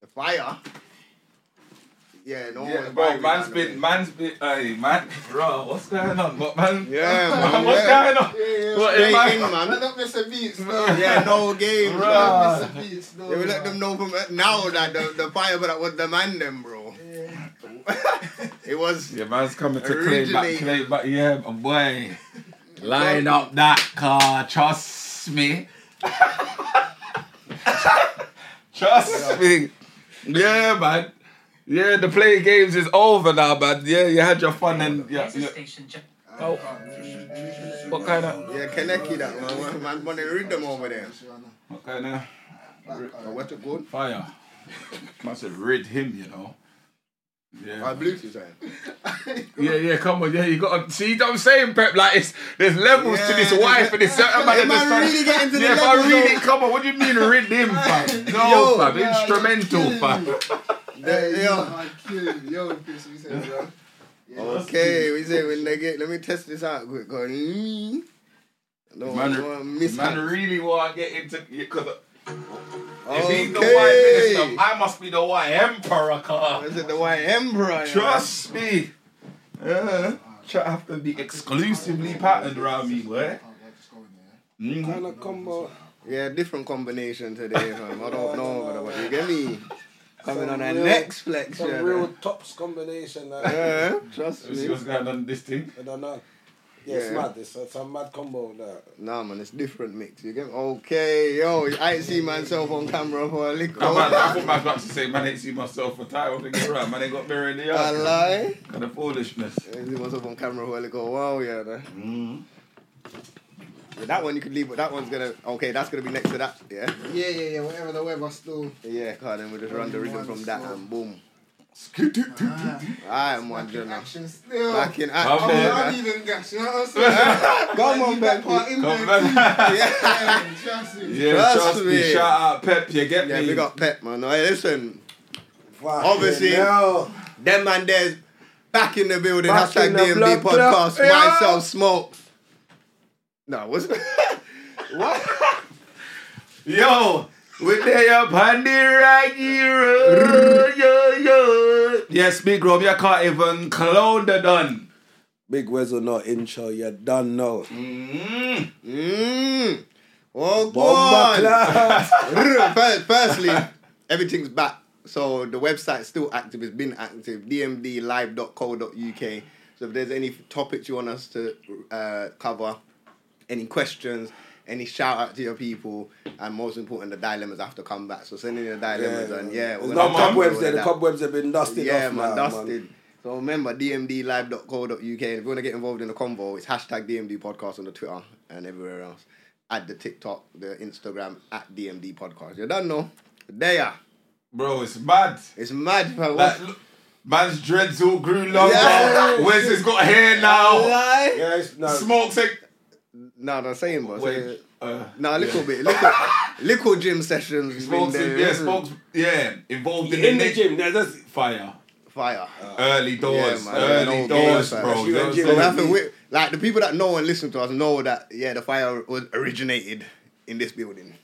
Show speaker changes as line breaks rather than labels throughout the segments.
The fire. Yeah, no
Yeah,
one's
bro,
vibing
man's
that
been,
way.
man's been, hey, man, bro, what's going on? What, man?
Yeah, man,
what's
yeah.
going on?
Yeah, yeah,
What,
straight
man?
in, man.
Let
that Mr. Beats.
no.
Yeah, no game.
Bruh.
bro.
Ah.
Mr. Beats, no,
They will let
man.
them know from uh, now that the, the fire that was the man them, bro. it was
Your man's coming to claim back,
Originator.
claim back, yeah, my boy. Line up that car, trust me. trust me. Yeah, man. Yeah, the playing games is over now, man. Yeah, you had your fun and yeah.
Laser
yeah.
station just
Oh. What kind of?
yeah, Kaneki that man. Man, man want to read them over there.
What kind of?
But what a good.
Fire. Must have rid him, you know.
My
Yeah.
Bluetooth. eh?
Yeah, yeah, come on, yeah, you gotta see what I'm saying, Pep, like it's there's levels to this
Yeah,
wife and this certain man
Am
and this
I
certain-
really getting to the
Yeah, if I
level,
read
though?
it, come on, what do you mean rid him, fam? No,
Yo,
fam,
yeah,
instrumental,
you're
fam.
They-
Hey,
yo.
I kill you. Yo, Chris, we say, bro. Yeah,
Okay, we say when they get. Let me test this out quick. Cause me, no,
Man,
I want miss
Man really want to get into because if he's the
Okay.
white minister, I must be the white emperor, car.
Is it the white emperor? you
Trust me. Yeah. Chat have to be exclusively patterned around me,
I'll
boy.
just go in there.
Mm.
know? Yeah, different combination today, fam. I don't know, but what you get me? Coming on a
real-
next flex,
Some
yeah.
real tops combination. Like,
Yeah, trust
You see
me.
what's going on in this thing?
I don't know. Yeah, it's
Yeah.
mad. It's, it's a mad combo. That.
Nah, man, it's different mix. You get me? Okay, yo, I ain't seen myself on camera for a liquor.
Oh, man, I thought man was about to say, man, ain't see myself for title to get around. Man, ain't got buried in the
I
yard.
lie.
Kind of foolishness.
I ain't seen myself on camera for a liquor. Wow, yeah. nah.
Mm.
But that one you could leave, but that one's gonna. Okay, that's gonna be next to that. Yeah.
Yeah, yeah, yeah. Whatever the weather, still.
Yeah, car, then we just run the rhythm from that and boom.
Ah, back
Alright, man,
in
Jonah.
action still.
Back in action.
I'm,
Come on,
I'm
man.
even gas. You know what I'm saying? I
Come on,
need that
back.
part in
Come
there.
on.
Yeah, trust me.
Yeah,
Trust
trust, me.
me.
Shout out Pep, you get
Yeah,
me.
we got Pep, man. Hey, listen,
Fucking
Obviously,
hell.
them man there's back in the building.
Back
Hashtag
in the
DMB
blood,
podcast.
blood. Yeah.
Myself, smoke. No, what's what?
Yo, we there up on the raggy road, yo, yo. Yes, big Rob, you can't even clone the done.
Big Wezzo not intro. You done know.
Mm.
Mmm. Oh, go
Bomba
on.
class.
First, firstly, everything's back. So the website's still active. It's been active. dmdlive.co.uk. So if there's any topics you want us to uh, cover, any questions, any shout out to your people, and most important, the dilemmas have to come back. So send in your dilemmas and yeah,
There's
we're
no
gonna cover
come
all
cobwebs
of
there. The
that.
cobwebs have been dusted
Yeah,
off
man,
now,
dusted. So remember, dmdlive.co.uk. If you want to get involved in the convo, it's hashtag DMD podcast on the Twitter and everywhere else. At the TikTok, the Instagram, at DMD podcast. You don't know? There.
Bro, it's mad.
It's mad. fam.
That,
What-
look, man's dreads all grew long.
Yeah.
Yeah. Wes has got hair now.
Lie.
Yeah, it's, no,
Smoke sick.
No, no, same, but
Wait. Uh,
No, a little bit. Little, little gym sessions. we've been
smokes,
there.
yeah, smokes, yeah, involved in,
in the
next
gym. There's this.
Fire.
Fire.
Early doors,
man,
early
no
doors,
games,
bro.
man.
You know what I'm
Yeah.
So we
saying?
have to wait. Like the people that know and listen to us know that yeah, the fire was originated in this building.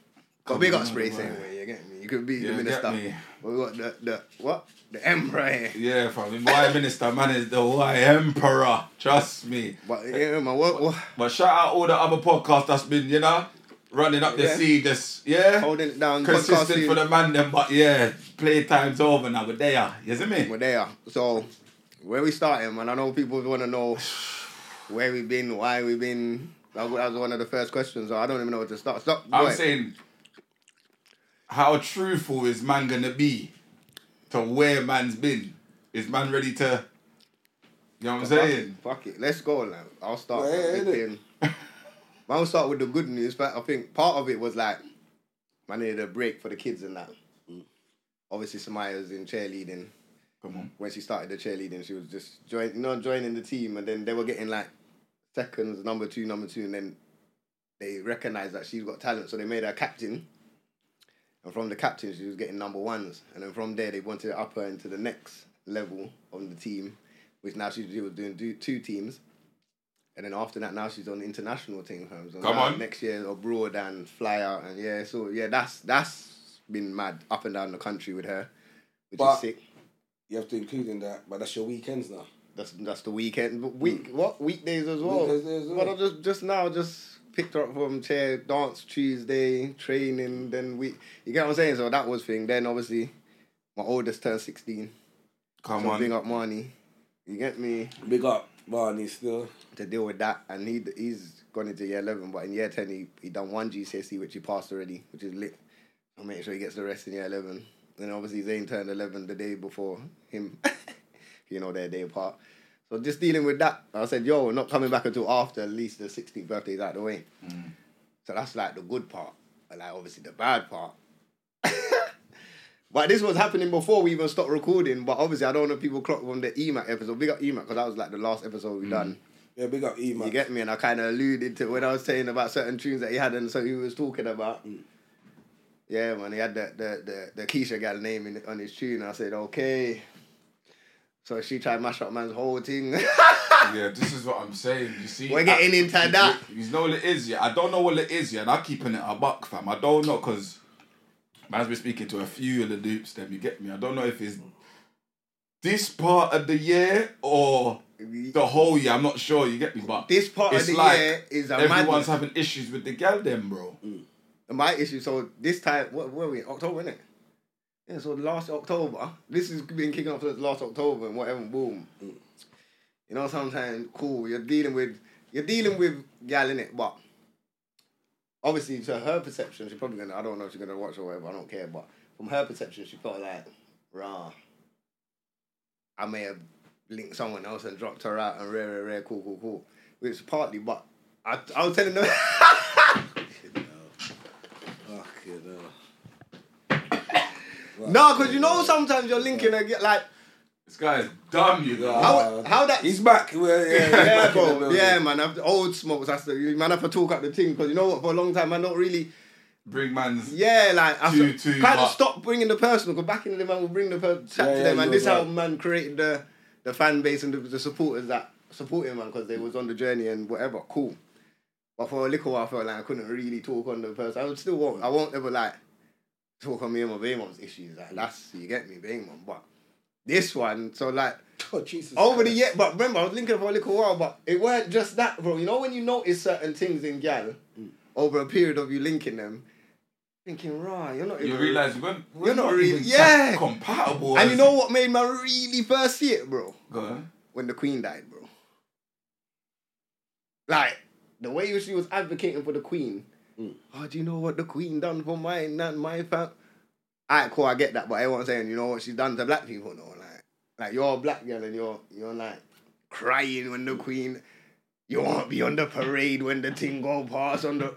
Cause we got spray same way. You get me? You could be
Yeah,
the
get
minister.
me.
But we got the the what? The emperor. Here.
Yeah, fam. Why minister man is the why emperor. Trust me.
But yeah, man. What? what
But shout out all the other podcasts that's been, you know, running up the
Yeah.
seed. Just yeah,
holding it down. podcast
consistent
scene.
for the man. Them, but yeah, playtime's over now. But they are, you see me?
We're there. So where we starting, man? I know people want to know where we've been, why we've been. That was that was one of the first questions. So I don't even know where to start. Stop.
I'm
go ahead.
saying, how truthful is man gonna be to where man's been? Is man ready to? You know what I'm saying?
Fuck it. Let's go, man. I'll start.
Yeah,
with
yeah, innit?
thinking- Man, I'll start with the good news. But I think part of it was like, man needed a break for the kids and that. Obviously, Samaya's in cheerleading.
Come on.
When she started the cheerleading, she was just join, you know, joining the team, and then they were getting like seconds, number two, number two, and then they recognized that she's got talent, so they made her captain. And from the captain, she was getting number ones, and then from there, they wanted to up her into the next level on the team, which now she, she was doing do, two teams. And then after that, now she's on the international team. fam. So
Come
now
on.
Next year, abroad and fly out, and yeah, so yeah, that's that's been mad up and down the country with her. which
But-
is sick.
You have to include in that, but that's your weekends now.
That's that's the weekend. But week what weekdays as well.
Hmm. Weekdays as well.
But I just just now just picked her up from chair dance Tuesday training. Then we you get what I'm saying. So that was thing. Then obviously my oldest turned sixteen.
Come
So bring
on.
up Marnie. You get me
Big up Barney still.
to deal with that, and he he's gone into year eleven. But in year ten, he he done one GCSE E, which he passed already, which is lit. I'll make sure he gets the rest in year eleven. Then obviously Zane turned eleven the day before him. you know they're a day apart. So just dealing with that, I said, "Yo, we're not coming back until after at least the sixteenth birthday's out the way." So that's like the good part, and like obviously the bad part. But this was happening before we even stopped recording. But obviously, I don't know if people clocked on the EMAC episode. Big up EMAC because that was like the last episode we done.
Yeah, big up E
You
man.
get me? And I kind of alluded to when I was saying about certain tunes that he had and so he was talking about.
Mm.
Yeah, man, he had the, the, the, the Keisha gal name in, on his tune. I said, okay. So she tried to mash up man's whole thing.
Yeah, this is what I'm saying. You see,
We're getting
I-
into that.
You, you know what it is, yeah. I don't know what it is, yeah. And I'm keeping it a buck, fam. I don't know because man's been speaking to a few of the dupes. Them, you get me. I don't know if it's this part of the year or the whole year. I'm not sure. You get me, but
this part of
it's
the
like
year is a
everyone's
madness.
having issues with the gal, them, bro.
My issue, so this time, what were we? October, innit? Yeah, so last October, this has been kicking off since last October and whatever, boom. You know, sometimes, cool, you're dealing with, you're dealing with gal, innit? But obviously to her perception, she's probably gonna I don't know if she's gonna watch or whatever, I don't care, but from her perception she felt like, rah, I may have linked someone else and dropped her out and rare, rare, rare, cool, cool, cool. Which partly but I I was telling them
Fucking hell.
No, because you know sometimes you're linking a g- like
This guy's dumb, you know.
how how that
Ah, He's back. Well, yeah, he's
yeah,
back in the
bro.
building.
Yeah, man. I've, old smokes. That's the you man. Have to talk up the thing because you know what? For a long time, I not really.
Bring man's.
Yeah, like I
Too- too
kind of
much.
stop bringing the personal. Because back in the man, will bring the per- chat
Yeah,
to
yeah,
them,
you
and this
was
how
right.
man created the the fan base and the, the supporters that support him, man, because they was on the journey and whatever. Cool. But for a little while, I felt like I couldn't really talk on the person. I would still won't. I won't ever like talk on me and my Baymon's issues. Like that's you get me, Baymon. But this one, so like.
Oh, Jesus.
Over the
Christ.
year, but remember, I was linking for a little while, but it weren't just that, bro. You know when you notice certain things in gal over a period of you linking them, thinking, rah, you're not.
You
even-
realize we're, we're
You're not
not,
really-
even
yeah.
compatible.
And
as-
you know what made me really first see it, bro?
Go on.
When the Queen died, bro. Like the way she was advocating for the Queen. Oh, do you know what the Queen done for mine and my fam? Alright, cool, I get that, but everyone's saying, you know what she's done to black people, no, like, like you're a black girl and you're you're like crying when the Queen, you won't be on the parade when the thing go past on the.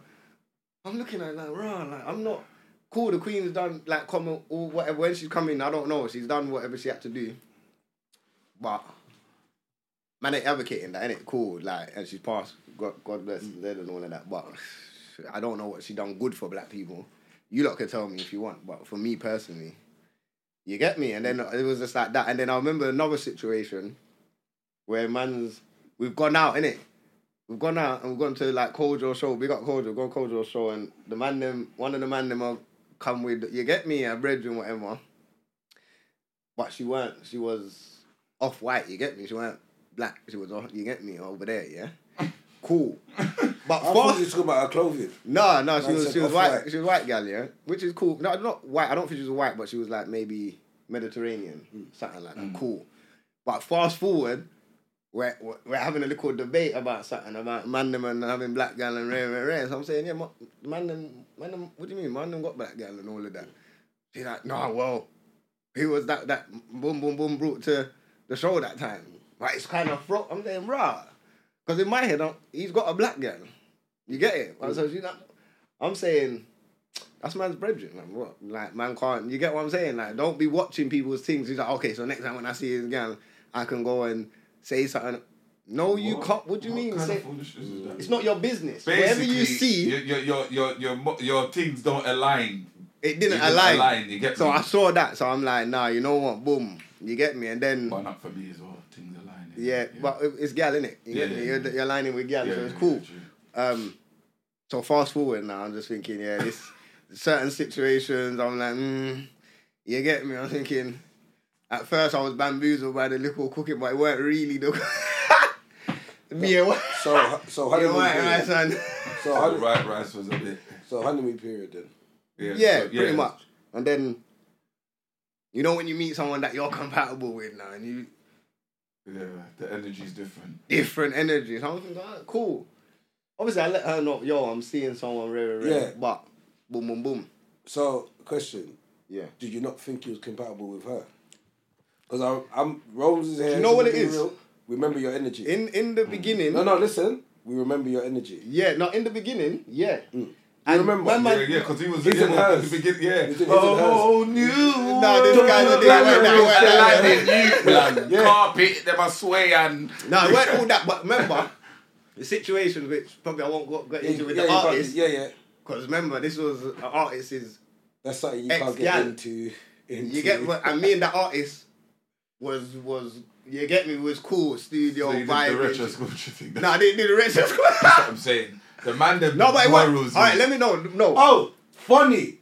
I'm looking at it like, rah, like I'm not cool. The Queen's done like come or whatever when she's coming, I don't know. She's done whatever she had to do, but man, they advocating that, ain't it? Cool, like, and she's passed. God, God bless them and all of that. But I don't know what she done good for black people. You lot can tell me if you want, but for me personally, you get me. And then it was just like that. And then I remember another situation where man's we've gone out, innit? We've gone out and we've gone to like Kojo show. We got Kojo, gone Kojo show, and the man them, one of the man them, have come with you get me a brethren whatever. But she weren't. She was off white. You get me. She weren't black. She was off. You get me over there. Yeah. Cool. But
I
fast-
thought you were talking about her clothing.
no, no, she
Man
was
said
she was white.
off-white.
She was white gal, yeah, which is cool. No, not white. I don't think she was white, but she was like maybe Mediterranean,
Hmm.
something like that. Cool. But fast forward, we're we're- we're having a little debate about something about man them and having black gal and rare rare rare. So I'm saying, yeah, ma- man them, man them. What do you mean, man them got black gal and all of that? She's like, nah, well, who was that that boom boom boom brought to the show that time? Like it's kind of fro. I'm saying, rah, because in my head, I'm, he's got a black gal. You get it? And so
Mm.
you know, I'm saying that's man's brethren. Like what? Like man can't. You get what I'm saying? Like don't be watching people's things. He's like, okay, so next time when I see his gal, I can go and say something. No, you
What-
can't. What do you
what
mean?
kind
Say,
of foolishness is that?
it's not your business. Whatever
Basically,
you see,
your your your your your, mo- your things don't align.
it didn't
It didn't
align.
align, you get
so
me?
I saw that. So I'm like, nah, you know what? Boom. You get me? And then
But not for me as well. Things align.
yeah, but it- it's gal, innit? You
Yeah,
get me?
yeah,
You're,
yeah.
you're aligning with gal,
Yeah,
so it's
yeah,
cool.
true.
Um, so fast forward now, I'm just thinking, yeah, this certain situations, I'm like, mm, you get me? I'm thinking, At first, I was bamboozled by the little cooking, but it weren't really the. Me and what?
So so
You
honeymoon
know what, Ah. right,
period.
son?
So
Oh,
honey-
right rice was a bit.
so honeymoon period then.
Yeah,
Yeah,
so-
pretty much. And then, you know, when you meet someone that you're compatible with now, and you
Yeah, the energy's different.
different energy, so I'm thinking, "Ah, cool. Obviously, I let her know, yo, I'm seeing someone rare, rare,
Yeah.
but boom, boom, boom.
So question:
Yeah.
Did you not think you was compatible with her? Because I'm, I'm Rome's is here.
you know what it
Be
is?
Remember your energy.
In in the beginning,
no, no. Listen, we remember your energy.
yeah, no, in the beginning, yeah.
You remember?
when my-
Yeah, yeah, because he was
His
yeah,
and
at
hers.
the beginning. Yeah.
His and- his and
oh, new.
Nah, this guy didn't
Like
like that,
roof,
like that.
like the new plan. Carpet, them I sway and.
No, it weren't all that, but remember the situation, which probably I won't go, get into with the
yeah, but-
artist,
yeah, yeah.
because remember this was an artist's.
That's something you
Ex-
can't get
yeah.
into, into.
You get what? And me and the artist was was you get me was cool studio
So you did the retro
vibe.
sculpture thing.
No, I didn't do the retro.
That's what I'm saying. The man that
no, but it
borrows.
was. All right, let me know. No,
Oh, funny.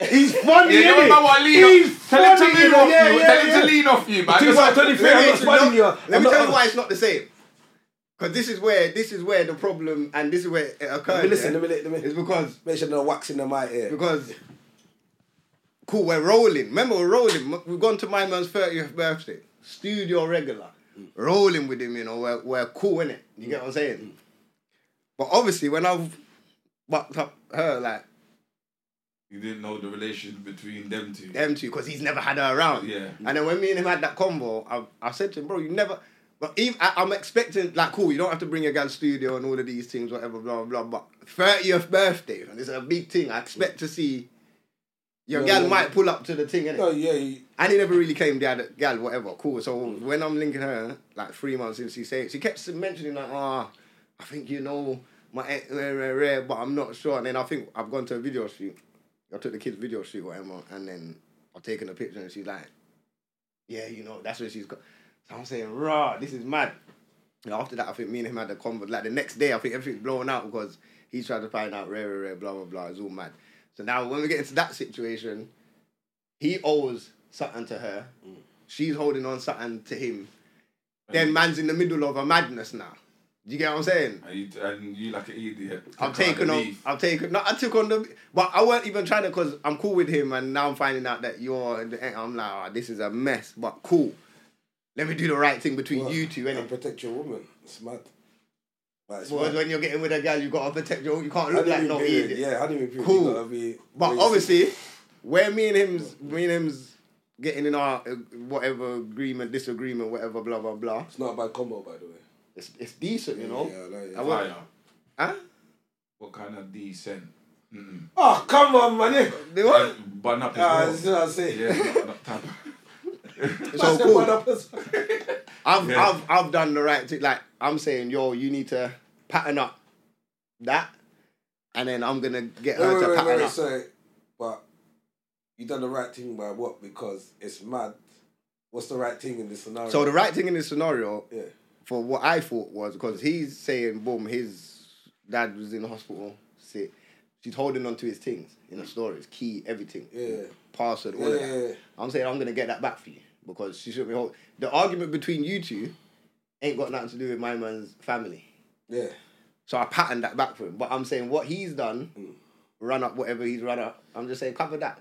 He's funny.
Yeah, you
innit?
remember what lean
He's
off? Tell him
funny,
to lean
innit?
off
Yeah,
you.
yeah,
Tell him
yeah.
to lean off you, man.
Tell you what, Tony,
let me,
I'm not
let
spotting
me,
you.
let me
I'm
tell
not-
you why it's not the same. Because this is where this is where the problem and this is where it occurred.
Let me listen.
yeah?
Let me let me.
It's because
Make sure no wax in the mic here.
because cool, we're rolling. Remember, we're rolling. M- We've gone to my man's thirtieth birthday, studio regular,
Mm.
rolling with him. You know, we're we're cool in it. You get what I'm saying?
Mm.
But obviously, when I've bucked up her like
You didn't know the relation between them two.
them two, because he's never had her around.
Yeah.
And then when me and him had that convo, I I said to him, bro, you never. But even, I, I'm expecting like cool. You don't have to bring your gal studio and all of these things, whatever, blah blah. blah. But thirtieth birthday, and it's a big thing. I expect to see. Your
No,
gal
no,
might pull up to the thing, innit?
No, yeah. You,
And he never really came down at gal, whatever, cool. So when I'm linking her, like three months since she said it, she kept mentioning like, ah, I think you know my ex, rare, rare, rare, but I'm not sure. And then I think I've gone to a video shoot. I took the kids video shoot, whatever, and then I've taken a picture and she's like, yeah, you know, that's what she's got. So I'm saying, rah, this is mad. And after that, I think me and him had a convo. Like the next day, I think everything's blown out because he's trying to find out rare, rare, rare, blah, blah, blah. It's all mad. So now when we get into that situation, he owes something to her. She's holding on something to him. Then man's in the middle of a madness now. Do you get what I'm saying?
And you, and you like an idiot.
I'm
Took her
taking on.
underneath.
I'm taking. No, I took on the. But I weren't even trying to because I'm cool with him, and now I'm finding out that you're. the- I'm like, oh, this is a mess. But cool. Let me do the right thing between you two.
and
And
protect your woman. It's mad. Like, it's
because
mad.
when you're getting with a girl, you gotta protect your. You can't look like
Honeymoon
no
period.
idiot.
Yeah, honeymoon period.
Cool.
You gotta be.
But
realistic.
obviously, where me and him's me and him's getting in our uh, whatever agreement, disagreement, whatever, blah blah blah.
it's not a bad combo, by the way.
It's it's decent, you know.
Yeah, I like it.
I wa-
Fire.
Huh?
What kind of decent? Mm-mm.
Oh come on, man!
They what?
And Bun up
Ah,
as
this is
well.
what I say.
Yeah, not, not tab.
So
I said
cool.
one up as-
I've
Yeah.
I've I've done the right thing. Like I'm saying, yo, you need to pattern up that, and then I'm gonna get her
Wait,
to
wait, wait,
pattern
wait,
up.
sorry. But you done the right thing by what? Because it's mad. What's the right thing in this scenario?
So the right thing in this scenario,
yeah.
for what I thought was, because he's saying, boom, his dad was in the hospital, sick. She's holding on to his things in the storage, key, everything,
Yeah.
password, all
Yeah,
of that.
yeah, yeah.
I'm saying I'm gonna get that back for you because she shouldn't be. Hold- the argument between you two ain't got nothing to do with my man's family.
Yeah.
So I patterned that back for him. But I'm saying what he's done,
Mm.
run up whatever he's run up. I'm just saying cover that.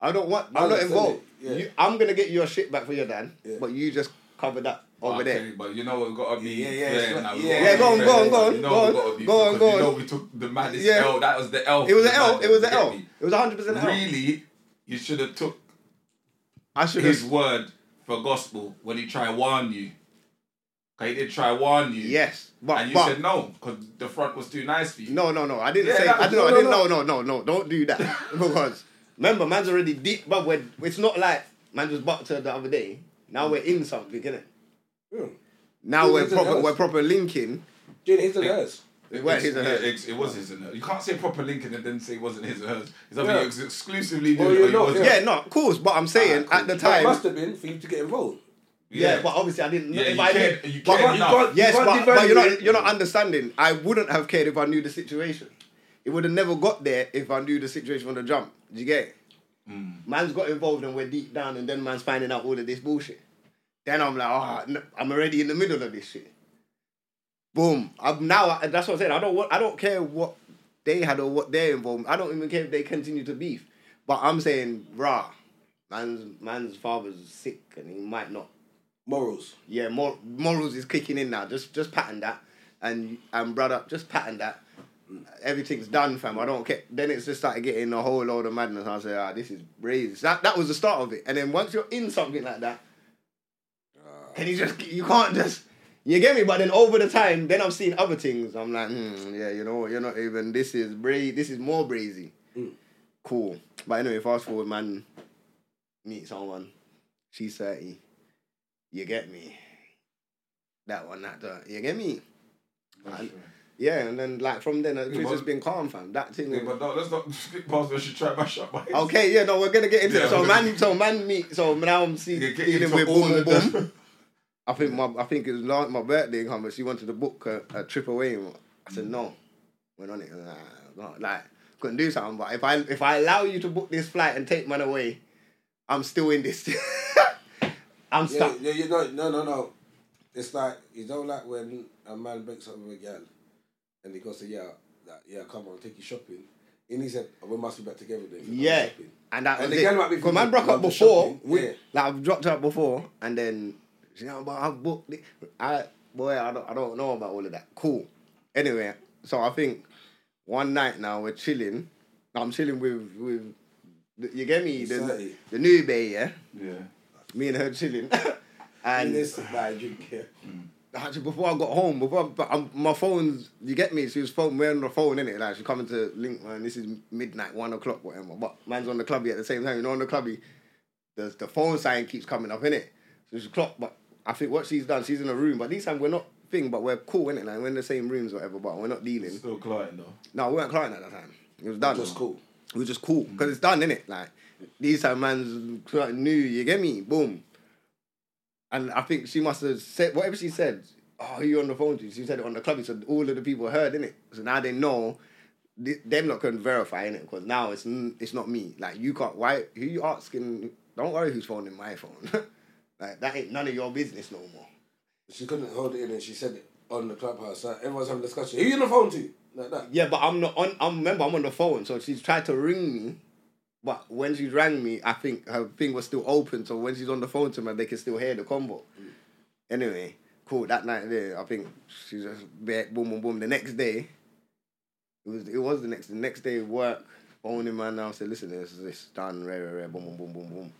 I don't want.
I
I'm not
understand
involved.
it, yeah.
You, I'm gonna get your shit back for your dad,
Yeah.
but you just cover that over there.
But you know we've got to be
Yeah, yeah,
fair
it's like-
now.
yeah,
We've gotta
yeah,
be
go on,
fair.
go on, go
on,
You
go
know
on,
we've got to be
go on,
because
go
You know
on.
we took the maddest
Yeah.
L. That was the L.
It was
the
an L.
maddest,
It was an
you get
L.
me?
It was 100 percent L.
Really, you should have took
I should
his
have.
word for gospel when he tried warn you. 'Cause he did try warn you.
Yes, but
and you
but
said no because the front was too nice for you.
no no no. I didn't
Yeah,
say.
that
I
was-
don't know. I
no,
didn't.
no,
No no no no. Don't do that because remember, man's already deep. But when it's not like man just bucked her the other day.
Mm.
Now we're in something, innit?
yeah.
Now
Who
we're
is it
proper.
else?
We're proper linking.
Jane, his and hers.
It weren't
It's-
his and
yeah,
hers.
it's- It was his and hers. You can't say proper Lincoln and then say it wasn't his and hers. It's either
Yeah.
you ex- exclusively
Or
doing it
you're
or you
not,
wasn't.
Yeah, no, of course. But I'm saying
Ah, cool.
at the
That
time.
must have been for you to get involved.
Yeah, but obviously I didn't.
Yeah,
if
you
I
cared-
did,
you
but-
cared
you
enough.
can't-
yes,
you
but,
can't
but you're not
devalue it.
you're not understanding. I wouldn't have cared if I knew the situation. It would have never got there if I knew the situation from the jump. Do you get? it? Man's got involved and we're deep down, and then man's finding out all of this bullshit. Then I'm like, oh, no, I'm already in the middle of this shit. Boom. I'm now. and That's what I'm saying. I don't. Want, I don't care what they had or what their involvement. I don't even care if they continue to beef. But I'm saying, rah, man's man's father's sick and he might not
Morals.
yeah, mor- morals is kicking in now. Just just pattern that, and and brother, just pattern that. Everything's done, fam. I don't care. Then it's just started getting a whole load of madness. I say, ah, this is crazy. That that was the start of it. And then once you're in something like that, can you just you can't just you get me? But then over the time, then I'm seeing other things. I'm like, hmm, yeah, you know, what, you're not even. This is bra- This is more brazy. Cool. But anyway, fast forward, man. Meet someone. She's thirty. You get me? That one, that, that. You get me? And- yeah, and then like from then, it's
but-
just been calm, fam. That thing.
Yeah, but no, let's not skip past when she tried mash up. But
okay, yeah, no, we're gonna get into
Yeah,
it. So
we're
man,
gonna-
so man, meet. So now I'm see,
Yeah, get
dealing
into
with
all
boom, boom,
of
boom. I think my, I think it was last, my birthday come, she wanted to book a, a trip away. And I said no, went on it. Nah, not, like couldn't do something. But if I if I allow you to book this flight and take man away, I'm still in this. I'm
Yeah,
stuck.
yeah, you know, no, no, no. It's like you don't like when a man breaks up with a girl, and he goes to yeah, that, yeah, come on, take you shopping. And he said, oh, we must be back together then. if we're going
Yeah.
shopping."
And that
And
was
the
it.
girl might be
'Cause man
thinking,
broke up
"Love the
before.
shopping."
We,
Yeah.
Like I've dropped her before, and then you know, but I've booked it. I boy, I don't, I don't know about all of that. Cool. Anyway, so I think one night now we're chilling. I'm chilling with with you get me the
Exactly.
the new bae, yeah.
Yeah.
Me and her chilling,
And
and
this guy drink here.
Actually, before I got home, before but um, my phone's, you get me. She was phone, we're on the phone, innit? Like she coming to link, man. This is midnight, one o'clock, whatever. But man's on the clubby at the same time. You know, on the clubby, the the phone sign keeps coming up, innit? So she's clock, but I think what she's done, she's in a room. But this time we're not thing, but we're cool, innit? Like we're in the same rooms, whatever. But we're not dealing.
Still client though.
No, we weren't crying at that time. It was done.
Just cool.
It was just cool because it's done, innit? Like these time man's like, new. You get me? Boom. And I think she must have said whatever she said. Oh, who you on the phone to? She said it on the club. So all of the people heard, innit? So now they know. Th- Them not can verify innit? because now it's n- it's not me. Like you can't. Why? Who you asking? Don't worry who's phoning my phone. like that ain't none of your business no more.
She couldn't hold it in, and she said it on the clubhouse. So everyone's having a discussion. Who you on the phone to? Like that.
Yeah, but I'm not on. I remember I'm on the phone, so she's tried to ring me, but when she rang me, I think her thing was still open. So when she's on the phone to me, they can still hear the combo. Anyway, cool. That night there, I think she just ba- boom, boom, boom. The next day, it was it was the next the next day work. Phoning man now said, listen, this is this done, rare, rare, rare, boom, boom, boom, boom, boom.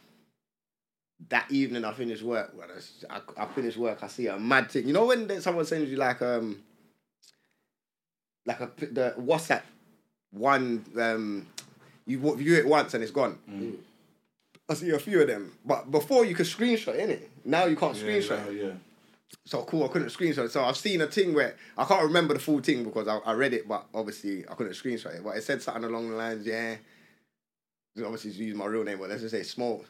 That evening, I finished work. When I, s- I, I finished work, I see a mad thing. You know when then someone sends you like um like a p- the WhatsApp one um you wa- view it once and it's gone. I see a few of them, but before you could screenshot in it. Now you can't screenshot.
Yeah, yeah.
So cool, I couldn't screenshot. it. So I've seen a thing where I can't remember the full thing because I, I read it, but obviously I couldn't screenshot it. But it said something along the lines, yeah. Obviously, he's used my real name, but let's just say Smoke.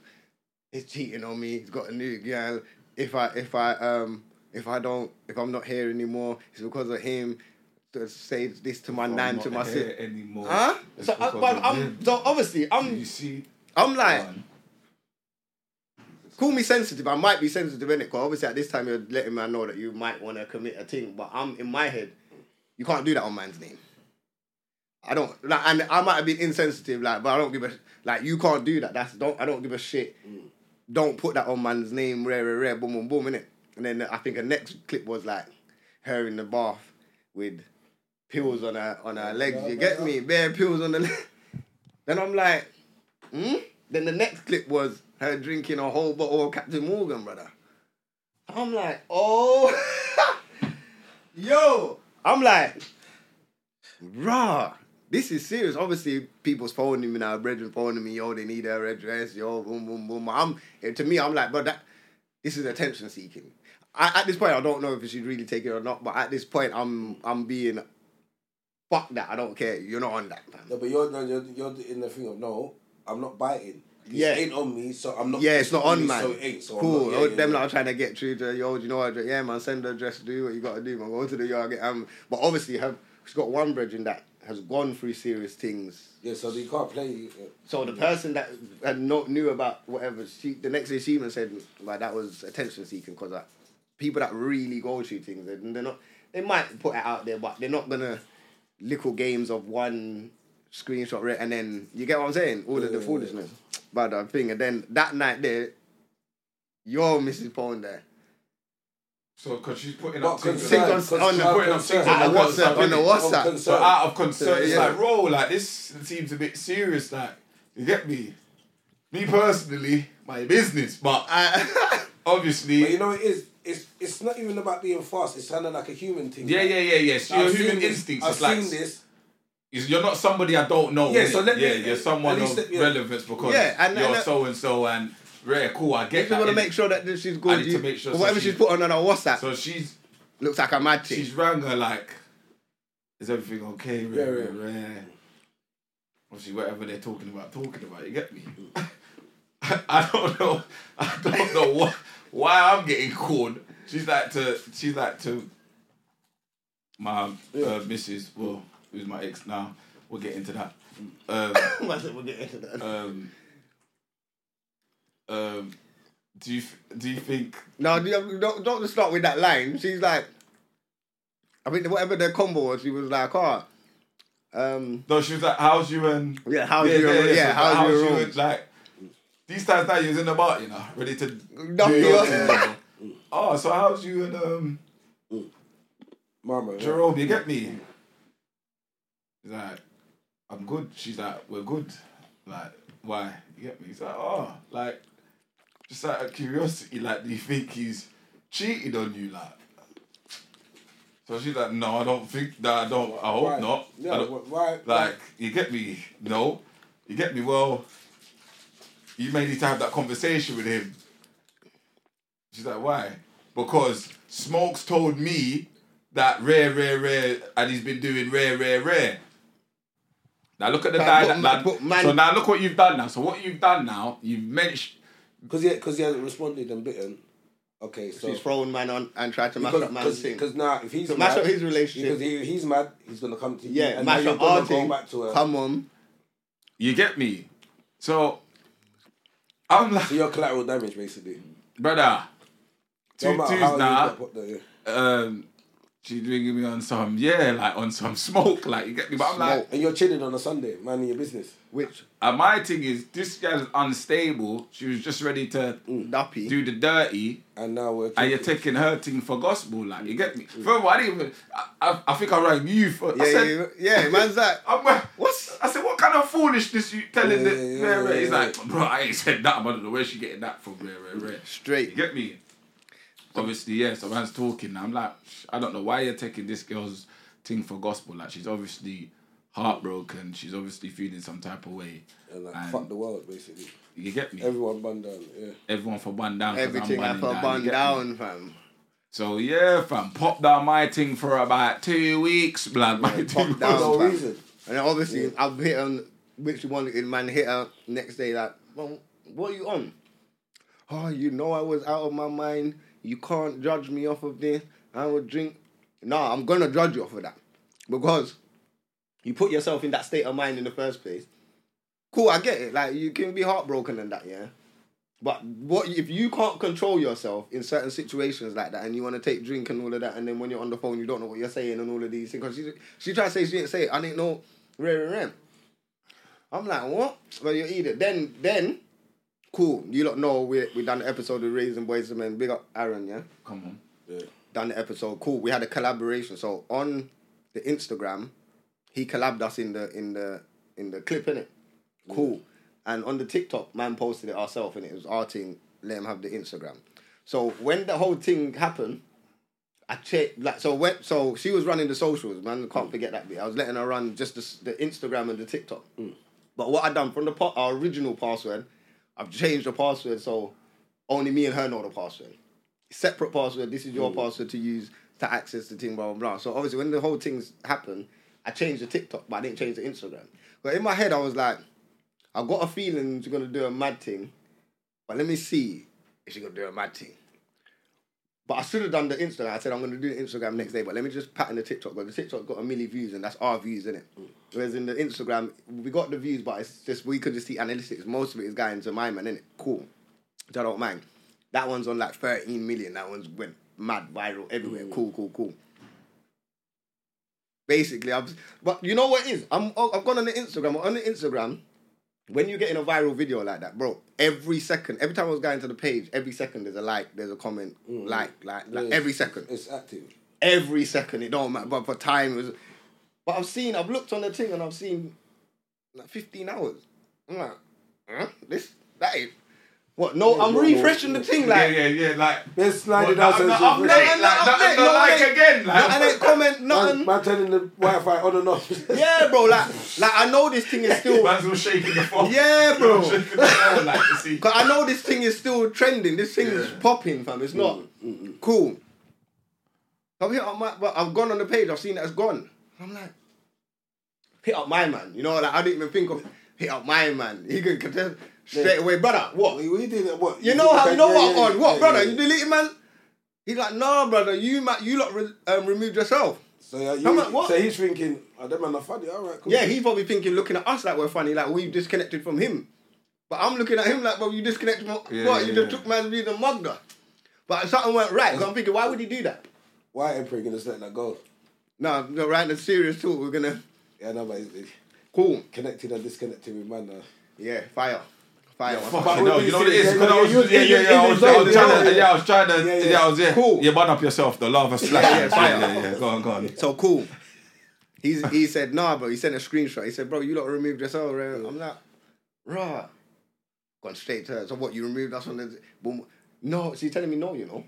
He's cheating on me. He's got a new girl. If I if I um if I don't if I'm not here anymore, it's because of him. Just Say this to my
I'm
nan,
not
to my
here
sister.
anymore.
Huh?
It's
So, I,
because
but
of
I'm
him.
so obviously
you
I'm
see,
I'm like
man,
call me sensitive. I might be sensitive in it, because obviously at this time you're letting man know that you might want to commit a thing. But I'm in my head, you can't do that on man's name. I don't like, and I might have been insensitive, like, but I don't give a like. You can't do that. That's don't. I don't give a shit. Don't put that on man's name. Rare, rare, rare. Boom, boom, boom. Innit? And then I think the next clip was like her in the bath with pills on her on her legs. You get me? Bare pills on the. le- then I'm like, Hmm? Then the next clip was her drinking a whole bottle of Captain Morgan, brother. I'm like, oh, yo. I'm like, rah, this is serious. Obviously, people's phoning me now, brethren phoning me, yo, they need her address, yo, boom, boom, boom. I'm, eh, to me, I'm like, but that, this is attention seeking. I, at this point, I don't know if she'd really take it or not, but at this point, I'm, I'm being, fuck that, I don't care. You're not on that, man.
No, but you're, no, you're you're in the thing of no. I'm not biting. This
Yeah.
ain't on me, so I'm not.
Yeah, it's not on, man.
So it ain't. So
cool.
I'm not,
oh,
yeah, yeah,
them
yeah.
lot are trying to get through to yo, do you know what? Yeah, man, send the address, do what you got to do, man. Go to the yard, get um. But obviously, her, she's got one bridge in that has gone through serious things.
Yeah, so you can't play. uh,
So the person that had not knew about whatever she the next day she even said like that was attention seeking because like people that really go through things they they're not they might put it out there but they're not gonna little games of one screenshot re- and then you get what I'm saying all of the
Yeah.
foolishness but that thing and then that night there your Mrs Pond there
So, because she's putting
But
up things.
concern-
Things
that-
on, on the,
Putting up
concern-
things on
on
the
WhatsApp on the WhatsApp
Concern.
So out of concern, it's
Yeah.
like, bro, like this seems a bit serious. Like, you get me? Me personally, my business, but
I,
obviously,
But you know, it is. It's it's not even about being fast. It's kind of like a human thing.
yeah,
Like,
yeah, yeah, yeah. It's
I've
your
seen
human
this,
instincts.
I've
It's like
seen this.
it's- you're not somebody I don't know.
Yeah,
innit?
so let me-
yeah, you're someone
at least
of
let- yeah.
relevance because
Yeah, and-
you're
and-
so and so and rare. Cool, I
you
get
just
that.
want to
innit?
make sure that this- she's
I
good
need
you,
to make sure so
whatever
she-
she's put on on her WhatsApp
So she's
looks like a mad thing
she's rang her like, is everything okay? Rare,
Yeah,
rare, rare. Obviously, whatever they're talking about, talking about. You get me? I, I don't know. I don't know what why I'm getting called. She's like to. She's like to. My uh, missus, well, who's my ex now? We'll get into that. Um,
we'll get into that
um, um, do you f- do you think
No, you- don't don't just start with that line. She's like, I mean, whatever the combo was, she was like, oh, um,
No, she was like, "How's you and
Yeah, how's you and- yeah,
so
how's you and Rome?
and like these times now you was in the bar, you know, ready to
Knock
do
you
your
off.
thing, you know. Oh, so how's you and um
Mama. yeah.
Jerome? You get me? He's like, I'm good. She's like, we're good. Like, why? You get me? He's like, oh, like, just out of curiosity, like, do you think he's cheated on you, like? So she's like, no, I don't think that. I don't. I hope
Right.
not. I
Yeah.
don't-
wh- Why?
like, you get me? No. You get me? Well, you may need to have that conversation with him. She's like, why? Because Smokes told me that rare, rare, rare, and he's been doing rare, rare, rare. Now look at the
But-
guy
but
that
ma-
man,
but man-
So now look what you've done now. So what you've done now, you've mentioned.
Because he, cause he hasn't responded and bitten. Okay, so.
she's thrown man on and tried to mash
because,
up man's
cause,
thing.
Because now, if he's
So
mad,
mash up his relationship.
because he, he's mad, he's gonna come to you.
yeah,
now
mash
you're
up
gonna
our
go
thing.
back to her.
Come on,
You get me? So I'm
So
like,
you're collateral damage, basically.
brother, two
No matter
twos
how you
now.
got put there, yeah.
um, she's bringing me on some, yeah, like on some smoke, like you get me. But I'm like,
And you're chilling on a Sunday, minding your business.
which
and my thing is, this girl's unstable. She was just ready to
nappy?
do the dirty,
And now we're.
and you're taking her thing for gospel, like you get me. Furthermore, I didn't even. I, I, I think I rang you for.
yeah,
I said,
yeah, yeah, man's like,
I'm like,
what's
I said, what kind of foolishness you telling the
Yeah, yeah,
rare
yeah,
rare? He's
yeah.
like, bro, I ain't said that. I don't know where she getting that from. Rare rare rare. You
straight?
get me? Obviously, yeah, so man's talking. I'm like, "Sh- I don't know why you're taking this girl's thing for gospel. Like, she's obviously heartbroken. She's obviously feeling some type of way.
And like,
And-
fuck the world, basically.
You get me?
Everyone bun down, yeah.
Everyone for one down. 'cause I'm
Everything I
one
put
down, you
bun
get me?
down, fam.
So, yeah, fam, pop down my thing for about two weeks, blood. My thing
pop
For
down.
was-
no
fam.
reason.
And then obviously, I've hit on which one in man hit her next day, like, well, what are you on? Oh, you know, I was out of my mind. You can't judge me off of this. I will drink. No, I'm going to judge you off of that. Because you put yourself in that state of mind in the first place. Cool, I get it. Like, you can be heartbroken and that, yeah? But what if you can't control yourself in certain situations like that, and you want to take drink and all of that, and then when you're on the phone, you don't know what you're saying and all of these things? Because she she tried to say she didn't say it. I didn't know. Rare, rare, rare. I'm like, what? Well, you're either then then, cool. You lot know we we done the episode with Raising Boys and Men. Big up Aaron, yeah.
Come on.
Yeah.
Done the episode. Cool. We had a collaboration. So on the Instagram, he collabed us in the in the in the clip in it. Cool. And on the TikTok, man posted it ourselves and it was our thing. Let him have the Instagram. So when the whole thing happened, I checked like so. When so she was running the socials, man. Can't forget that bit. I was letting her run just the, s- the Instagram and the TikTok. But what I done from the pa- our original password, I've changed the password so only me and her know the password. Separate password. This is your password to use to access the thing. Blah blah blah. So obviously, when the whole thing's happened, I changed the TikTok, but I didn't change the Instagram. But in my head, I was like, I got a feeling she's gonna do a mad thing, but let me see if she's gonna do a mad thing. But I should have done the Instagram. I said I'm gonna do the Instagram next day, but let me just pattern the TikTok. But the TikTok got a million views, and that's our views, innit? it? Whereas in the Instagram, we got the views, but it's just we could just see analytics. Most of it is going to my man, innit? Cool. Which I don't mind. That one's on like 13 million. That one's went mad viral everywhere. Cool, cool, cool. Basically, I've but you know what it is? I'm oh, I've gone on the Instagram. On the Instagram, when you get in a viral video like that, bro, every second, every time I was going to the page, every second there's a like, there's a comment, like, like, like, every second,
It's active.
every second. It don't matter, but for time, it was. But I've seen, I've looked on the thing, and I've seen like fifteen hours. I'm like, huh? This that is what? No, I'm
no, no.
refreshing the thing like.
yeah, yeah, yeah, like.
Let's slide
What,
it out.
no, no, I'm late,
Nothing,
like,
nothing,
nothing, no
nothing.
like again, like.
Nothing ain't comment, nothing.
Man, man turning the Wi-Fi on and off.
Yeah, bro, like, like I know this thing is still.
Man's all shaking the phone.
Yeah, bro.
Shaking the phone, like, to see.
Cause I know this thing is still trending. This thing is popping, fam. It's not
Mm,
cool. I've hit up my, but I've gone on the page. I've seen that it's gone. I'm like, hit up my man. You know, like I didn't even think of hit up my man. He can contest straight away, brother. What?
We, we did it. What
You know how? You know
Yeah,
what?
yeah,
On what,
yeah,
brother?
yeah.
You deleted man. He's like, nah, brother. You ma- you lot re- um, removed yourself.
So, yeah, you,
I'm like, what?
so he's thinking, oh, them man are funny. All right, cool.
Yeah, he's probably thinking, looking at us like we're funny, like we've disconnected from him. But I'm looking at him like, bro, you disconnected from
Yeah,
what?
yeah,
you just
yeah.
took man's view and mugged her. But something went right. 'cause I'm thinking, why would he do that?
Why Emperor gonna just let that go?
No, no, right, the serious talk, we're gonna.
Yeah, no, but he's- he's
Cool.
connected and disconnected with man uh. now.
Yeah, fire. Fire.
Fuck,
But
you know,
what
you know
we
what it is?
said,
'Cause I
yeah,
was-
you-
Yeah, yeah,
you-
yeah. I
you
was I was
don't-
trying to,
yeah.
yeah, I was trying to,
Yeah, yeah.
yeah, I was, yeah.
Cool.
You man up yourself, the lava slash.
Yeah, yeah, fire.
yeah, yeah. Go on, go on.
So cool. He's, he said, nah, bro. He sent a screenshot. He said, bro, you lot removed yourself. Bro. I'm like, rah. Gone straight to her. So what, you removed us from the. Boom. No, she's telling me no, you know.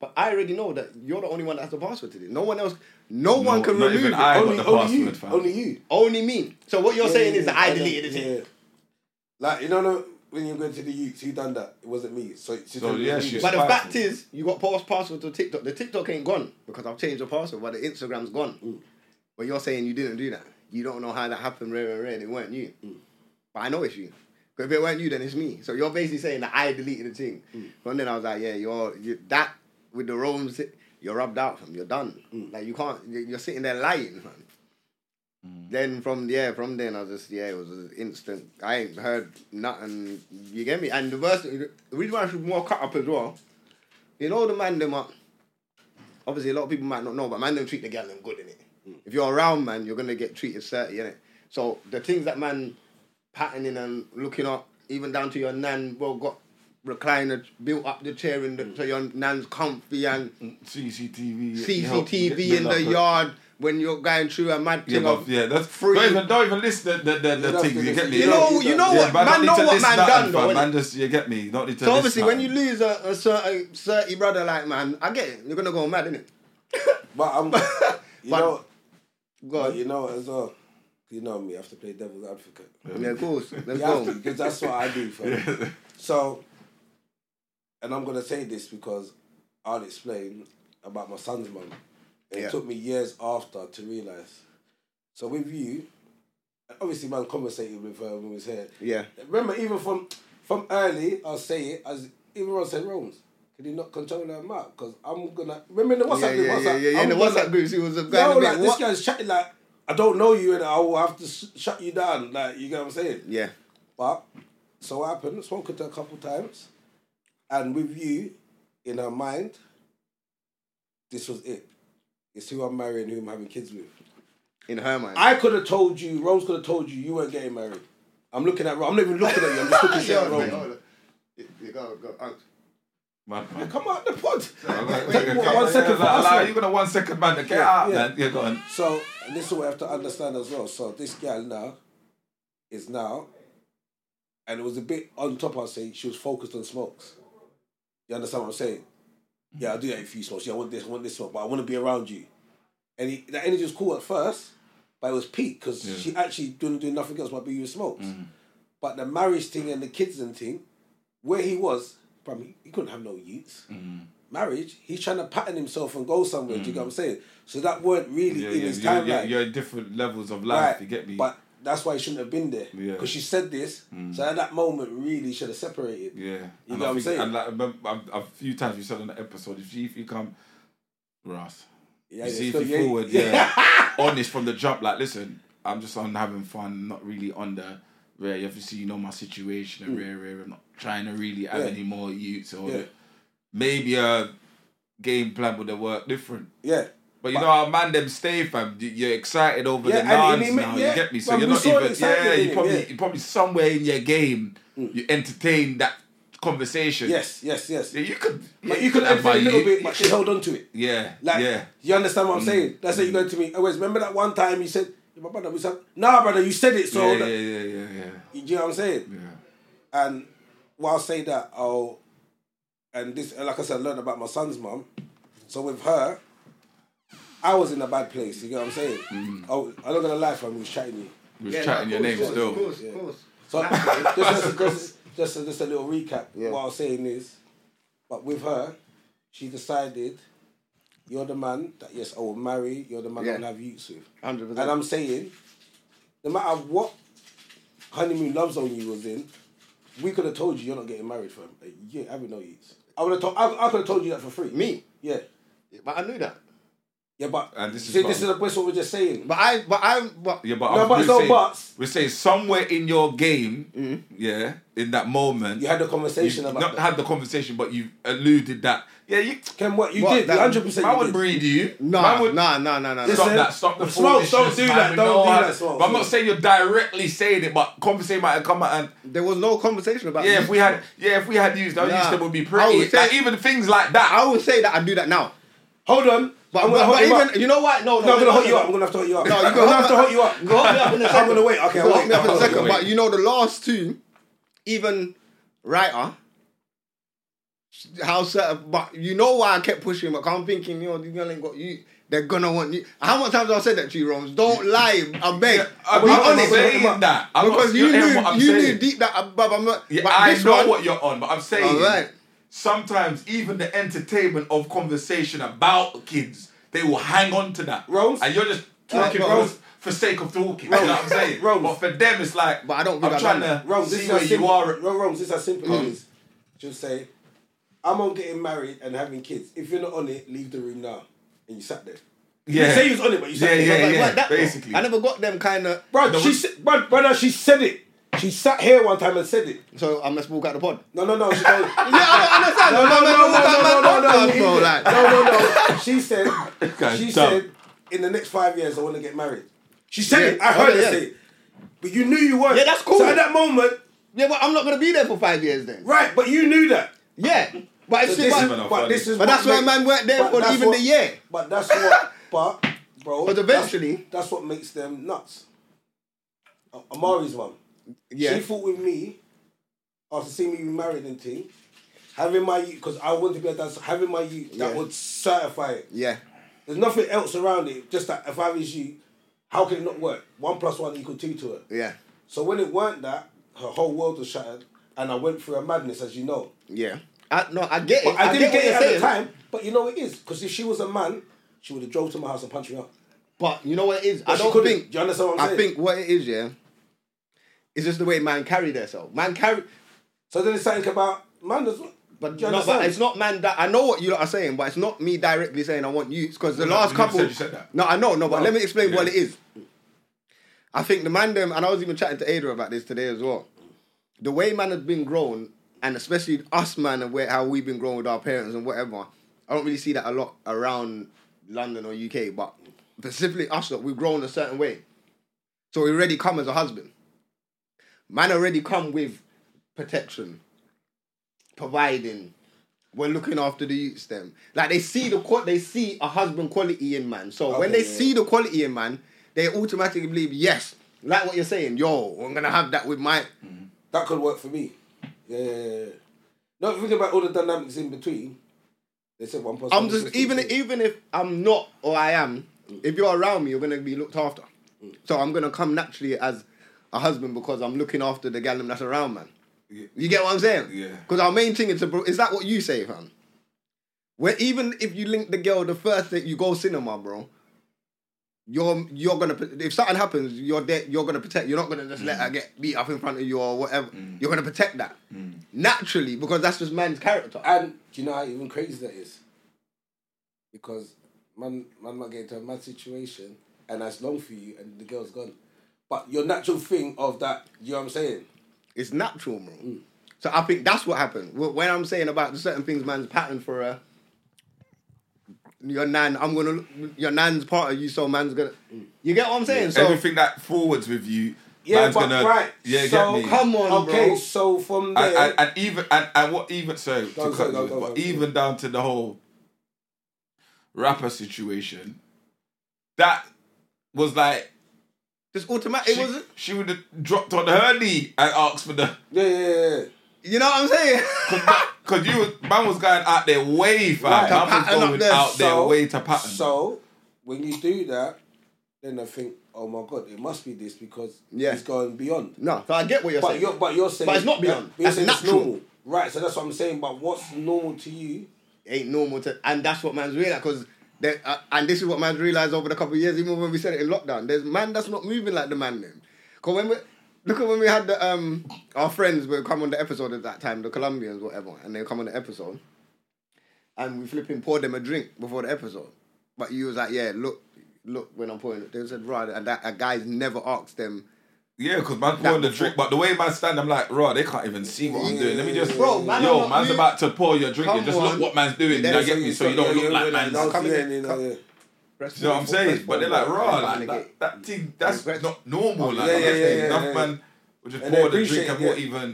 But I already know that you're the only one that has the password to this. No one else, no, one can
not
remove
even
it.
I got
only,
the
only you.
password, fam.
Only you.
Only me. So what you're
Yeah,
saying
yeah,
is
yeah.
that I
don't-
deleted it.
yeah. Like you know, no, when you go to the youths, who done that? It wasn't me. So, she
So,
said it
yeah,
was
she-
you.
But the
Powerful.
fact is, you got past password to TikTok. The TikTok ain't gone because I've changed the password, but the Instagram's gone. But you're saying you didn't do that. You don't know how that happened, rare and rare. and It weren't you. But I know it's you. But if it weren't you, then it's me. So you're basically saying that I deleted the thing. But then I was like, yeah, you're you, that with the Rome, si- you're rubbed out from. You're done. Like you can't. you- You're sitting there lying, man. Then from yeah, from then I was just yeah, it was an instant. I ain't heard nothing. You get me? And the worst, the reason why I should be more cut up as well. You know the man them up. Obviously, a lot of people might not know, but man them treat the girl them good in it.
Mm.
If you're around man, you're gonna get treated certy in it. So the things that man patterning and looking up, even down to your nan, well got recliner built up the chair in the,
Mm.
so your nan's comfy and
CCTV.
CCTV in the yard when you're going through a mad
Yeah,
thing
but,
of
yeah, that's
free-
free. Don't even, don't even listen to the, the, the,
don't
things,
have to
you get
listen.
me?
You
Don't-
know-
don't-
you know
what-
but I don't
man
need
know
to
what
listen
man
nothing,
done, though,
fam.
innit?
Man just, you get me? Don't need to
So
listen
obviously, when you
nothing.
lose a, a certain, certain brother like man, I get it. You're gonna go mad, innit?
But I'm, you
But-
know,
Go
but
on.
you know as well. You know me. I have to play devil's advocate.
Yeah, of course. Let's
You have to,
go.
because that's what I do. Fam. So, and I'm gonna say this because I'll explain about my son's mum. It
Yeah.
took me years after to realize. So with you, obviously, man, conversating with her when we was here.
Yeah.
Remember, even from from early, I'll say it as even when I said Rome's. Could he not control her mouth? Because I'm gonna remember in the
Yeah,
WhatsApp
yeah,
group.
yeah, yeah, yeah.
I'm
In the
gonna-
WhatsApp groups, he was a guy.
no,
in the
like
bit,
this
what?
guy's chatting like I don't know you and I will have to sh- shut you down. Like you get what I'm saying?
Yeah,
But so what happened? Spoken to her a couple times, and with you in her mind, this was it. It's who I'm marrying, who I'm having kids with.
in her mind.
I could have told you, Rose could have told you, you weren't getting married. I'm looking at Rose. I'm not even looking at you. I'm just looking straight
Yeah,
at
wait,
Rose.
hold on. You- you go, go, uh,
Man, man.
Come out the pod.
Take
one second for us, man.
You're going to one second, man, to get out,
yeah.
man. Yeah, go on.
So and this is what I have to understand as well. So this girl now is now, and it was a bit on top. I say she was focused on smokes. You understand what I'm saying? Yeah, I do that if you smoke. Yeah, I want this, I want this smoke, but I want to be around you. And he, that energy was cool at first, but it was peak because she actually didn't do nothing else but be with smokes. But the marriage thing and the kids and thing, where he was, bruh, he, he couldn't have no youths.
Mm.
Marriage, he's trying to pattern himself and go somewhere. Do you get what I'm saying? So that weren't really
Yeah,
in
yeah,
his
you're,
timeline.
you're, you're at different levels of life,
Right,
you get me?
But that's why he shouldn't have been there.
Yeah. Mm.
Because she said this, so at that moment, really should have separated.
Yeah.
You
and
know
I
what I'm
think-
saying?
And like, I remember- I've- I've- a few times you said on the episode, if you, if you come, Ross,
Yeah,
you
yeah,
see if
so
you
yeah,
forward, yeah, honest from the jump, like, listen, I'm just on having fun, not really on the rare. You obviously you know my situation, and rare, rare. I'm not trying to really have
Hmm. Yeah.
any more youths or
Yeah.
maybe a game plan would have worked different.
yeah.
But you know how man them stay fam. You- You're excited over
Yeah,
the
and- and
nans
he ma-
now.
yeah,
you get me? So
but
you're
we
not
saw
even.
it Saturday,
Yeah, you
innit?
probably
Yeah. Hmm.
you probably somewhere in your game you entertain that conversation.
Yes, yes, yes.
Yeah, you could.
But
yeah,
you could have
my
a little
youth.
bit, but she held on to it.
Yeah.
Like,
yeah. Mm.
you understand what I'm saying? That's how you go to me. Always remember that one time you said, "Yeah, "My brother," we said, "Nah, brother, you said it." So,
yeah, yeah,
that-
yeah, yeah, yeah,
you know what I'm saying?
yeah.
And while I say that, I'll and this, like I said, I learned about my son's mum. So with her, I was in a bad place. You know what I'm saying?
Mm.
Oh, I'm not gonna lie, fam. You shiny.
We was chatting
no,
your
of
name
course, Of
still.
course, of course.
So just, just, just, just, a- just a little recap.
Yeah.
What I was saying is, but with her, she decided, you're the man that yes I will marry. You're the man
Yeah.
I will have youths with.
100%.
And I'm saying, no matter what honeymoon love zone you was in, we could have told you you're not getting married for a year. I haven't no youths. I would have told. I, I could have told you that for free.
Me?
Yeah.
But I knew that.
Yeah, but
And this is
see,
what-
this is the point what we're just saying.
But I, but I'm, but
Yeah, but
No,
I'm-
but
we're
so
saying-
buts.
We're saying somewhere in your game, yeah, in that moment,
you had a conversation
you've
about
not
that.
had the conversation, but you alluded that. Yeah, you.
Ken, what you
What,
did?
that-
Hundred percent.
I would breed you. Man
no,
would-
no, no, no, no. no.
Listen,
Stop that. Stop the
Smoke,
foolishness,
don't do
man.
that,
We
don't
know
do
how
that,
to-
Smoke,
But I'm not
Smoke.
saying you're directly saying it, but conversation might have come out and
There was no conversation about.
yeah,
me.
if we had yeah, if we had used those,
Nah.
used them would be
I
pretty.
would say-
like, even things like that.
I would say that I do that now.
Hold on.
But,
I'm
but,
gonna
but
hold you
even
up.
you know what? No,
No, I'm gonna
no,
hold
no,
you
no.
up. I'm gonna have to hold you up.
No, you
I'm
go-
gonna have to hold you up.
Go hold me up in a
I'm
second.
gonna wait. Okay,
Go
I'll
hold me up in a
wait.
second.
Wait.
But you know the last two, even writer, how certain. But you know why I kept pushing. But I'm thinking, you know, these girl ain't got you. They're gonna want you. How many times I said that to you, Roms? Don't lie. I beg.
Yeah, I'm
Be
not
honest.
saying that. I'm not-
because
you're
you
hearing
knew,
what I'm
you knew
saying.
deep that. uh, But I'm not.
Yeah,
but
I
this
know
one,
what you're on, but I'm saying
Alright.
sometimes even the entertainment of conversation about kids, they will hang on to that.
Rose?
And you're just talking
but
for-
Rose-
for sake of talking. You know what I'm saying?
Rose.
But for them it's like
But I don't think
I'm
I've
trying
done
to
that.
Roms, this
see
is how
where you
simple. Mm.
are.
Ro- Roms, this is how simple it is. Just say, I'm on getting married and having kids. If you're not on it, leave the room now. And you sat there.
Yeah.
You say you was on it, but you sat
Yeah,
there.
yeah,
I was like,
Like,
yeah.
what, that for?
basically.
I never got them kind of.
Bro,
No,
she
we-
said, bro, brother, she said it. She sat here one time and said it.
So I must walk out the pod.
No, no, no. She goes,
Yeah, I
no,
don't
no,
understand.
no, no, no, no, no,
no,
no,
Like,
no, no, no. She said,
guy's
she
dumb.
said, in the next five years, I want to get married. She said
Yeah.
it. I heard
Okay,
her
yeah.
say it. But you knew you weren't.
Yeah, that's cool.
So at that moment,
Yeah, but I'm not gonna be there for five years then.
right? But you knew that.
Yeah, but it's
So this
but-
is,
Even though
but this
funny.
is
But
what
that's why
makes-
man weren't there
but
for
that's
even
what-
the year.
But that's what. But bro.
But
that's-
eventually-
that's, what makes them nuts. A- Amari's mum.
yeah.
She fought with me after seeing me be married and thing. Having my youth, because I want to be a dancer, having my youth, that
Yeah.
would certify it.
yeah,
There's nothing else around it, just that if I was you, how can it not work? One plus one equal two to her.
yeah,
So when it weren't that, her whole world was shattered, and I went through a madness, as you know.
yeah. I no, I get it.
But I, didn't get,
what
it
you're
at
saying.
the time. But you know it is because if she was a man, she would have drove to my house and punched me up.
But you know what it is?
But
I
she
don't
couldn't.
think.
Do you understand what I'm
I
saying?
think what it is, yeah, is just the way man carry themselves. Man carry,
So then it's something about man as well.
but,
Do you
no, but
understand?
it's not man. That I know what you lot are saying, but it's not me directly saying I want you. because the
No,
last
you never
couple.
said you said that.
No, I know, no, but
No.
let me explain
Yeah.
what it is. I think the man them, and I was even chatting to Ada about this today as well. The way man has been grown, and especially us man and where how we've been grown with our parents and whatever, I don't really see that a lot around London or UK, but specifically us lot, we've grown a certain way. So we already come as a husband. Man already come with protection, providing. We're looking after the youths them. Like they see the qua- they see a husband quality in man. So when
Okay,
they
yeah,
see the quality in man, they automatically believe yes. Like what you're saying, yo, I'm gonna have that with my
That could work for me. Yeah, yeah, yeah. yeah. Not thinking about all the dynamics in between. They said one plus.
I'm
one
just
equals
even
two.
even if I'm not or I am, if you're around me, you're gonna be looked after. So I'm gonna come naturally as a husband because I'm looking after the gal them that's around, man.
Yeah.
You get what I'm saying?
Yeah.
Because our main thing is to bro- is that what you say, fam? Where even if you link the girl the first day you go cinema, bro. you're you're gonna if something happens, you're there. You're gonna protect. You're not gonna just let her get beat up in front of you or whatever. You're gonna protect that naturally because that's just man's character.
And do you know how even crazy that is? Because man, man might get into a mad situation, and that's long for you, and the girl's gone. But your natural thing of that, you know what I'm saying?
It's natural, bro. So I think that's what happened. Wh- When I'm saying about the certain things, man's pattern for a your nan, I'm gonna look- your nan's part of you, so man's gonna. You get what I'm saying? So
Everything that forwards with you,
Yeah,
man's
but
gonna,
right.
Yeah,
so
get me.
come on,
okay,
bro.
so from
and,
there,
and, and even and, and what even so to
Go, go,
cut
go,
you,
go,
but
go.
even down to the whole rapper situation that was like
just automatic.
she,
It was.
she would have dropped on her knee and asked for the
yeah, yeah, yeah, yeah.
You know what I'm saying?
because you was, man was going out their way fam
Right.
man
To
was
pattern up
going
there.
out their
So-
way to pattern
So when you do that, then I think, oh my god, it must be this because
Yeah.
it's going beyond.
no, so I get what you're
But
saying.
you're but you're saying
But it's not beyond.
that- you're
That's
saying it's
natural.
normal, right? So that's what I'm saying. But what's normal to you?
ain't normal to, and that's what man's realized because. Uh, and this is what man's realized over the couple of years, even when we said it in lockdown. There's man that's not moving like the man then. Cause when we look at when we had the, um our friends would come on the episode at that time, the Colombians, whatever, and they come on the episode, and we flipping poured them a drink before the episode. But you was like, yeah, look, look when I'm pouring. it. They said, right, and that a guy's never asked them.
yeah because man pouring the drink but the way man stand I'm like raw they can't even see what I'm doing let me just
Bro, man, I'm
yo
not
man's
moving.
about to pour your drink
Come
and just
on.
look what man's doing
Yeah,
you know,
so
get me
you-
so you don't
yeah,
look
yeah,
like
yeah,
man's
no,
Come
yeah,
in,
yeah,
come-
yeah.
Do you know what I'm saying? But they're like, raw, like that, that thing, that's
Regrets.
not normal. Like, I'm
Yeah, yeah,
just
yeah,
saying,
yeah,
enough
yeah.
man would just
And they
pour the
appreciate
drink and
it,
what
yeah.
even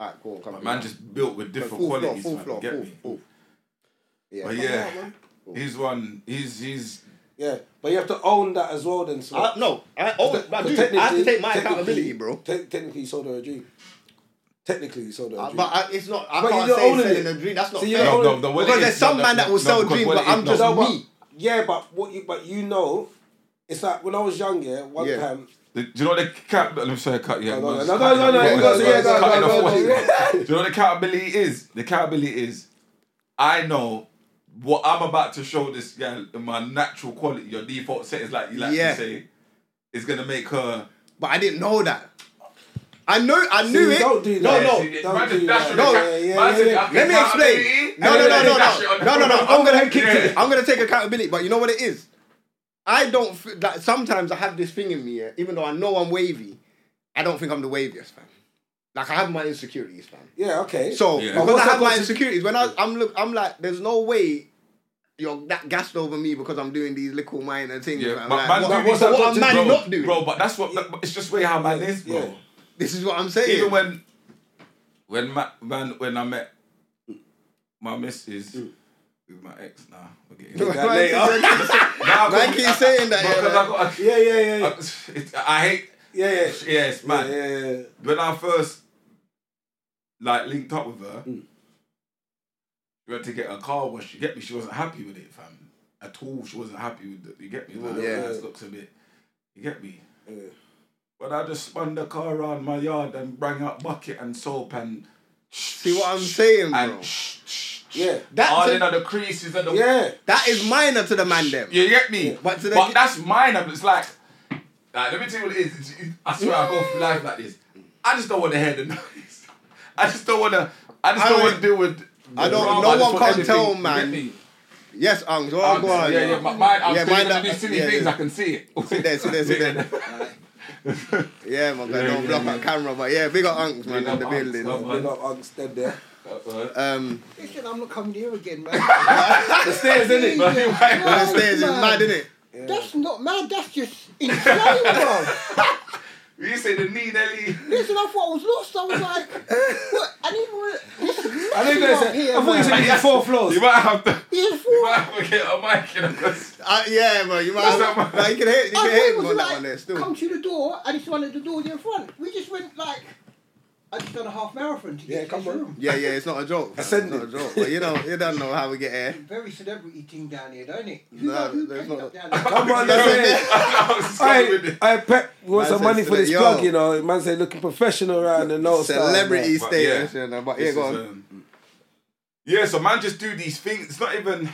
Alright, cool, come on.
man just built with
But full
different
floor,
qualities.
full
man,
floor,
get
full,
me?
full. Yeah.
But yeah, he's one. He's he's.
Yeah, but you have to own that as well. Then so
I, no, I, oh, I, do. I have to take my accountability, bro.
Te- technically, you sold her a dream. Technically, you sold her a
Uh,
dream.
but I, it's not. I
But you
can't
don't
say
own it.
selling a dream. That's not
So you
fair.
don't-
way
Because
it
there's
is-
some man that will sell
because
dream,
what
but
it is-
I'm just-
No, but-
me.
Yeah, but what you but you know, it's like when I was young. Yeah, one
Yeah.
time.
Do you know the cap? Let me say, cut. Yeah,
No, no,
man's
no, no,
cutting
no,
off
no,
words,
no, yeah,
man's
no,
cutting
no,
off
no,
words.
no,
Do you know what the accountability is? The accountability is, I know what I'm about to show this girl in my natural quality. Your default set is like you like
Yeah.
to say, is gonna make her.
But I didn't know that. I knew. I knew
See,
it.
don't do
no,
that.
no.
See,
Man,
Don't do
that's what
that.
No,
the-
yeah, yeah,
man said,
yeah.
"Okay,
Let me explain.
accountability,"
No,
and
no, no,
then they
no,
dash it
no,
on the
no, no, no.
floor.
I'm gonna kick to it.
Yeah.
I'm gonna take accountability. But you know what it is? I don't. f- Like sometimes I have this thing in me, yeah, even though I know I'm wavy. I don't think I'm the waviest, fam. Like I have my insecurities, fam.
Yeah. Okay.
So
Yeah.
But
because I
what's
have
that got
my
to-
insecurities, when I, I'm look, I'm like, there's no way you're that gassed over me because I'm doing these little minor things.
Yeah,
man.
but
Like,
man,
what,
do
but
what,
this-
that
what
got
a
to-
man
bro,
not doing?
bro. But that's what. that- It's just way how man is, bro.
Yeah.
This is what I'm saying.
Even when, when ma- man, when I met my missus
Mm.
with my ex, now we're getting.
Man
that
keep-
Nah,
man
because-
keep saying that. yeah,
because
man.
I got. A,
Yeah, yeah, yeah, yeah,
I, it, I hate.
yeah, yeah.
Yes, man.
Yeah, yeah, yeah.
When I first like linked up with her,
Mm.
we had to get a car wash. You get me? She wasn't happy with it, fam. At all, she wasn't happy with it. You get me? Like,
Yeah.
this looks a bit. You get me?
Yeah.
But I just spun the car around my yard and bring out bucket and soap and
See what I'm saying,
and
bro?
Yeah.
That's
all
a-
in Oh, the creases and the
Yeah.
That is minor to the man, them.
You get me?
But
But,
to the-
that's mine. and It's like, like, let me tell you what it is. It's- it- I swear I go through life like this. I just don't want to hear the noise. I just don't want to. I just
I
don't
mean,
want to deal with. the
I don't-
drama.
no
I just
one
want
can
everything.
tell,
You get
man.
me?
Yes, Angs. Oh,
I'm-
go on.
yeah, yeah, my mind. I'm
Yeah,
yeah,
mine
mind
that-
these silly
yeah,
things.
yeah.
I can see it.
Sit there, sit there, sit there. Yeah, my guy, don't block that camera, but yeah, big up Angs, man,
Big
in
up
the
Angs,
building.
love, man.
Big up Unks dead there.
Um,
Listen, I'm not coming here again, man.
The stairs, innit?
But anyway,
but the stairs is
man.
mad, isn't it?
That's not mad. That's just insane, bro.
you say the knee, Nelly.
Listen, I thought I was lost. I was like, what? I didn't really. This is
I
messy
think that's
up
it.
here,
I thought you
man.
said you did four floors.
You might have to.
Here's
You
four-
might have to get a mic in because
Uh, yeah, bro, you might as well.
That's not
Nah, you can hear, you
I
can
thought
hear
it
him
was
on that
like,
one there still.
Come to the door, and it's one of the doors in front. We just went like, I just done a half marathon to
Yeah,
get to
come
this
on.
room.
Yeah, yeah, it's not a joke. fam. It's not a
Ascending.
joke. But you know, you don't know how we get here.
Very celebrity thing down here, don't it? Who,
No,
no, who paid
there's not-
up down there?
Come on,
That's
that's
it.
it.
I was so with
Hey,
it.
hey, Pep, we want
Man
some
said
money for this
cele-
plug,
yo.
you know. Man say looking professional around and all
Celebrity
But
status, you know. But yeah,
This
go
is,
on.
um, yeah, so man, just do these things. It's not even.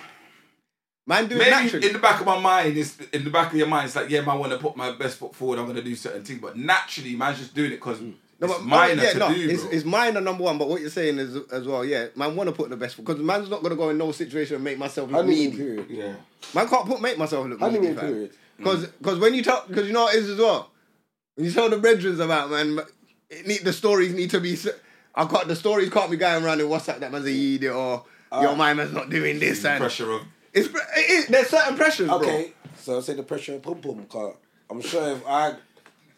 Man, do it
Maybe
naturally.
in the back of my mind, it's in the back of your mind. It's like, yeah, man, I want to put my best foot forward. I'm gonna do certain things, but naturally, man's just doing it because
Mm.
No,
it's
but-
minor
oh, yeah,
to
no,
do.
it's,
bro.
it's minor number one. But what you're saying is as well, yeah. Man, want to put the best foot because man's not gonna go in no situation and make myself look
Honeymoon
mean.
period.
yeah.
Man can't put make myself look
Honeymoon
mean.
period.
Mm.
Because because when you tell because you know what it is as well. When you tell the brethrens about man, it need the stories need to be. s- I can't. The stories can't be going around in WhatsApp that man's a idiot or yo, my man's not doing this
The
and
Uh, pressure of
it's pre- it, is- there's certain pressures,
Okay, so I say the pressure and pum pum car. I'm sure if I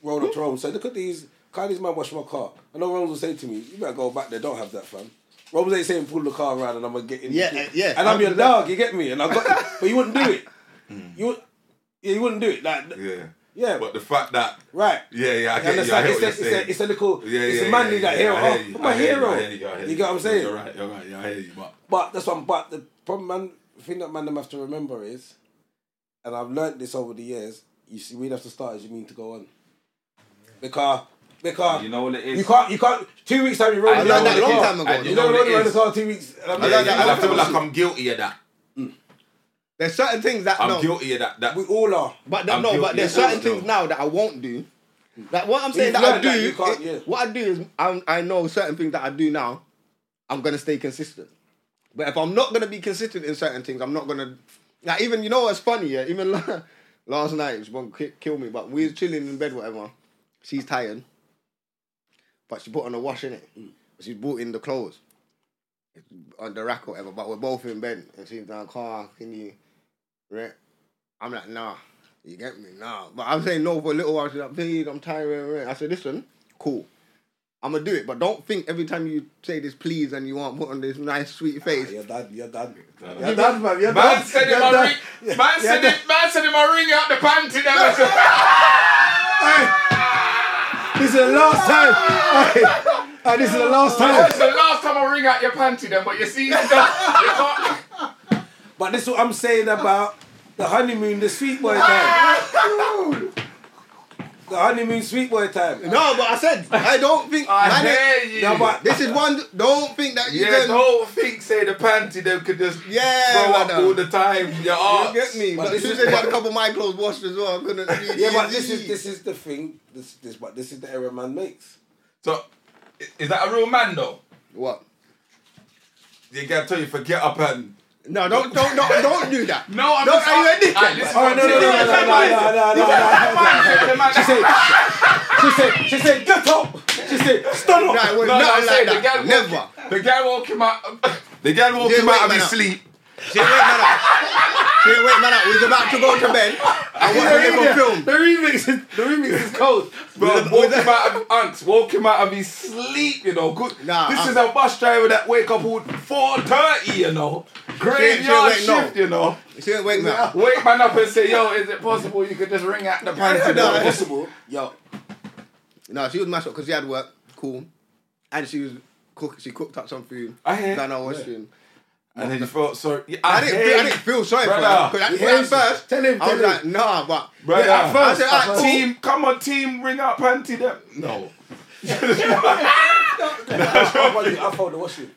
rolled up to Rome, say, look at these, can these man wash my car? I know Rome will say to me, you better go back there, don't have that, fam. Rome ain't saying pull the car around and I'm gonna get in.
Yeah,
the-
uh, yeah,
And I'm your
100%.
dog, you get me? And I got, but you wouldn't do it.
Mm.
You, would- yeah, you wouldn't do it. Like,
yeah,
Yeah.
But the fact that
right?
yeah, yeah, I get
You
you. I
understand?
hear what
It's a,
you're
it's, a,
saying.
it's a little,
Yeah,
it's
yeah,
a man
yeah,
need that
yeah,
hero.
I hear
Oh,
you,
I'm a
I hear you,
hero.
I hear you, I hear
You get what I'm saying?
You're right. You're right. Yeah, I hear you. But
But that's one. But the problem, man, the thing that man them have to remember is, and I've learnt this over the years. You see, we have to start as you mean to go on, because because
You know what it is?
You can't. You can't. Two weeks time you roll
I
around
learned
the
that long
car.
time ago.
And
You don't
what
roll
it
around the
is?
car two weeks. and I'm
Yeah,
like,
yeah,
yeah,
I
I feel
learned
like
that-
I'm guilty of that.
There's certain things that
I'm
no,
guilty of that. That
We all are.
But th-
I'm
no,
guilty
but there's
as well
certain
still.
things now that I won't do. Like what I'm saying
You've
that I
learned that,
do,
you can't-
it-
yeah.
what I do is I'm, I know certain things that I do now. I'm gonna stay consistent. But if I'm not gonna be consistent in certain things, I'm not gonna. Like even you know what's funny? Yeah, even la- last night it was gonna ki- kill me. But we was chilling in bed, whatever. She's tired, but she put on a wash in it.
Mm.
She's brought in the clothes on the rack or whatever. But we're both in bed, and she's like, "Car, can you?" Right? I'm like, "Nah." You get me? Nah. But I'm saying no for a little while. She's like, "Babe, I'm tired." right, right." I said, "Listen, cool." I'm gonna do it, but don't think every time you say this please and you want put on this nice sweet face,
You're done. You're done.
Done.
You're done, man. You're
Man
done.
said
You're
him a
done.
ring. Man said him. Man said him a ring out the panty. Them.
This is the last time. Hey, hey, this is the last time.
That's the last time I ring out your panty. Then, but you see, you don't- you can't.
But this is what I'm saying about the honeymoon, the sweet boy time. the honeymoon, sweet boy time.
No, but I said I don't think. man,
I hear you.
No, but-
this is one. Don't think that you
Yeah,
can.
the whole thing say the panty them could just
Yeah,
throw up
madam.
all the time. Your
You
arse.
get me? But,
But
this
this
is
is-
had a couple of my clothes washed as well. I couldn't.
Yeah, but this is this is the thing. This this but this is the error man makes.
So, i- is that a real man though?
What?
You gotta tell you forget up and.
No, don't don't don't don't do that.
No, I'm
Don't-
just.
are you a dickhead?
Alright, listen,
Oh no no no no no
listen,
no no no no! no, no.
listen, man.
She said she said she said get up. She said stand
Nah,
up.
it was
No, no,
nothing
I'm saying
like
the guy
that. Never.
Never. The guy woke him out. The guy woke
Yeah,
him
wait,
out of
man
his
up.
sleep.
She ain't wait, man up. She ain't wait, man up. We was about to go to bed. I watched a little film.
The remix is the remix is cold.
Bro,
With the-
woke
with
him out of ants, woke him out of his sleep, you know. Good.
Nah,
this
I'm-
is a bus driver that wake up at four thirty, you know. Graveyard
wake- no.
shift, you know.
She ain't wait, man up.
Wake man up and say, "Yo, is it possible you could just ring out the panty?"
no,
door?"
Possible, yo.
No, she was mashed up because she had work. Cool, and she was cook. She cooked up some food.
I hear.
Then I watched it.
And then you felt sorry. Yeah,
I didn't, feel, I didn't feel sorry for
Brother.
her. 'cause
Yeah,
At, at first,
tell him,
I was
tell him.
like, nah, but
Brother.
Yeah, at first,
I said,
I
"Ah,
was like,
team, come on, team, ring out panty them. No,
I found the washroom.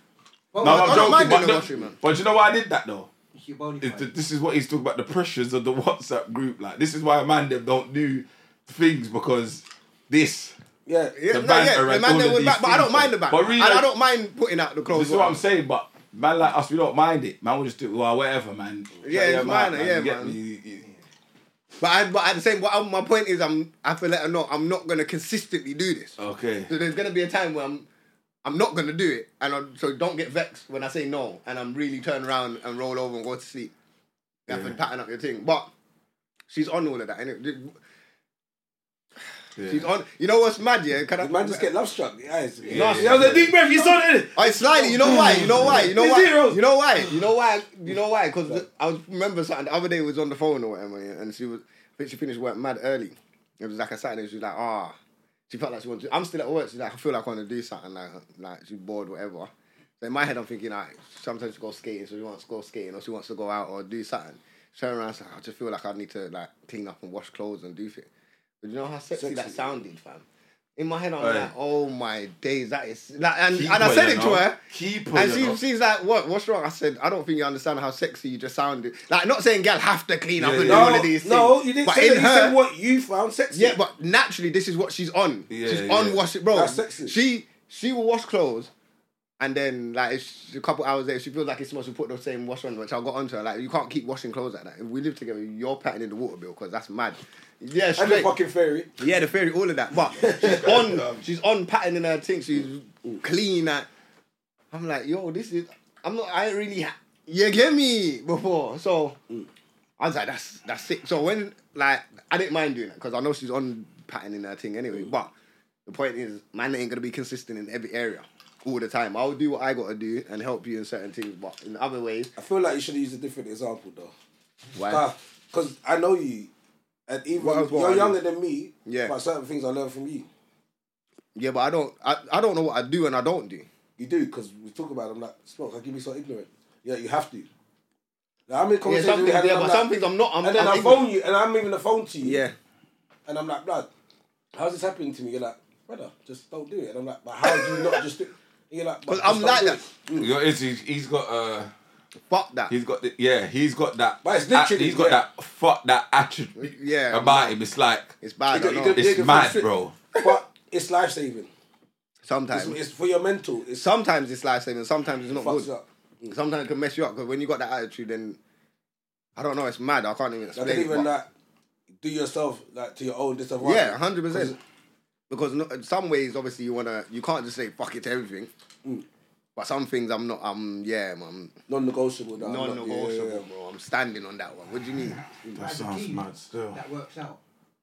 oh,
no,
I
I'm
don't
joking.
mind
But,
doing
the-
the washroom, man.
but you know why I did that though?
Your body
Is
fat.
that this is what he's talking about the pressures of the WhatsApp group. Like this is why a man them don't do things because this.
Yeah.
Yeah,
The
no,
banter
yeah, the
and
man
all
there
of
was
these
back, but I don't
things,
mind the
man.
back.
But really-
and I don't mind putting out the clothes.
This is what I'm
whatever.
saying, but man like us, we don't mind it. Man, we just do well, whatever, man.
Yeah, it's minor, yeah, man. But I, but at the same, what I'm, my point is, I'm I have to let her know I'm not gonna consistently do this.
okay.
So there's gonna be a time where I'm I'm not gonna do it, and I'm, so don't get vexed when I say no, and I'm really turn around and roll over and go to sleep. You have to pattern up your thing, but she's on all of that. Anyway. She's on. You know what's mad? Yeah, can I?
Man just get love struck. Yeah, it's-
Yeah.
That was a deep breath. You saw it.
Oh, it's slightly. You know why? You know why? You know
It's
why?
zeros.
You know why? You know why? You know why? Because I was remember something the other day. Was on the phone or whatever, yeah, and she was. I think she finished work mad early. It was like a Saturday. She was like, ah, she felt like she wanted. to... I'm still at work. She's like, I feel like I want to do something. Like, like she's bored, whatever. So in my head, I'm thinking like, sometimes she goes skating, so she wants to go skating, or she wants to go out or do something. She turned around, and said, I just feel like I need to like clean up and wash clothes and do things. But you know how sexy, that sounded, fam. In my head, I'm
Aye.
like, oh my days, that is like, and,
Keep
and I
her,
said
you
it to
know.
her.
Keep her,
And
you
she,
know.
she's like, what? What's wrong? I said, I don't think you understand how sexy you just sounded. Like, not saying gal have to clean up
Yeah,
and
yeah.
do all
No,
of these
no,
things.
you didn't
but
say
in
that.
her,
You said what you found sexy.
yeah, but naturally, this is what she's on.
Yeah,
she's
yeah.
on wash, bro.
That's sexy.
She she will wash clothes, and then like if she- a couple hours later, she feels like it smells. She put the same wash on, which I got onto her. Like you can't keep washing clothes like that. If we live together, you're patting in the water bill because that's mad. Yeah,
and the
straight.
fucking fairy.
Yeah, the theory, all of that. But she's on, she's on pattern in her thing. She's clean. At, I'm like, yo, this is. I'm not. I ain't really. Ha- you get me before, so I was like, that's that's it. So when like I didn't mind doing that because I know she's on pattern in her thing anyway. But the point is, man ain't gonna be consistent in every area all the time. I'll do what I gotta do and help you in certain things, but in other ways,
I feel like you should have used a different example though.
why?
Because I know you, and even
What else- what
you're
I
younger than me.
Yeah.
But certain things I learned from you.
yeah, but I don't. I, I don't know what I do and I don't do.
You do because we talk about them like smoke. Like you be so ignorant. Yeah, you have to. Like, how many
Yeah,
conversations
some
we
things,
had?
yeah,
and I'm
but
like-
some things I'm not. I'm,
and
I'm
then I
ignorant.
phone you, and I'm even the phone to you.
Yeah.
And I'm like, blood, how's this happening to me? You're like, brother, just don't do it. And I'm like, but how do you not just do? it? And you're like,
'Cause
but just
I'm
don't
like
do
that.
it.
You know, it's- he's- he's got uh,
Fuck that.
he's got the, yeah, he's got that.
But it's
that-
literally,
he's got
yeah.
that fuck that attribute.
Yeah,
about him, it's like
It's bad.
You
I
don't- you
know.
don't-
it's
Yeah,
mad,
it's fit.
bro.
But it's life saving. It's,
Sometimes,
it's for your mental. It's
sometimes it's life saving. Sometimes it's not
fucks you
good.
up.
Sometimes it can mess you up because when you got that attitude, then I don't know. It's mad. I can't even
Like,
explain.
don't
it,
even
but-
like do yourself like to your own disadvantage.
yeah, hundred percent. Because no, in some ways, obviously, you wanna, you can't just say fuck it to everything.
Mm.
But some things I'm not. I'm yeah, man.
Non-negotiable. that I'm not-
Non-negotiable,
yeah, yeah, yeah.
bro. I'm standing on that one. What do you mean?
That
As a
sounds
team,
mad still.
That works out.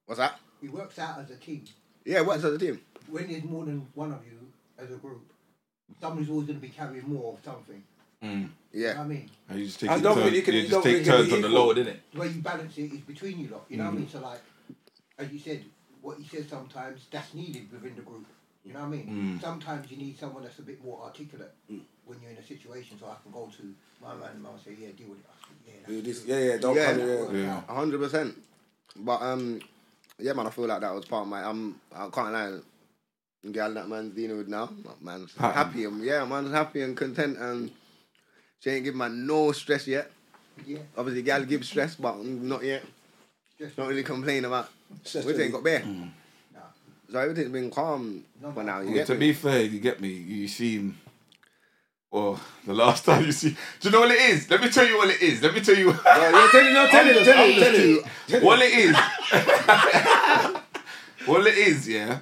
What's that?
It works out as a team.
Yeah, what's the team?
When there's more than one of you as a group, someone's always going to be carrying more of something. You know
Yeah,
what I mean?
Mm. And you just take
I
it
don't
turn-
think you can-
you
you
just
don't
take
think you can
turns
be
on the
equal.
load, innit?
The way you balance it is between you lot. You know what I mean? So like, as you said, what you said sometimes that's needed within the group. You know what I mean? Sometimes you need someone that's a bit more articulate when you're in a situation. So I can go to my man and I'll say, yeah, deal with it. I say, yeah,
Do
that's
this- Yeah, yeah, don't
Yeah.
come here.
Yeah.
Yeah.
hundred percent. But um, yeah, man. I feel like that was part of my. I'm. I can't lie. the Girl, that man's dealing with now. that Man's
Pattern.
happy. And, yeah, man's happy and content, and she ain't giving man no stress yet.
yeah.
Obviously, gal gives stress, but not yet.
Just
Not really complaining about.
Stress
We ain't got bear.
Mm.
nah.
So everything's been calm
No,
for
no.
now. You
Yeah,
get
to
me?
be fair, you get me. You seem. Well, the last time you see, do you know what it is? Let me tell you what it is. Let me tell you
Yeah, yeah, tell him, no, tell him, tell him, tell him.
what it is. what it is, yeah.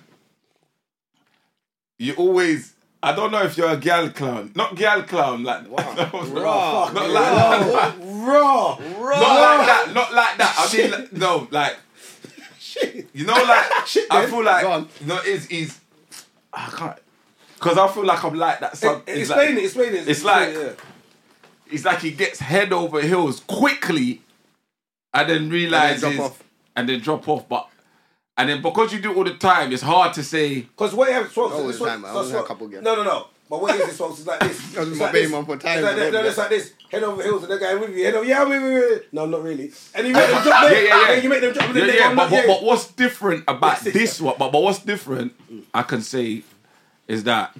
You always. I don't know if you're a gal clown. Not gal clown, like
Wow.
no,
Raw.
not like that.
Raw.
Not like that. Not like that. I mean, like, no, like you know, like I feel
Go on.
like you know, is is I can't because I feel like I'm like
E,
that. Some, it's like-
Explain it, explain it.
it's
explain
like-
it, yeah.
it's like he gets head over heels quickly and then realizes
drop off.
and then drop off. But and then because you do it all the time, it's hard to say
Because what happens, Swokes,
Oh,
this
it's time,
Swokes-
I only had
so
a
Swokes-
couple again.
No, no, no. But what is this, Swokes? It's like this.
That was
It's
my
like
baby
this.
man for time,
It's like,
man.
this. no, it's like this. Head over heels and they're going with you. Head over, yeah, I'm with you. No, not really. And you make them jump
yeah,
there.
yeah, yeah.
You make them jump
yeah,
there.
yeah. But,
yeah.
but, but what's different about
That's it.
this one? But, but what's different, I can say, is that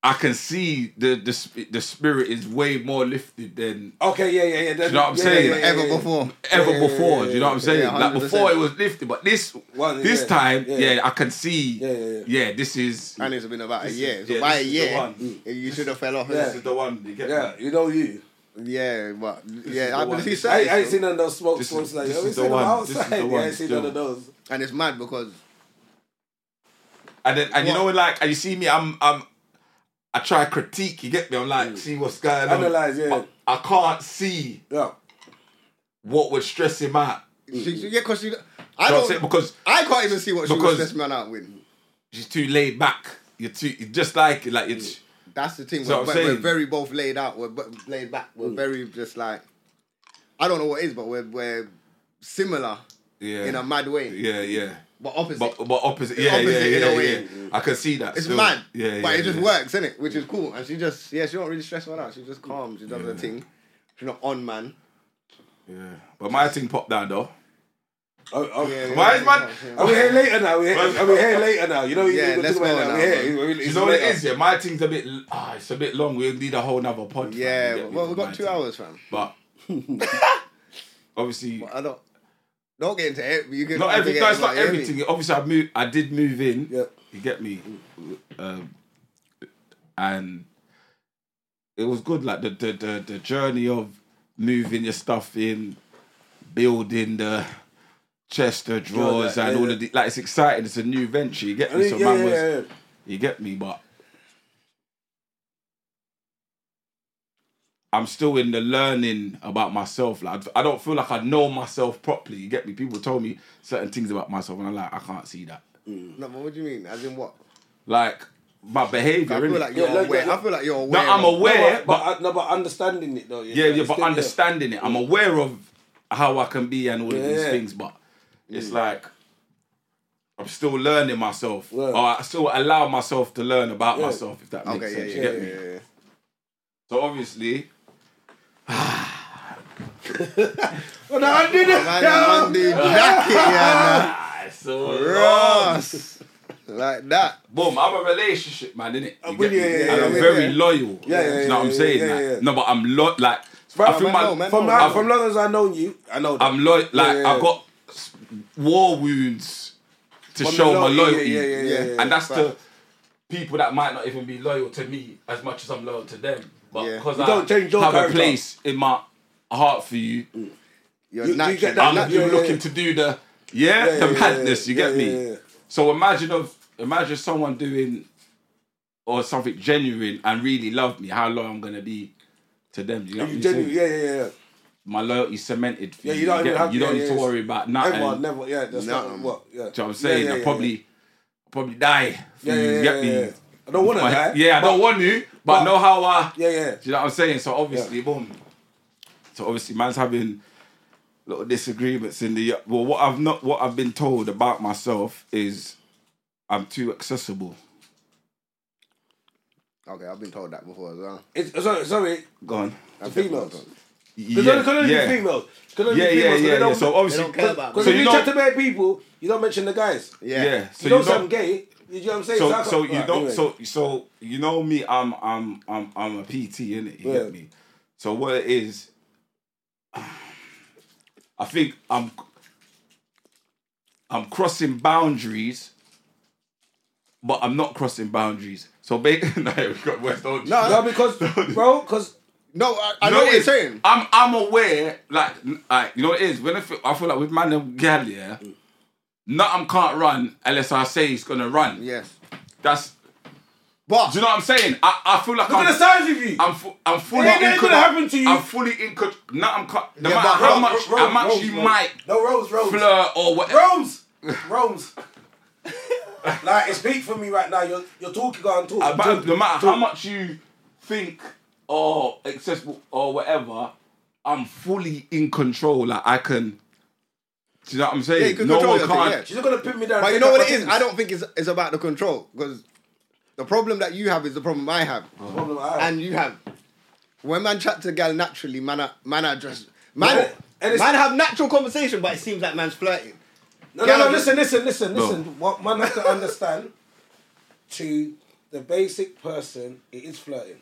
I can see the the sp- the spirit is way more lifted than
Okay, yeah, yeah, yeah. Do
you know what I'm saying?
Ever before.
ever
Yeah, yeah,
before.
yeah,
do you know what I'm saying?
yeah,
like
100%.
before it was lifted, but this
Well,
this
yeah,
time,
yeah.
yeah. I can see.
Yeah, yeah, yeah.
this is
And it's been about a year. So
yeah,
by a
this is the
year,
one.
you should have fell off.
Yeah.
the one. You get
Yeah, you know you.
Yeah, but
is
yeah,
the
I,
one.
but she's
I, I
sad.
ain't seen none of those smoke
This is-
smokes like
this
you. We
is the
seen them
one. This is the
outside. Yeah, I
one
ain't seen none of
still.
those.
and it's mad because
And then and you
What?
know like and you see me, I'm I'm I try critique. You get me? I'm
Mm.
like, see what's going on.
Analyse, yeah.
But I can't see
Yeah.
what would stress him out.
she,
Mm.
she, yeah, because she. I
You know what I'm
don't.
saying? Because
I can't even see what she was
Because-
stressed man out with.
she's too laid back. You're too you're just like it, like
Mm.
it's.
That's the thing.
So
We're,
I'm
we're
saying- Mm.
very both laid out. We're bo- laid back. We're very just like I don't know what it is, but we're we're similar
Yeah.
in a mad way,
yeah, yeah.
but opposite.
But but opposite. Yeah,
opposite in
yeah,
a
yeah,
way.
yeah. I can see that.
it's
still.
mad.
Yeah,
but
yeah,
it just
yeah.
works, isn't it? Which is cool. And she just yeah, she don't really stress man out. She just calm. She does her thing. She's not on man.
Yeah. But my thing popped down though.
Oh, oh.
Yeah,
Why is
yeah,
man-
yeah.
Are we here later now? Are we here,
Well-
are we here later now? You know, you
Yeah,
ain't gonna
let's
talk about
go
that.
now,
We here.
man.
It- it-
You
it's
know what it
later.
is, yeah. My thing's a bit, ah, it's a bit long. We'll need a whole nother podcast.
Yeah, well, we've got two hours, fam.
But obviously,
But I don't. Don't get into it. You can you
not
can
everything.
get
No, it's
into
not
like,
everything. Obviously, I moved. I did move in.
Yeah.
You get me? Um, and it was good. Like the, the the the journey of moving your stuff in, building the Chester drawers
that,
and
yeah,
all
yeah.
of the like. It's exciting. It's a new venture. You get
I
me?
mean,
So
yeah,
man
yeah,
was.
yeah, yeah.
You get me, but I'm still in the learning about myself. Like I don't feel like I know myself properly. You get me? People told me certain things about myself, and I'm like, I can't see that.
No, but what do you mean? As in what?
Like my behavior.
I feel like you're
Yeah, like-
aware.
like-
I feel like you're
no,
aware.
I'm
of-
aware,
no,
but,
but, but no, but understanding it though.
yeah, yeah, but
Still,
understanding it, I'm aware of how I can be and all of these
Yeah.
things, but it's like I'm still learning myself,
Yeah.
or I still allow myself to learn about
Yeah.
myself. If that makes
Okay, yeah,
sense,
yeah,
you
yeah,
get me?
yeah, yeah, yeah.
So obviously,
Oh, no, I did it.
Man, man, do jacket, yeah,
ah, it's so
nah.
long.
Ross. like that.
Boom, I'm a relationship man, innit? You
with
get
you,
me?
Oh, yeah, yeah,
and
yeah,
I'm
yeah,
very
yeah.
loyal.
Yeah, yeah,
you know what
yeah,
I'm saying?
yeah,
like,
yeah.
No, but I'm lo- like I feel
man,
my
no, man,
From
no.
now,
I've-
from long as I known you, I know that.
I'm loyal. Like
yeah,
I
yeah.
got s- war wounds to
From the
show my
loyalty,
loyalty,
yeah, yeah, yeah,
yeah, yeah,
and that's
right.
to people that might not even be loyal to me as much as I'm loyal to them. But
Yeah.
because
You
I
don't change your
have
character.
a place in my heart for you,
You're
You- you
natural.
get that
I'm
You're
Yeah,
you're
yeah,
looking
yeah.
to do the yeah,
Yeah, yeah,
the
yeah,
madness.
yeah,
you
yeah,
get me.
yeah, yeah.
So imagine of imagine someone doing or something genuine and really love me. How long I'm gonna be to them? You know what
You
I'm
genuine,
saying?
yeah, yeah, yeah.
My loyalty cemented. For
Yeah,
you,
you don't
get
even
me?
have-
You don't
yeah,
need
yeah,
to
yeah.
worry about nothing.
Never, never, yeah. That's not
Nah.
what.
Do
Yeah.
you know what I'm saying?
Yeah, yeah,
I
yeah,
probably probably die. for
Yeah,
you,
yeah,
you
yeah,
get me?
yeah, yeah. I don't want to
My-
die.
yeah, I don't want you, but,
but-
know how I.
Yeah, yeah.
Do you know what I'm saying? So obviously, boom. So obviously, man's having little disagreements in the. Well, what I've not, what I've been told about myself is, I'm too accessible.
Okay, I've been told that before as well.
It's, sorry, sorry.
Go on.
I've
The
been told
females.
that.
Because
Yeah,
only, only
yeah.
be females. Can only
yeah,
be
yeah,
females,
yeah,
so
yeah.
they
So
don't.
They
obviously,
don't care about
Because
so
if
you
you
know-
chat to bare people, you don't mention the guys.
Yeah.
yeah. So
you know
you
some
don't.
gay. You know what I'm saying?
So
I
so
can't-
you
right,
don't.
anyway.
So so you know me. I'm I'm I'm I'm a PT in it. You
Yeah.
get me. So what it is, I think I'm I'm crossing boundaries, but I'm not crossing boundaries. So ba- no, we got West Orange.
No,
no, because bro, because
No, I, I
You
know,
know
what
it
you're
is?
saying.
I'm I'm aware, like, n- like you know what it is. When I feel, I feel like with man and gal, yeah, nothing can't run unless I say he's gonna run.
Yes.
That's
But
do you know what I'm saying? I, I feel like
look
I'm,
at the size of you.
I'm, fu- I'm fully
ain't
in
nothing
control.
gonna happen to you.
I'm fully in control. No, I'm cut. No
Yeah,
matter
but
how
Rose-
much,
Rose,
how much
Rose,
you
Rose.
might
No, Rose, Rose.
flirt or whatever.
Rome's, Rome's. like, it's big for me right now. You're, you're talking, go and talk.
Uh, but
Talk.
no matter how much you think or accessible or whatever, I'm fully in control. Like I can. Do you know what I'm saying?
Yeah, you can control your thing,
She's not gonna pin me down.
but you
Pick
know
up
what
my
it is?
things.
I don't think it's it's about the control because the problem that you have is the problem I have
Problem I have.
and you have. When man chat to gal naturally, man, are, man are just man.
and it's-
man have natural conversation, but it seems like man's flirting.
No, no, no,
Gallagher.
listen, listen, listen,
No.
listen. What man has to understand to the basic person, it is flirting.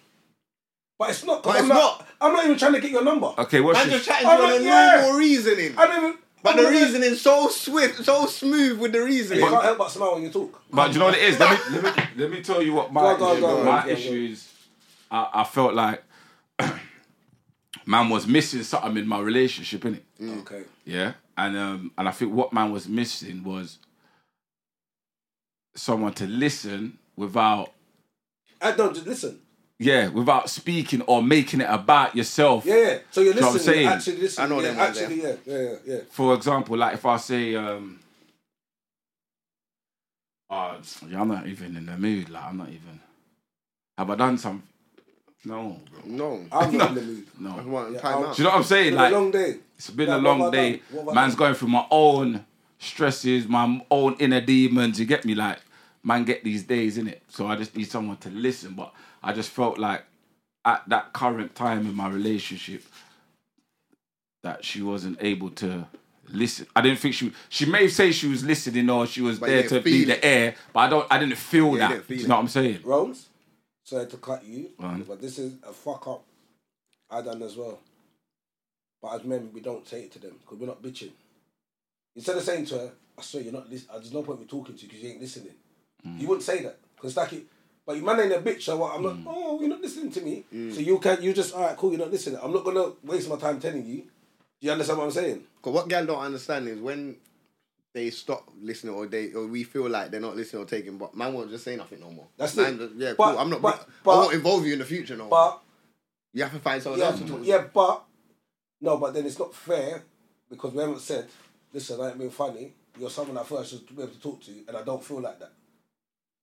But it's not. 'cause
But
I'm
it's not.
I'm not even trying to get your number.
Okay, what's
Man
your,
just chatting
Oh,
to you
but
on a
yeah.
normal reasoning.
I don't even.
But
I'm
the
not even-
reasoning's so swift, so smooth with the
You
reasoning.
can't help but smile when you talk.
But do you know what it is? Let me let me, let me tell you what my
Go, go,
issue,
go,
my
go, go.
issue is. I, I felt like man was missing something in my relationship, innit?
Mm.
Okay.
Yeah, and um, and I think what man was missing was someone to listen without
I don't Uh, just listen.
yeah without speaking or making it about yourself.
Yeah, yeah. So you're
Do you know what I'm
listening.
saying?
you're actually listening.
I know
yeah,
them ones
Actually, yeah, yeah, yeah, yeah.
For example, like if I say, um, oh, yeah, I'm not even in the mood. Like I'm not even. Have I done something? No, bro.
No,
I'm not in the mood.
I
No.
want time
Yeah,
out.
Do you know what I'm saying?
It's
Like
been a long day.
It's been
Like,
a
what
long
have I
day.
done? What have I
Man's
done?
going through my own stresses, my own inner demons. You get me? Like, man, get these days in it. So I just need someone to listen. But I just felt like at that current time in my relationship that she wasn't able to listen. I didn't think she she may say she was listening or she was
But
there
you
to
didn't
be
feel
the
it.
air, but I don't. I didn't feel
Yeah, you
that.
didn't feel
do you
it.
know what I'm saying?
Rones, sorry to cut you,
Go on.
but this is a fuck up I done as well. But as men, we don't say it to them because we're not bitching. Instead of saying to her, I swear you're not listening, there's no point me talking to you because you ain't listening.
Mm.
You wouldn't say that because like it, but your man ain't a bitch, so what? I'm
Mm.
not, oh, you're not listening to me. So you can't, you just, all right, cool, you're not listening. I'm not going to waste my time telling you. Do you understand what I'm saying?
Cause what girl don't understand is when they stop listening or they or we feel like they're not listening or taking, but man won't just say nothing no more.
That's
man,
it.
just- Yeah,
But-
cool. I'm not.
but-
I
but-
won't involve you in the future no more.
But
You have to find someone
yeah,
else to talk to.
yeah, but no, but then it's not fair because we haven't said, listen, I ain't being funny. You're someone I first should be able to talk to, and I don't feel like that.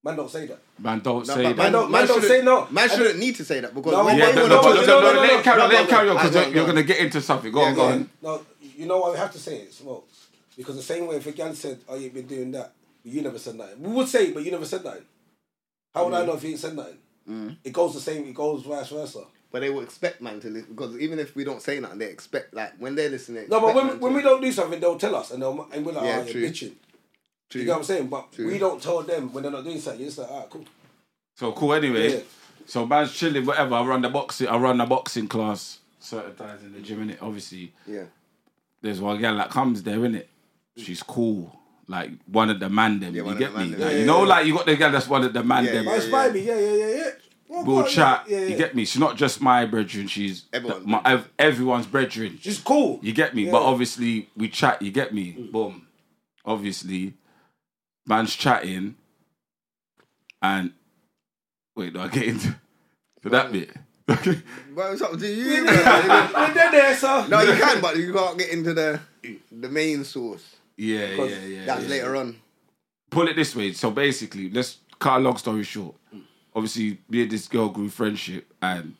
Man, don't say that.
Man, don't
No,
say
but
that.
man don't- don't
shouldn't-
say no.
Man
And-
shouldn't need to say that because
No,
when
but-
yeah,
they
no,
were
no,
talking-
but
no,
no,
no,
no,
no,
let him carry on,
no,
let him
no,
carry on
no,
because
no,
you're,
no.
you're gonna get into something. Go on,
Yeah,
go
yeah.
on.
No, you know what? We have to say it, smokes, because the same way if a gal said, "Oh, you've been doing that," but you never said nothing. We would say, it, but you never said nothing. How
Mm.
would I know if you ain't said nothing? It goes the same. It goes vice versa.
but they will expect man to listen because even if we don't say nothing, they expect like when they're listening. they
No, but
expect
when,
man
when
to-
we don't do something, they'll tell us, and they'll and we're like,
Yeah,
"Oh,
true.
you're bitching." You
True.
know what I'm saying? But
True.
we don't tell them when they're not doing something. It's like, "Ah, cool."
So cool. Anyway,
Yeah.
so man's chilling. Whatever. I run the boxing. I run the boxing class certain times in the gym. And obviously,
yeah,
there's one girl that comes there, innit? She's cool. Like one of the man them.
one
you
of
get
the
me?
man them.
Like,
Yeah,
you
yeah,
know,
yeah.
like you got the girl that's one of the man
Yeah,
them.
yeah,
But it's by me, yeah, yeah, yeah, yeah. Well,
We'll
go on,
chat.
Yeah, yeah.
You get me? She's not just my brethren. She's
Everyone's
my, ev- everyone's brethren.
She's cool.
You get me?
Yeah.
But obviously, we chat. You get me? Boom. Obviously, man's chatting, and wait, do I get into to that bit?
but it's up to you. man.
We're dead there, sir.
no, you can, but you can't get into the the main source.
yeah, yeah, yeah, yeah.
That's later on.
Pull it this way. So basically, let's cut a long story short. Obviously, me and this girl grew friendship, and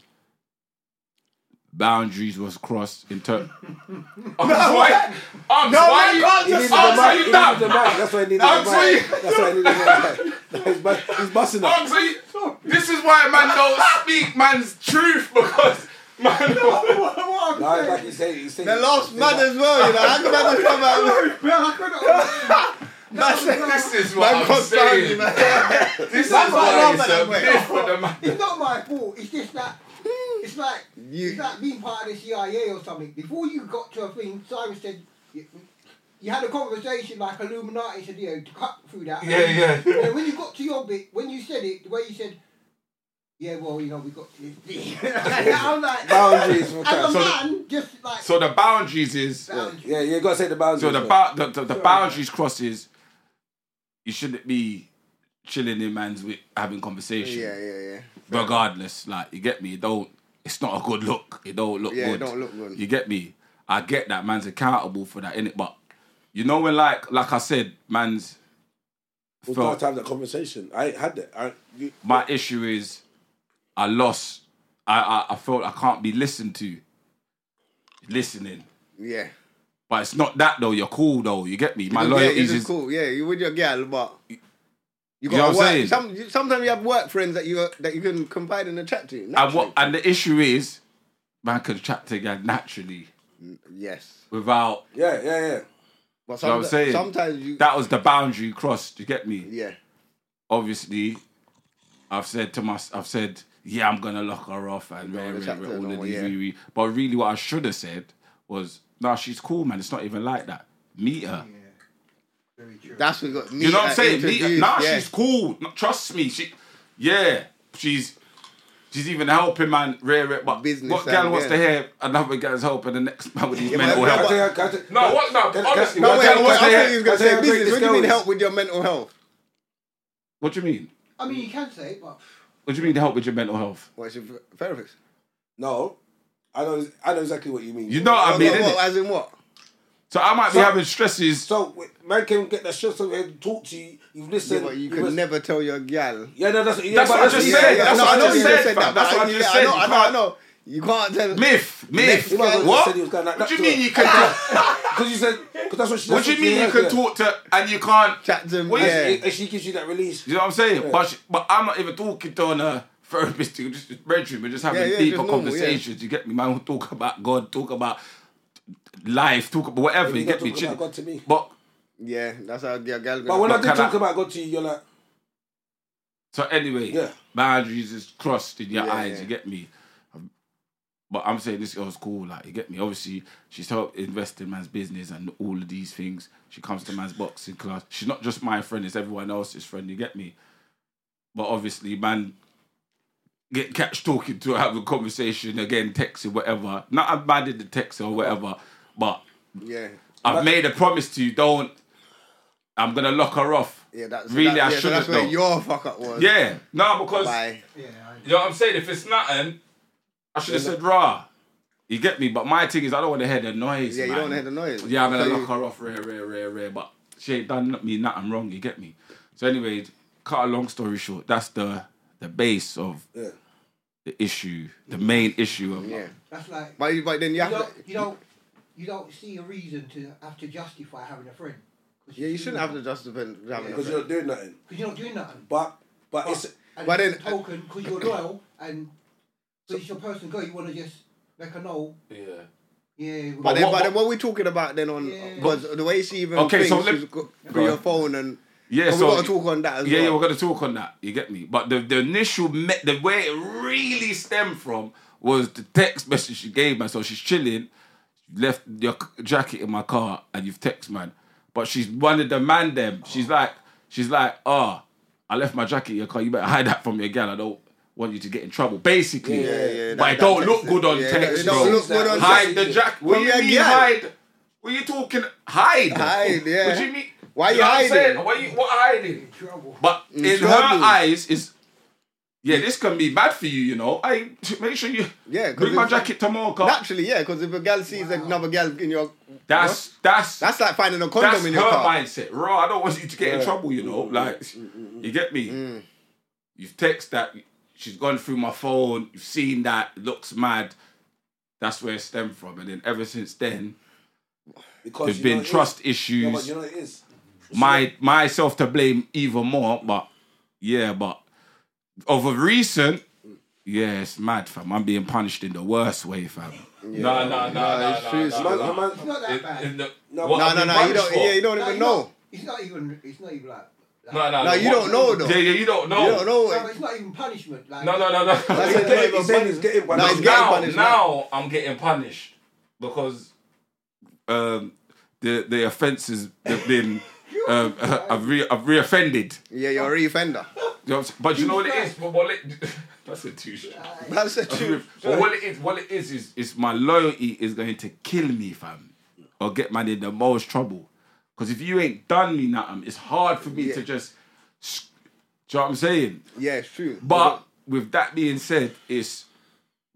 boundaries was crossed in terms. I'm sorry. I'm sorry.
He
I'm sorry.
needed the mic. He needed
damn.
the mic. That's why he needed the
I'm sorry.
mic. That's why he needed the mic. He's bu- He's busting up.
I'm saying, this is why man don't speak man's truth because man.
No, like he said, he said.
The last man as well, you know. How could I come out? That's
this is what I'm saying. This is why
can't
it's
laugh at
a
that way.
myth for the man.
It's not my fault. It's just that. It's like it's like being part of the CIA or something. Before you got to a thing, Simon said you, you had a conversation like Illuminati said, you know, to cut through that.
Yeah, yeah.
And then when you got to your bit, when you said it, the way you said, yeah, well, you know, we got to this bit. And I'm like,
Boundaries were
as a
crossed.
So the-
man, just like
So the boundaries is
boundaries.
Yeah, you gotta say the boundaries.
so the
man.
ba- the, the, the boundaries crosses. You shouldn't be chilling in man's with having conversation.
Yeah, yeah, yeah.
regardless, like you get me, it don't it's not a good look. It don't look
Yeah, it
good.
don't look good.
You get me? I get that man's accountable for that, innit? But you know when like like I said, man's
We've
felt
got to have that conversation. I ain't had that. I, you,
my issue is I lost I, I I felt I can't be listened to. Listening.
Yeah.
But it's not that though, you're cool though, you get me? My
Yeah,
loyalty
it's
is
just cool. Yeah, you with your girl, but you got
know what I'm
work.
saying?
Some, you- sometimes you have work friends that you that you can confide in and chat to.
and what
naturally.
and the issue is man can chat together naturally
Yes,
without
yeah, yeah, yeah.
but
You know what I'm
sometimes,
saying?
sometimes you.
that was the boundary crossed, you get me?
yeah,
obviously, I've said to my, I've said, yeah, I'm gonna lock her off and rah,
the
rah,
chapter
rah, all
and
of
all,
these.
yeah.
rah, rah. But really, what I should have said was, nah, she's cool, man. It's not even like that. Meet her.
Yeah. Very true.
that's what got me.
You know what I'm
uh,
saying? Meet her.
introduced,
Nah,
yeah.
she's cool. No, Trust me. She, yeah, she's. She's even helping man rare it, but
Business
what gal
and,
wants
yeah.
to hear another gal's helping the next man with his
but-
mental
but-
health.
Can I- can I- can I-
No, what? No,
can-
honestly,
can-
No, wait,
Tell
wait,
what's
I thought
there.
he was gonna
Tell
say
her
business.
this
What do you
girl
mean
is-
help with your mental health?
What do you mean?
I mean, you can say, it, but
What do you mean to help with your mental health?
What's your therapist?
No, I know, I know exactly what you mean.
You know what I
What-
mean,
what-
innit?
what- as in what?
So I might be
So-
having stresses.
So w- man can get that shit so they can talk to you. You've
Yeah,
listened.
but you
you've
could
listened.
never tell your gal.
Yeah, no, that's, yeah,
That's
but
what I just
yeah,
said.
yeah,
That's
no,
what I
know
just
you
said,
that.
fam. That's
but
what I
yeah,
just
I
said.
know, I
You
know, I
can't-
know. You can't tell.
Myth, myth.
You might as well
What?
just said he was going like
what do
that
you mean
to
you can? talk-
Because you said, because that's what she.
What
that's
do you mean you
heard,
can
yeah.
talk to and you can't?
Chat to him,
What
yeah.
And she- and she gives you that release.
You know what I'm saying? But she, but I'm not even talking to a therapist. you just just bedroom. We're just having
Yeah, yeah,
deeper
just normal, yeah.
conversations. You get me? Man, we'll talk about God. Talk about life, talk about whatever. You
You
get me?
talk about
Chin-
God to me.
But
Yeah, that's how your girl.
But when I
But
did
can I-
talk about God to you, you're like,
So anyway,
Yeah.
boundaries is crossed in your
Yeah,
eyes.
yeah.
You get me? Um, But I'm saying this girl's cool. Like you get me? Obviously, she's helped invest in man's business and all of these things. She comes to man's boxing class. She's not just my friend; it's everyone else's friend. You get me? But obviously, man, get catch talking to her, have a conversation again, texting whatever. Not I'm bad at the text or whatever, but
Yeah.
I've made a promise to you. Don't. I'm gonna lock her off.
Yeah, that's that-
really. I
yeah, so
shouldn't
That's where
though.
your fuck up was.
Yeah, no, because
By
Yeah, I,
you know what I'm saying? If it's nothing, I should have said raw. You get me? But my thing is, I don't want to hear the noise.
Yeah, you
man.
don't wanna hear the noise.
Yeah, I'm gonna
So you-
lock her off, rare, rare, rare, rare. But she ain't done me nothing wrong. You get me? So anyway, cut a long story short. That's the the base of
yeah.
the issue, the main issue of
yeah.
that's like
But you- but then you
you
have
don't,
to.
you don't, you don't see a reason to have to justify having a friend.
Yeah, you shouldn't have to justify having a
Because you're
friend.
not doing nothing.
because you're not doing nothing.
But but it's
And
But
but
then-
then token, because you're loyal and because it's your person girl, you want to just make her know.
yeah.
Yeah,
But,
But
then,
what-
but then what we talking about then on
Yeah.
was the way she even
Okay,
thinks
so let-
she's got, got
Go on.
your phone and
Yeah,
and
so
we got to talk on that as
yeah, yeah,
well.
we're gonna talk on that. You get me? But the the initial me- the where it really stemmed from was the text message she gave man. So she's chilling, left your c- jacket in my car, and you've text man. But she's one of the man them. She's like, she's like, ah, I left my jacket in your car. You better hide that from your gal. I don't want you to get in trouble. Basically,
Yeah, yeah, yeah,
but
that-
it don't
that
look
text-
good on
yeah,
text.
it don't
bro.
look good on
hide
text.
the jacket. What do
From
you
your
mean
gal.
hide? What you talking? Hide.
Hide, yeah.
What do you mean?
Why
You
you
know what I'm
hiding? Mm,
saying? Why you what hiding?
in trouble.
But in,
trouble.
her eyes, is yeah, this can be bad for you. You know, I make sure you
Yeah, 'cause
bring my
if-
jacket tomorrow. 'cause
Naturally, yeah, because if a gal sees
Wow.
another gal in your,
that's that's that's,
that's like finding a condom in
her
your car.
mindset. Raw, I don't want you to get in
Yeah.
trouble. You know, like you get me.
Mm.
You've text that. She's gone through my phone. You've seen that. Looks mad. That's where it stemmed from, and then ever since then,
because
there's
you know
been
it is.
trust
No,
issues.
but you know it is.
my myself to blame even more, but yeah, but of a recent, yeah, it's mad, fam. I'm being punished in the worst way, fam. Nah, nah, nah,
Nah, it's true, it's
Man, a man-
It's not that bad.
the,
No,
what
no,
No,
I've
no,
been
no, you
punished
don't.
for.
Yeah, you don't
No,
even
it's
know.
not- It's not even. It's not even like. like
No, no,
No,
no,
you
what-
don't know though.
Yeah, yeah, you don't know.
You don't know
No,
it.
it's not even punishment. Like,
No, no, no, no.
That's it,
He's saying-
not
he's saying
even
he's getting one.
No, he's
He's
getting
getting
now,
punished
now I'm getting punished because um, the the offences have been. Um, I've re I've reoffended.
Yeah, you're a re-offender.
You know what I'm saying? But you know what it is. But what it, that's a too.
That's the truth.
But what it is, what it is, is, is my loyalty is going to kill me, fam, or get man in the most trouble. Because if you ain't done me nothing, it's hard for me
Yeah.
to just. s- Do you know what I'm saying?
Yeah, it's true.
But with that being said, it's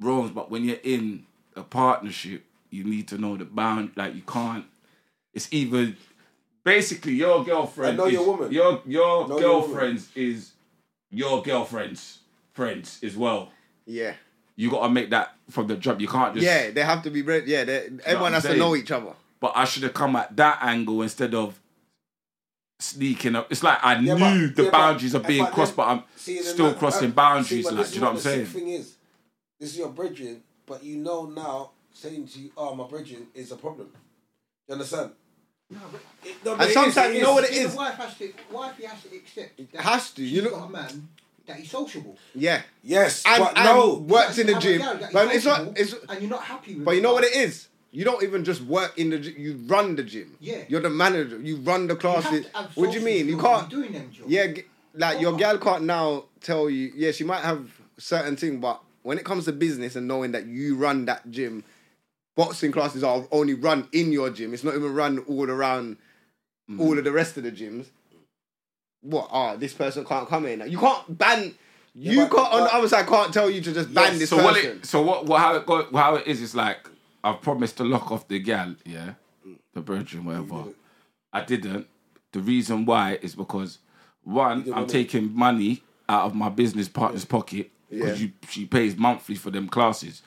wrongs. But when you're in a partnership, you need to know the bound. Like you can't. It's either basically your girlfriend.
I know
is-
your woman.
Your your
Know your woman.
girlfriends is your girlfriend's friends as well
yeah,
you gotta make that from the jump. You can't just
yeah, they have to be. bred- Yeah, they, everyone
I'm
has to
saying?
know each other.
But I should have come at that angle instead of sneaking up. It's like I
Yeah, but-
knew the
yeah, but- eh,
boundaries are
but
being
then-
crossed, but I'm
See, then
still
that-
crossing
that-
boundaries.
see, but
like,
this
do you know what I'm
is the
saying?
sick thing is, this is your brethren, but you know now saying to you, "Oh, my brethren is a problem." You understand?
No, but
It- no, but
And
it is,
sometimes
it
you
is.
know what it
the
is.
wife has to. Wife has to accept. That
Has to, you
she's
know-
got a man that is sociable.
Yeah,
Yes,
and,
but
and
no.
works
You
in the
have a
gym.
girl that is
But it's not.
sociable
It's
and you're not happy with.
But you know what it is? You don't even just work in the gym, you run the gym.
Yeah.
You're the manager, you run the
You have to
classes.
have
What do you
social
mean? You
skills when
can't.
you're Doing them jobs.
Yeah, g- like your gal can't now tell you, yeah, she might have certain thing, but when it comes to business and knowing that you run that gym, boxing classes are only run in your gym. It's not even run all around
Mm.
all of the rest of the gyms. What? Ah, this person can't come in. You can't ban. You
but-
can't on
but-
the other side can't tell you to just ban
Yes,
this
so
person.
what it so what, what how it go, how it is is like I've promised to lock off the gal, yeah, the virgin, whatever. I didn't. The reason why is because one, I'm
want it.
taking money out of my business partner's pocket because
Yeah. Mm-hmm.
you she pays monthly for them classes.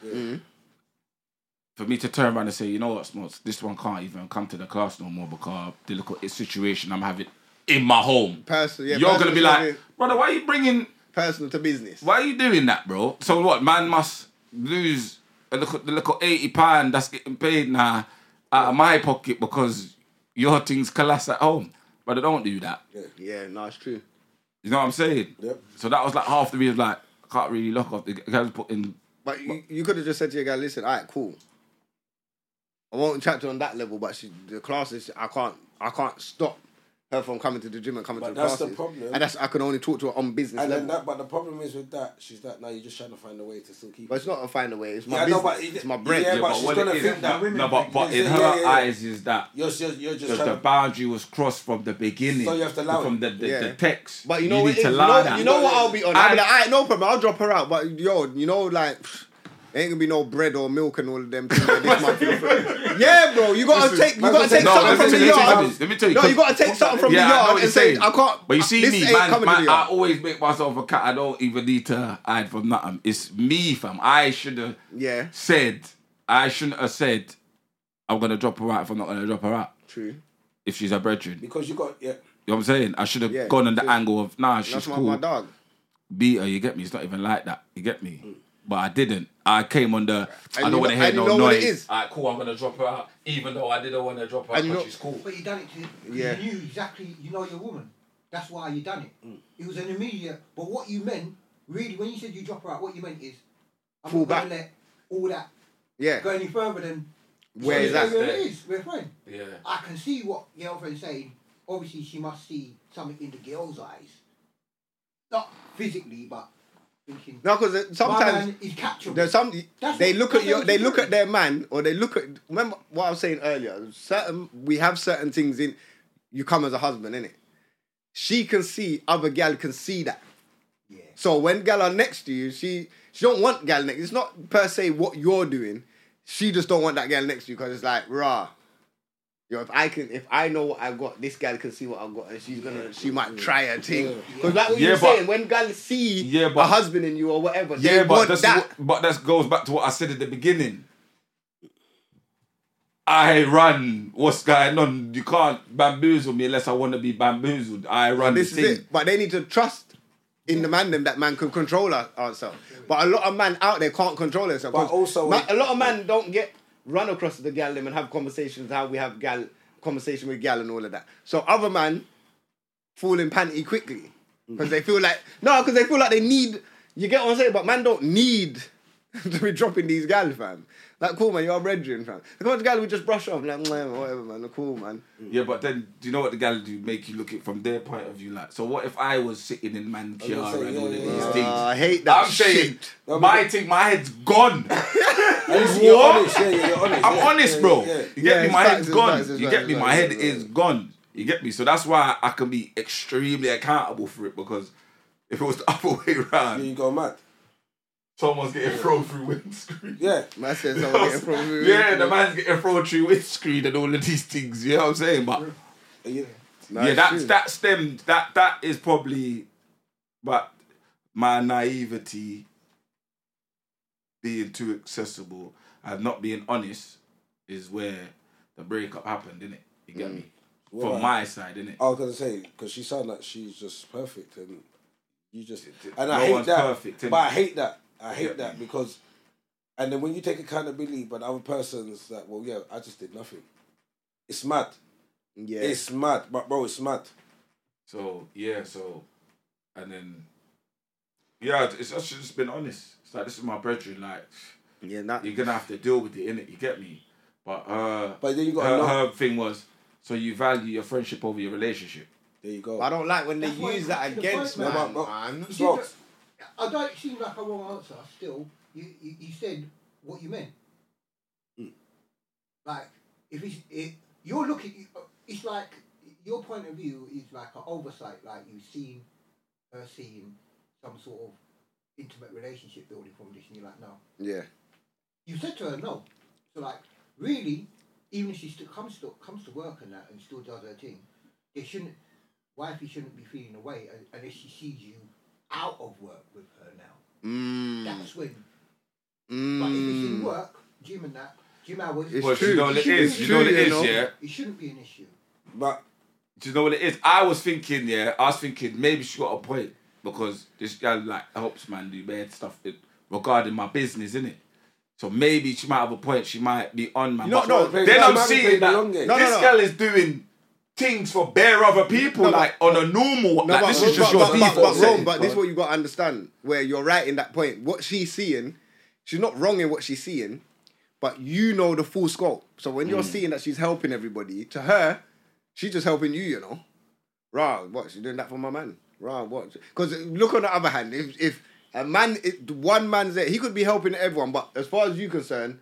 For me to turn around and say, you know what, Smots, this one can't even come to the class no more because the look at the situation I'm having in my home.
Person- yeah,
You're gonna
personal
be like,
service.
brother, why are you bringing
Personal to business.
why are you doing that, bro? So what? Man must lose a little, the little eighty pound that's getting paid now out of my pocket because your things collapse at home. But I don't do that.
Yeah, no, it's true.
You know what I'm saying?
Yep.
So that was like half the reason. Like, I can't really lock off the guys put in.
But you, you could have just said to your guy, listen, all right, cool. I won't chat to her on that level, but she, the classes, I can't, I can't stop her from coming to the gym and coming
But
to the
that's the
classes.
problem.
And that's I can only talk to her on business
And
level.
then that, but the problem is with that, she's that now you're just trying to find a way to still keep.
but it's not a find a way. It's my
Yeah, I know,
business.
but it-
it's my bread.
yeah, but
But
she's
what
gonna
it is,
think that women
no, but,
think
but
this,
in her
yeah, yeah, yeah.
eyes is that
You're, you're, you're just
because the
trying to.
boundary was crossed from the beginning.
So you have to allow
from
it.
the the,
Yeah.
the text.
But you know
need
what it is?
to
You
allow
know,
that.
you know what I'll be on. I'll be
And-
like, all right, no problem. I'll drop her out. But yo, you know, like. Ain't gonna be no bread or milk and all of them things like this month. yeah, bro, you gotta
Listen,
take you gotta
listen,
take
no,
something from
listen,
the
listen,
yard.
listen,
let me tell you,
no, you
'cause-
gotta take something from
yeah,
the
I know
yard
what
and
you're
say
saying.
I can't.
But you see
this
me,
ain't
man,
coming to
man
the
I
yard.
always make myself a cat. I don't even need to hide from nothing. It's me, fam. I should have
Yeah.
said, I shouldn't have said, I'm going to drop her out if I'm not going to drop her out.
True.
If she's a brethren. You
Because you got yeah.
know what I'm saying? I should have
Yeah,
gone on the
just-
angle of, nah, she's
That's my,
cool.
my dog.
Beat her, you get me? It's not even like that. You get me? But I didn't. I came on the, I
you
don't want
know-
to hear
Mm. and you
no
know what it
noise.
is?
All right, cool, I'm going to drop her out, even though I didn't want to drop her out
And you
because
know-
she's cool.
But you done it to.
Yeah.
You knew exactly. You know your woman. That's why you done it.
Mm.
It was an immediate. But what you meant, really, when you said you drop her out, what you meant is, I'm
Pull
not
back.
gonna let all that go
Yeah.
any further than.
Where is
Yeah,
that?
yeah, it is. We're friends.
Yeah.
I can see what your girlfriend's saying. Obviously, she must see something in the girl's eyes, not physically, but thinking.
No, because
my
sometimes
man is catchable.
there's some
That's
they
what-
look
that's
at your
what
they
you
look
do.
at their man or they look at remember what I was saying earlier. Certain we have certain things in you come as a husband, innit? She can see other gal can see that.
Yeah.
So when gal are next to you, she she don't want gal next. It's not per se what you're doing. She just don't want that gal next to you because it's like rah. Yo, if I can, if I know what I got, this gal can see what I got, and she's gonna, she might try her thing. Because like what
Yeah,
you're
but-
saying, when gal see
Yeah, but-
a husband in you or whatever,
Yeah,
they
but
want
that's
that.
what, but that goes back to what I said at the beginning. I run. What's going on? You can't bamboozle me unless I want to be bamboozled. I run
this is
this the thing.
it. But they need to trust in the man them that man can control our- ourselves. But a lot of man out there can't control themselves.
But
'Cause
also-
ma- a lot of man don't get run across the gal them and have conversations how we have gal conversation with gal and all of that. So other man fall in panty quickly because they feel like no, because they feel like they need. You get what I'm saying? But man don't need. to be dropping these gal, fam. Like, cool, man, you're our brethren, fam. Come on, the gal, we just brush off. Like, "Mm, whatever, man, cool, man.
Yeah, but then do you know what the gal do? Make you look it from their point of view. Like, so what if I was sitting in man
was gonna
Kiara
say,
and all of
yeah,
these
yeah, yeah.
things?
Uh, I hate that
I'm saying
shit.
my thing, my head's gone.
At least you're
What?
honest. Yeah, yeah, you're honest.
I'm
yeah,
honest,
yeah,
bro.
yeah.
You
Yeah,
get me?
it's
My
facts,
head's
it's
gone.
facts, it's
you
facts,
get me?
it's
My
facts,
head
it's
is gone. You get me? So that's why I can be extremely accountable for it because if it was the other way
Yeah,
around,
You go mad.
someone's getting thrown through windscreen.
Yeah.
Man said someone getting from
yeah, the man's getting thrown through windscreen and all of these things. You know what I'm saying? But
And you-
No,
yeah,
it's
that's
true.
that stemmed that that is probably, but my naivety being too accessible and not being honest is where the breakup happened, innit? You get me?
Mm. What
From
about- Oh.
my side, innit?
I was gonna say because she sounded like she's just perfect, and you just and
no
I hate
one's
that.
perfect, innit?
but I hate that. I hate
Yeah.
that because, and then when you take accountability, but the other person's like, well, yeah, I just did nothing. It's mad.
Yeah.
It's mad, but bro, it's mad.
So yeah, so and then yeah, it's, it's actually just been honest. It's like this is my brethren, like
yeah, not,
you're gonna have to deal with it, innit? You get me? But uh
But then you got to
her,
know.
her thing was so you value your friendship over your relationship.
There you go.
I don't like when they
That's why
use
it
that
comes to the
against
point,
man.
man. No,
man.
You
Well-
did- I don't seem like a wrong answer. Still, you you, you said what you meant. Like if it's it, you're looking, it's like your point of view is like an oversight. Like you've seen her seeing some sort of intimate relationship building from this, and you're like, no.
Yeah.
You said to her no. So like really, even if she still comes to comes to work and that and still does her thing, they shouldn't wifey shouldn't be feeling away un- unless she sees you out of work with her now.
Mm.
That's when but if it's in
Mm.
work, gym and that, gym hours
It's
Well,
true.
you know what it
It's
is. you know what it
true,
is,
you know.
yeah.
it shouldn't be an issue.
But
Do you know what it is? I was thinking, yeah. I was thinking maybe she got a point because this guy like helps man do bad stuff in- regarding my business, innit? So maybe she might have a point. She might be on man.
You know,
But
no,
play-
then
that
I'm
man play
seeing
the
that
long game.
No,
this
no, no.
girl is doing things for bare other people,
No, but-
like on a normal. like this is just
but,
your
but,
default
but, but,
setting.
Rome, but this is what you got to understand. Where you're right in that point. What she's seeing, she's not wrong in what she's seeing, but you know the full scope. So when
Hmm.
you're seeing that she's helping everybody, to her, she's just helping you. You know, rah, what she's doing that for my man. Rah, what? Because look on the other hand, if if a man, if one man's there, he could be helping everyone. But as far as you're concerned,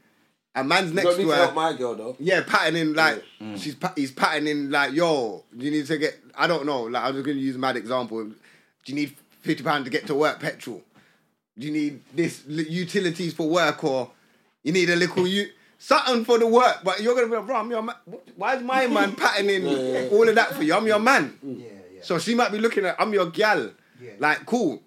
a man's
You
next
don't need
to
to
her.
help my girl though.
Yeah, patterning like she's pa- he's patterning like yo, you need to get. I don't know. Like I'm just gonna use a mad example. Do you need fifty pound to get to work? Petrol. Do you need this li- utilities for work or you need a little you something for the work? But you're gonna be like, bro, I'm your man. Why is my man patterning
yeah, yeah.
all of that for you? I'm your man.
Yeah, yeah.
So she might be looking at, I'm your gal.
Yeah.
Like, cool.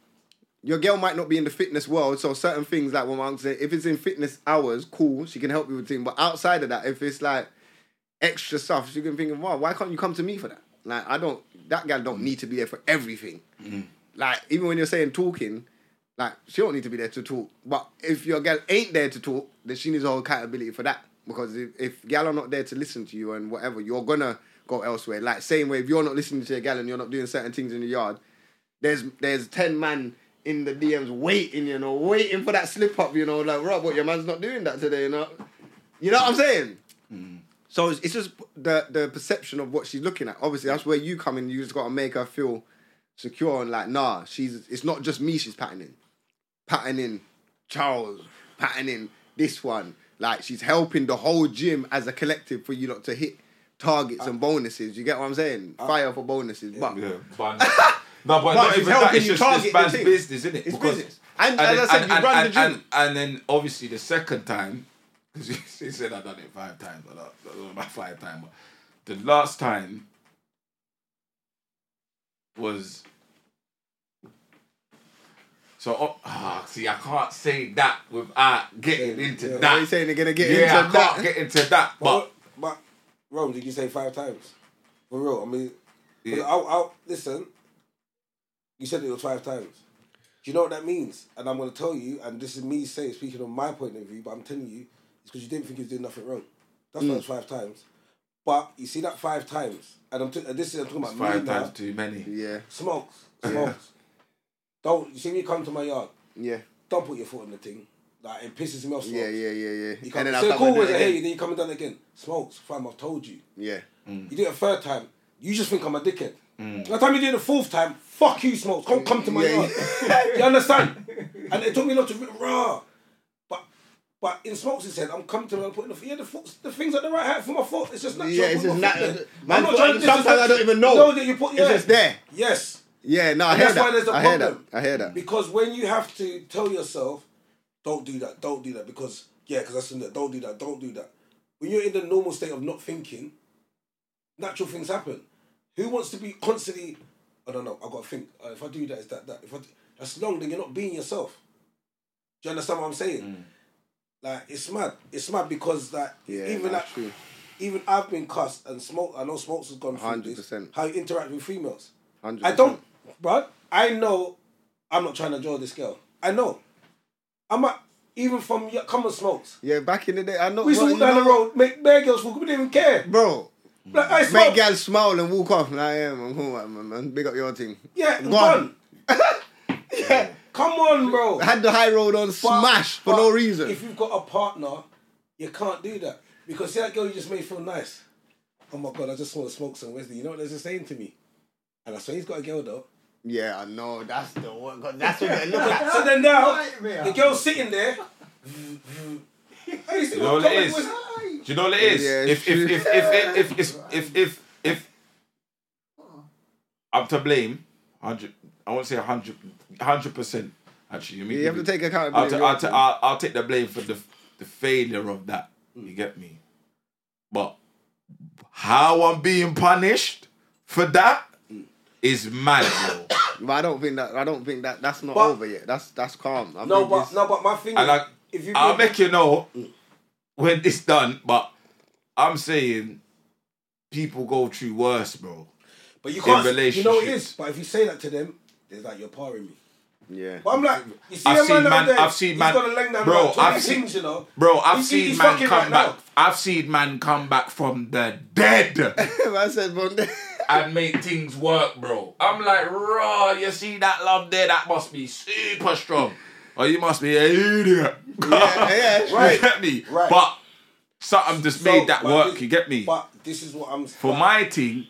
Your girl might not be in the fitness world, so certain things like what Mark said, if it's in fitness hours, cool, she can help you with things. But outside of that, if it's like extra stuff, she can think of, wow, why can't you come to me for that? Like, I don't, that gal don't need to be there for everything. Like, even when you're saying talking, like, she don't need to be there to talk. But if your gal ain't there to talk, then she needs all accountability for that. Because if, if gal are not there to listen to you and whatever, you're gonna go elsewhere. Like, same way, if you're not listening to your gal and you're not doing certain things in the yard, there's there's 10 man in the DMs waiting, you know, waiting for that slip up, you know, like, Rob, what, your man's not doing that today, you know? You know what I'm saying?
Mm.
So it's, it's just the the perception of what she's looking at. Obviously, that's where you come in. You just gotta make her feel secure and like, nah, she's. It's not just me. She's patterning, patterning Charles, patterning this one. Like she's helping the whole gym as a collective for you lot to hit targets and bonuses. You get what I'm saying? Fire for bonuses, but
Uh, Yeah, but no, but, not
it's
even that.
helping
It's
you
just this
target the
man's
thing.
business, isn't it?
It's business. And as I said, you run the
and-
gym.
And, then obviously the second time, because she said I done it five times. I don't- I don't know about five times. But the last time was so. Oh, ah, see, I can't say that without getting
Yeah,
into
yeah.
Are you
that.
saying they're gonna get
yeah, I
into that?
can't get into that, but.
But, but Rome, did you say five times? For real, I mean,
Yeah.
I'll, I'll, listen. You said it was five times. Do you know what that means? And I'm going to tell you, and this is me saying, speaking on my point of view, but I'm telling you, it's because you didn't think you was doing nothing wrong. That's
Mm.
why it's five times. But you see that five times, and I'm t- and this is I'm
Oh,
talking about
Five
me
times
now.
too many.
yeah,
Smokes, smokes. Don't you see me come to my yard?
yeah,
Don't put your foot on the thing. Like it pisses me off. Smokes.
yeah, yeah, yeah,
You
yeah.
come,
And then
so
I'll
cool
come
was
and do it
it? Hey,
again.
then you come and done again. Smokes, fam. I've told you.
Yeah. Mm.
You do it a third time, you just think I'm a dickhead. By the time you do it the fourth time, fuck you, Smokes. Come, come to my
Yeah,
yard. you understand? And it took me a lot to rah. But but in Smokes, he said, I'm coming to my putting the, yeah, the, foot, the things at the right height for my foot. It's just natural.
Yeah, it's
Put
just
my
not.
foot there.
Man,
I'm not trying to
sometimes I don't even know.
No, that you put, yeah.
It's just there.
Yes.
Yeah, no, I
And
hear
that's why there's
that.
a
I hear that.
problem.
I hear that.
Because when you have to tell yourself, don't do that, don't do that, because yeah, because that's in there, don't do that, don't do that. When you're in the normal state of not thinking, natural things happen. Who wants to be constantly? I don't know. I gotta think. Uh, if I do that, is that that? If I do, that's long, then you're not being yourself. Do you understand what I'm saying?
Mm.
Like it's mad. It's mad because like
Yeah,
even
nah,
that,
true.
even I've been cussed and smoke. I know smokes has gone through this.
100%.
How you interact with females.
100%.
I don't, but I know I'm not trying to draw this girl. I know. I'm not, even from your common smokes.
Yeah, back in the day, I know.
We used to
well,
walk
you
down the
know-
road, make bare girls walk, we didn't even care.
bro.
Like, I
Make
smoke.
guys smile and walk off. Nah, yeah, man, cool, man, man. Big up your thing.
yeah, and
Go
gone.
on.
Come on, bro.
Had the high road on, smash for
But
no reason.
If you've got a partner, you can't do that. Because see that girl you just made feel nice. Oh my god, I just want to smoke some Wesley. You know what they're just saying to me? And I swear he's got a girl though.
yeah, I know. That's the one. 'cause That's what they look at.
So then now
Nightmare.
the girl's sitting there. Hey, see
You know
what
what it
comment
is?
was-
Aye.
Do you know what it is?
Yeah,
if,
it's
if,
true.
if, if, if, if, if, if, if, I'm to blame, 100, I won't say 100, 100%, actually. You, mean,
You have to take
I'll,
accountability.
ta- I'll, ta- I'll, I'll take the blame for the, the failure of that. You get me? But how I'm being punished for that is mad, bro.
But I don't think that. I don't think that. That's not
But-
over yet. That's that's calm. I
No,
think
but
it's-
no, but my thing.
And I,
is, if you
I'll make you know when it's done, but I'm saying people go through worse, bro.
but you
in
can't. You know it
relationships.
is. But if you say that to them, they're like you're parring me.
Yeah.
But I'm like, you see
I've
a
seen
man,
man-
nowadays,
I've seen
he's
man-
gonna lay down
Bro,
about 20
I've seen-
things, you know.
Bro, I've
He's-
seen
he's
man
fucking
come
right
back.
now.
I've seen man come back from the dead
I said one day.
and make things work, bro. I'm like, raw. You see that love there? That must be super strong. Or you must be an idiot.
yeah,
you
right,
get me?
right.
But something just
So,
made that
but
work.
this-
You get me?
But this is what I'm
For my team,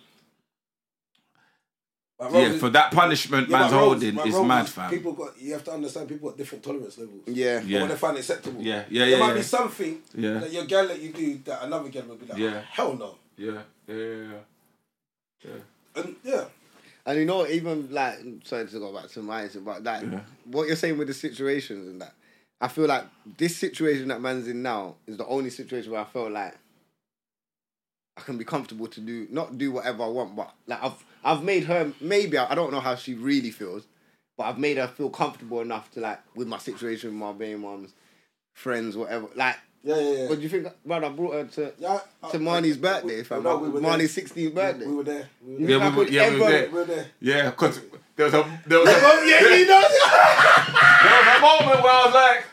but
yeah,
Robles-
for that punishment
yeah, but
man's
Robles-
holding
but
is
Robles,
mad, fam.
People got you have to understand. People got different tolerance levels.
Yeah.
yeah.
Yeah.
what they find acceptable.
Yeah, yeah,
There
yeah,
might
yeah.
be something
Yeah.
that your girl that you do that another girl would be like,
Yeah.
hell no.
Yeah, yeah, yeah, yeah.
And yeah,
And you know, even like sorry to go back to mine, but like
Yeah.
what you're saying with the situations and that, I feel like this situation that man's in now is the only situation where I felt like I can be comfortable to do not do whatever I want, but like I've I've made her maybe I, I don't know how she really feels, but I've made her feel comfortable enough to like with my situation, with my baby mom's friends, whatever. Like,
yeah, yeah, yeah.
but do you think, man? I brought her to
yeah
to
uh,
Marnie's
we-
birthday,
we-
fam.
no, we were there.
Marnie's 16th birthday.
We were there. We were
You
there.
Yeah,
think I
we were-
could
yeah, we were
ever-
there.
We were there.
Yeah, because there was a there was a,
Oh,
yeah, you know.
there was a moment where I was like,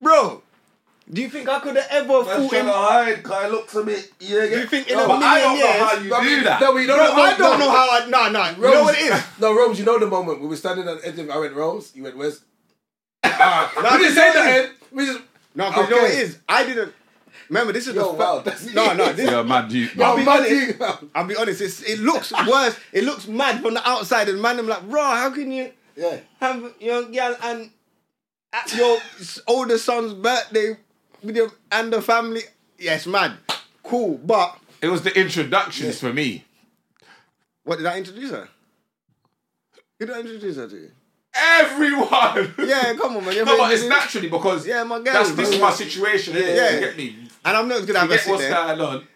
Bro, do you think I could have ever
"That's
fought
trying
him?
to hide." Kai looks a bit. Yeah,
Do you think in
No,
a
but
million
I don't know
years?
how you do that.
No, we don't.
Bro,
no,
I don't
no.
know how. I, nah, nah. You
Rose,
know what it is?
No, Rose, you know the moment we were standing at the edge of. I went, Rose. You went, Wes. Ah, we didn't say nothing. We just.
No, because you know what it
Okay.
is. I didn't. Remember, this is
Yo,
the fir-
wow, that's-
No, no. This.
Yeah, mad you.
Oh,
be
man,
honest.
you-
I'll be honest. It's, it looks worse. It looks mad from the outside, and man, I'm like, bro, how can you
Yeah.
have your girl and at your s- older son's birthday with your and the family? Yes, mad. Cool, but
It was the introductions for me.
what did I introduce her? Who did I introduce her to?
Everyone.
Yeah, come on, man. You're
No, but it's
making-
naturally because
Yeah, my girl,
that's this is
bro.
my situation. Yeah,
Yeah.
You get me. You
And I'm not gonna have a
get
sit
what's
there.
going on.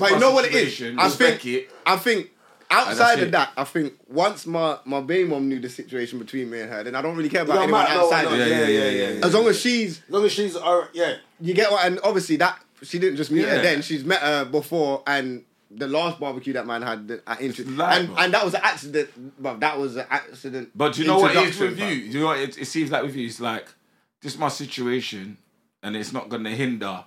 But
my
you know what it is?
situation,
I
respect
think,
it.
I think outside
it.
of that, I think once my, my baby mom knew the situation between me and her, then I don't really care about
No,
anyone
Matt, no,
outside
no,
of
Yeah,
it.
yeah, yeah, yeah, yeah.
As long as she's,
As long as she's alright, yeah.
you get what, and obviously that, she didn't just meet
Yeah.
her then, she's met her before and the last barbecue that man had that I introduced,
live,
and,
bro.
and that was an accident, but that was an accident.
But you know what it is
introduction,
with you?
bruv.
You know what it, it seems like with you? It's like, this is my situation and it's not going to hinder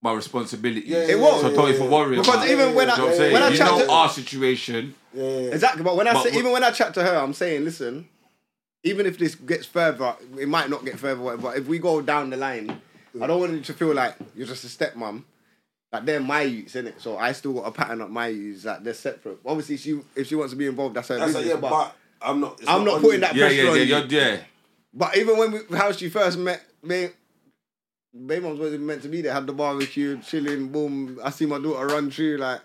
my responsibilities.
Yeah, yeah,
It won't.
So don't even worry
Because
about it.
even when
You
I-
know what I'm saying?
when I
you
tried
know
to-
our situation.
Yeah, yeah.
Exactly, but when I
But
say,
w-
even when I chat to her, I'm saying, listen, even if this gets further, it might not get further, but if we go down the line, I don't want you to feel like you're just a stepmom. Like they're my youths, innit? So I still got a pattern up my youths. Like they're separate. Obviously, she if she wants to be involved, that's her
That's like,
business.
yeah,
but,
but I'm not. it's
I'm not
on
putting
you.
that-
Yeah,
Pressure
yeah,
on
yeah,
you.
you're, yeah.
but even when we, how she first met me, baby mom's wasn't meant to be there. Had the barbecue, chilling, boom. I see my daughter run through like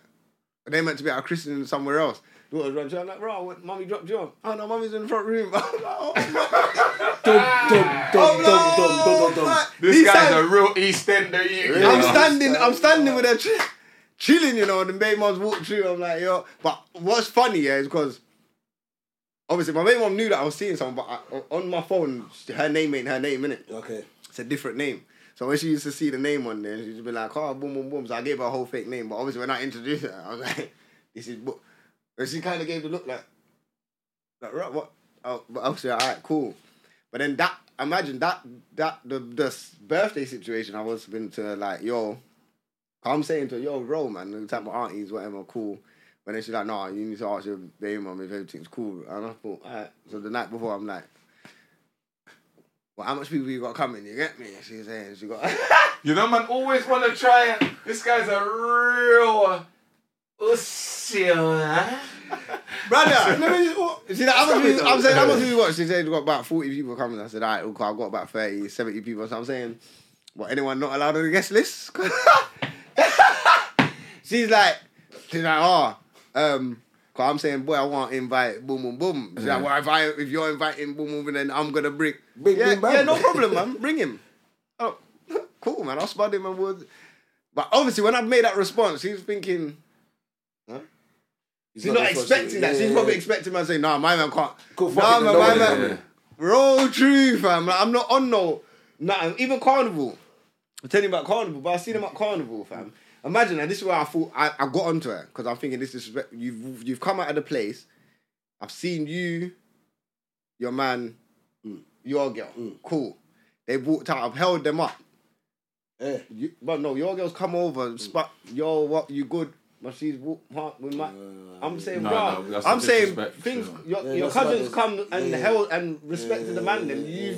they meant to be at a christening somewhere else. Daughter run through. I'm like, bro, what, mommy dropped you off. Oh no, mommy's in the front room. I'm like, oh,
Dum, dum, dum, dum, dum, dum, dum, dum.
This
These
guy's
times-
a real EastEnder. You, you
I'm
know?
standing, I'm standing with her, ch- chilling, you know. And the baby mom's walked through. I'm like, yo. But what's funny, yeah, is because obviously my baby mom knew that I was seeing someone, but I, on my phone, her name ain't her name, innit?
Okay.
It's a different name. So when she used to see the name on there, she'd be like, oh, boom, boom, boom. So I gave her a whole fake name. But obviously when I introduced her, I was like, this is book. And she kind of gave the look like, like, right, what? Oh, but obviously, all right, cool. But then that, imagine that, that, the, the s- birthday situation, I was been to her like, yo, I'm saying to her, yo, bro, man, the type of aunties, whatever, cool. But then she's like, nah, you need to ask your baby mum if everything's cool. And I thought, all right. So the night before, I'm like, well, how much people you got coming? You get me? She's saying she got.
You know, man, always want to try. and- This guy's a real usia.
Brother!
Let me just- oh,
She's like, how much people, I'm saying, how much people you got? She said, we got about 40 people coming. I said, all right, okay, I've got about 30, 70 people. So I'm saying, what, anyone not allowed on the guest list? she's like, she's like, oh, um, cause I'm saying, boy, I want invite, boom, boom, boom. She's like, well, if, I, if you're inviting, boom, boom, then I'm going to bring.
Bring-
yeah,
bring man.
yeah, no problem, man. Bring him. Oh, cool, man. I'll spot him and we'll. But obviously, when I made that response, she's thinking, She's not expecting that.
Yeah,
She's
yeah,
probably
yeah.
expecting man saying, "Nah, my man can't."
Go fuck
nah,
it,
man,
no
my
way,
man.
no way.
We're all true, fam. Like, I'm not on no nothing. Even carnival. I'm telling you about carnival, but I seen him at carnival, fam. Imagine, and this is where I thought I, I got onto her because I'm thinking this is you've you've come out of the place. I've seen you your man, mm, your girl. Cool. They walked out. I've held them up.
Yeah.
You, but no, your girls come
Mm.
over. Spot, yo, what you good? But she's walk part with my. I'm saying,
No,
bro.
no, that's
I'm
a
saying
disrespect,
things.
sure.
Your,
Yeah,
your
that's why
cousins
there's-
come and
yeah, yeah.
held and respected the man. Then you
Yeah,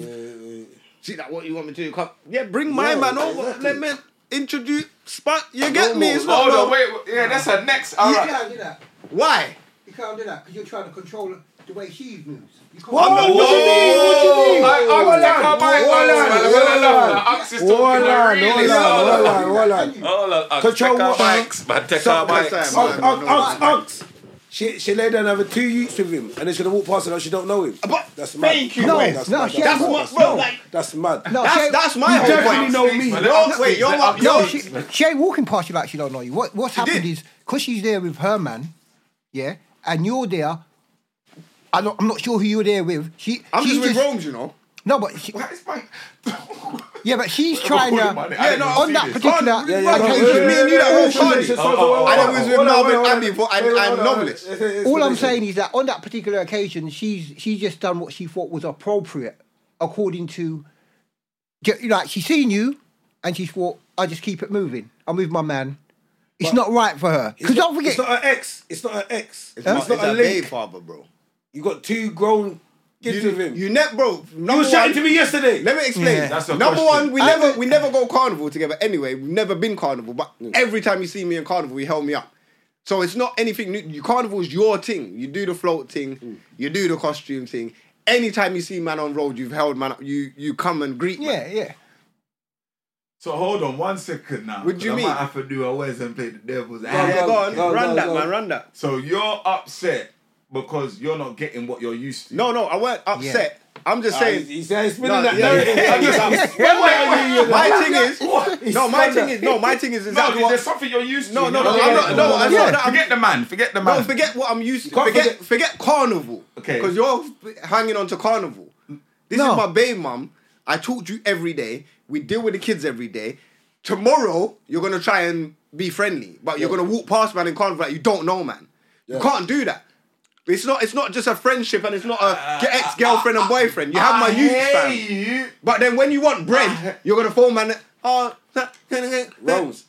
yeah, yeah.
see that what you want me to do? Come, yeah, bring my
Yeah,
man over.
exactly.
Let me introduce. Spot, you get me?
more.
It's not
Hold
no-
on, wait, wait, yeah, that's her next. All
You
right.
can't do that.
Why?
You can't do that because you're trying to control the way she moves. You can't
What?
Oh,
What do you mean? What do you mean?
I- I-
Hold
I
on,
can't buy it,
hold
man.
on,
Man,
hold
man,
on.
man, man, Ox is talking
Hold on,
really
hold
loud.
on, hold on.
Hold on, Ox,
Control
take our
what, man?
mics, man, take
So-
our
That's
mics.
it,
Unks,
man.
unks,
No,
unks,
no.
unks. She, she lay down another two weeks with him and then she'll walk past her like she don't know him.
But
that's mad.
thank you,
No,
Wes.
that's
no,
mad.
she-
That's
mad.
what-
that's
bro,
mad.
like-
That's mad.
No,
That's
Shay-
that's my whole
definitely
point.
know me.
But
Yo,
Ox
wait,
speaks,
yo,
let
yo,
Ox
No,
yo,
speak.
she, she ain't walking past you like she don't know you. What what's happened
did.
is because she's there with her man, yeah, and you're there. I'm not, I'm not sure who you're there with. She,
I'm
she's
just with Rome's, you know.
No, but she,
That is my-
yeah, but she's
I'm
trying
holding my
to.
neck. I
Yeah, no, I've
didn't
on
see
that
this.
particular
Yeah, yeah,
Okay,
yeah,
so
yeah,
me and you
yeah,
that
yeah,
were
yeah,
party.
yeah, yeah,
Oh, oh, oh,
yeah,
and it was
with
hold on,
Marvin,
hold on,
Andy,
hold on.
and-
Hold on,
and
hold on.
Novelist.
It's- it's-
all I'm
it's-
saying is that on that particular occasion, she's she's just done what she thought was appropriate according to, ju- you know, like she's seen you, and she thought, I just keep it moving. I'm with my man. It's not right for her
it's
because don't
not-
forget.
It's not an ex. It's not an ex.
It's,
It's
my, it's,
not a
a baby
link.
father, bro.
You got two grown kids
You,
with him.
you net, bro.
You
number
were
one-
shouting to me yesterday.
Let me explain.
Yeah.
That's a
Number
question.
one, we
I-
never we never go carnival together anyway. We've never been carnival, but every time you see me in carnival, you held me up. So it's not anything new. You, carnival's your thing. You do the float thing, you do the costume thing. Anytime you see man on road, you've held man up. You you come and greet. man.
yeah, yeah.
So hold on one second now.
What do you
'cause I
mean?
might have to do a Wes and play the devil's
Yeah,
advocate.
go on,
Go,
run
go,
that
go.
man, run that.
So you're upset because you're not getting what you're used to.
No, no, I weren't upset. I'm just
Ah,
saying.
he's, he's, he's spinning
No,
that
yeah,
narrative.
yeah,
I'm just-
yeah.
I'm-
Yeah.
Where were you, you know?
my thing is,
What?
no, my
Thunder.
thing is, no, my thing is
No,
exactly
there's
what.
something you're used to.
No, no, no,
You're not
I'm
getting
not- no,
what
I'm
you're
not-
used to.
I'm-
Forget the man. Forget the man.
No, forget what I'm used to.
Can't
Forget,
forget-
forget, carnival.
Okay.
Because you're f- hanging on to carnival. This
No.
is my babe mum. I talk to you every day. We deal with the kids every day. Tomorrow, you're gonna try and be friendly, but you're
Yeah.
gonna walk past man in carnival like you don't know man. You
Yeah.
can't do that. It's not. It's not just a friendship, and it's not
Uh,
a ex girlfriend and boyfriend. You have my
I
youth,
hear
fam.
you.
But then when you want bread, you're gonna phone man. Oh,
Rose.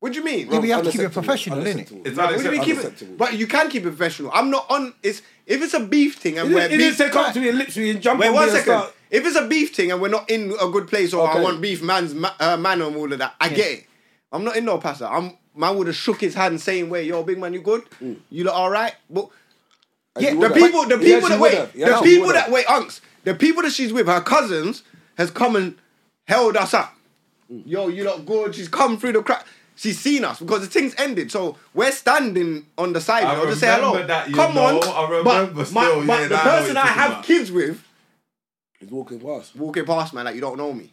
what do you mean?
we have to keep it
Unacceptable,
professional, innit?
unacceptable.
It's
What do you mean keep
Unacceptable.
it? But you can keep it professional. I'm not on. It's if it's a beef thing and
He
we're
didn't, he didn't
beef.
say come up to me and literally and jump
Wait
on
one
me and
second.
start.
If it's a beef thing and we're not in a good place or I
Okay.
want beef, man's ma- uh, man and all of that. I get it. I'm not in no passer. I'm man would have shook his hand saying, "Way, yo, big man, you good?
Mm.
You look all right?" But
Yeah,
the people, the people that wait, the people that wait,
wait.
unks, the people that she's with, her cousins has come and held us up. Yo, you look good. She's come through the crack. She's seen us because the thing's ended. So we're standing on the side.
I
I'll just say hello.
remember that, you
come on.
know. I remember
but my-
still,
but
yeah,
the
now I know what
person
you're
I
talking
have
about.
kids with
He's walking past.
walking past, man, like you don't know me.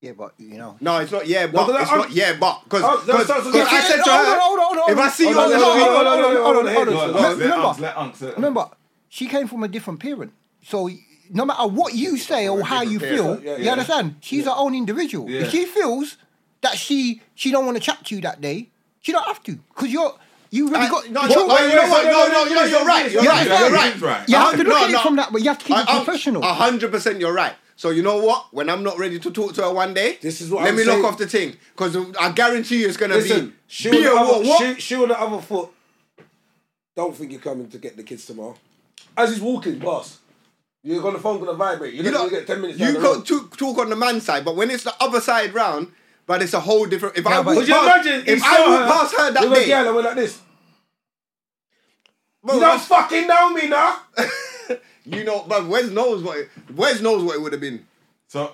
Yeah, but you know.
No, it's not. Yeah, but
but
it's
I'm-
not. Yeah, but because
Oh, no, so- so-
I said to
Hold on,
her,
hold on, hold on,
if I see you
hold
on
on,
the
hold on,
street,
hold on, hold on, hold on, hold
hold on,
on,
No,
hold
hold
on.
on.
let
remember-
Unks, let Unks, let Unks.
Remember, she came from a different parent. So no matter what you say or how you feel,
parent.
Yeah,
you
yeah.
understand? She's her own individual.
Yeah.
If she feels that she she don't want to chat to you that day, she don't have to. Because you're you really
I-
got
no,
you
no, no,
got-
you know what?
wait,
No,
wait,
no, you know,
wait,
you're
wait,
right.
wait,
You're
wait,
right.
wait,
You're
wait,
right.
wait, wait.
You have to
No,
look at
no.
it from that, but you have to keep it
I- uh-huh. I'm-
professional.
A hundred percent, you're right. So you know what? When I'm not ready to talk to her one day,
This is what
let
I'm
me
saying.
knock off the thing because I guarantee you it's gonna
Listen,
be
shoe on
be
the
a what?
other-
what?
shoe- shoe on the other foot. Don't think you're coming to get the kids tomorrow. As he's walking, boss, you're gonna phone gonna vibrate. You're
You
not
know,
gonna get ten minutes.
you
down the
can
road.
talk, talk on the man side, but when it's the other side round, but it's a whole different. If I
but-
walk
Could you
past,
imagine
if
he
I
saw
walk past her that
with a
day,
girl and went like this?
bro,
You don't fucking know me now.
you know, but Wes knows what it, Wes knows what it would have been.
So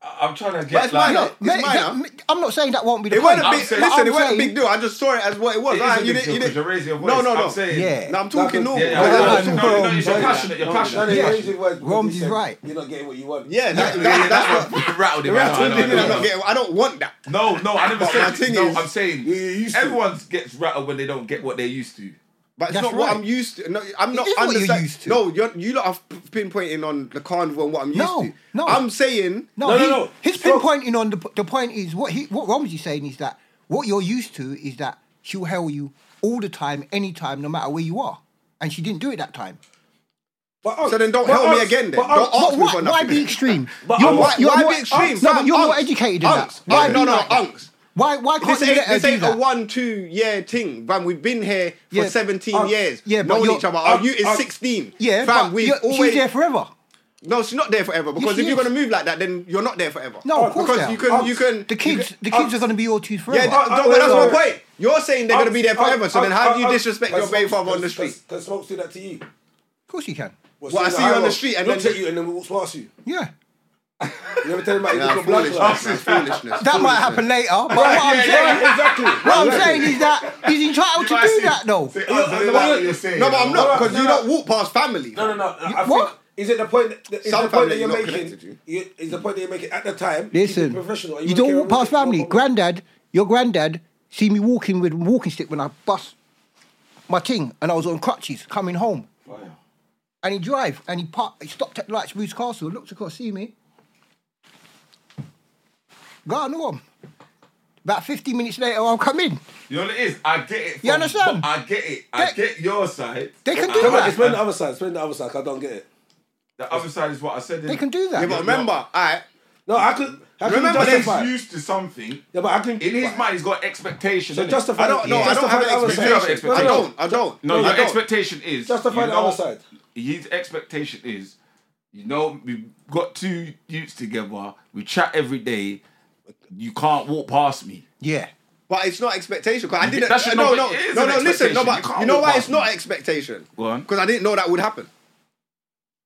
I- I'm trying to
But
get
it's mine.
like.
It's
Look, mate,
mine.
that-
huh?
I'm not saying that won't be the
It wasn't a
point.
big.
saying-
Listen, it
I'm
wasn't a
saying-
big deal. I just saw it as what it was.
It
Ah,
is
you
a big
didn't-
deal
you
'cause
didn't-
you're raising your voice.
No, no, no.
I'm saying,
Yeah.
No, I'm talking normal.
Yeah, yeah,
But
I
that's-
know,
I'm
no, no,
wrong.
you're
Sorry.
passionate. You're
Johnny,
passionate.
Yeah.
raise your voice because
Rome's
he
is
said,
right.
You're not getting what you want.
Yeah, that, that, that's what.
Rattled him.
Rattled
I know, I
him,
know, I
I'm
know.
not getting- I don't want that.
No, no, I never
But
said
my
it.
thing
No,
is-
I'm saying
Yeah, you're used to it.
everyone gets rattled when they don't get what they're used to.
But it's
That's
not what
right.
I'm used to. No, I'm not
is what you're
understand-
used to.
No, you're, you lot are p- pinpointing on the carnival and what I'm used
No,
to.
no.
I'm saying
No,
No, no,
he-
no.
His
So-
pinpointing on the the point is what he what Romsey's saying is that what you're used to is that she'll hail you all the time, anytime, no matter where you are, and she didn't do it that time.
But us-
So then don't
but
help me
us-
again then.
but us-
Don't ask
But
me
why,
for
why
nothing.
be extreme?
But
you're
I'm-
more,
why-
you're
why be
more,
extreme?
No, but
Unks,
you're more
unks,
educated than
unks.
that.
No,
Why be
no, no,
like that?
unks.
Why, why can't
This
we
ain't,
let her
this
do
ain't a
that?
one, two year thing, fam. We've been here for
Yeah. Oh,
17
Uh,
years.
yeah,
Yeah,
but
knowing
you're- oh,
each other.
uh,
Our you is
uh,
16.
Yeah,
fam,
but
we've
you're-
always.
she's there forever.
No, she's not there forever because
she
if you're
is.
going to move like that, then you're not there forever.
No, of course
Because
they are.
you can. you can
The kids, the kids are going to be your twos
Yeah,
forever.
Oh, no,
uh,
but that's
uh,
my point. You're saying they're going to be there
us-
forever, so then
us-
how do you
us-
disrespect
us-
your baby
us-
father on the
us-
street?
us- Can Smokes do that to you?
Of course you can.
Well, I see you on the street and
looks
then-
at you and then walks past you.
Yeah.
You ever tell him about
Nah,
your blood?
foolishness, nah,
clot?
foolishness.
That
foolishness.
might happen later, but what I'm
yeah,
saying,
yeah,
Exactly.
what I'm saying is that he's entitled to do that though.
See, what you're saying.
No, but I'm not because
No,
you
no.
don't walk past family.
No, no, no. I
what?
Think, is it the point? That, is
Some
the point
family
that you're
not
making?
connected to.
you- Is the point that you're making at the time? keep it
Listen,
professional, or
you,
wanna
don't
carry
walk
on
past
with it?
family.
No problem.
Granddad, your granddad, see me walking with a walking stick when I bust my thing, and I was on crutches coming home. And he drive, and he parked, he stopped at Lights Bruce Castle, looked across, see me. Gone on. About 15 minutes later, I'll come in.
You know what it is? I get it. From,
You understand?
but I get it. I
They-
get your side.
They can
I-
do
Come on,
that.
explain the other side. Explain the other side. 'cause I don't get it.
The other side is what I said.
They can do that.
Yeah, but remember, alright.
No, I could. I couldn't
Remember
He's
justify.
used to something.
Yeah, but I can.
In his mind, he's got expectations.
So
innit?
justify.
I don't. No,
yeah.
I don't
Justify
have
the
an
other
expectation.
side.
You do
expectation.
have
I
an
don't. I don't.
No,
I
your
don't.
expectation is
Justify
you
the
know-
other side.
His expectation is, you know, we got two youths together. We chat every day. You can't walk past me.
Yeah.
But it's not expectation. Cause I didn't.
That's- no,
no,
but
no,
it is
no,
an
no. Listen, no,
expectation.
but
You
you,
can't
know
walk
why
past
it's not
me.
expectation?
Go on.
Because I didn't know that would happen.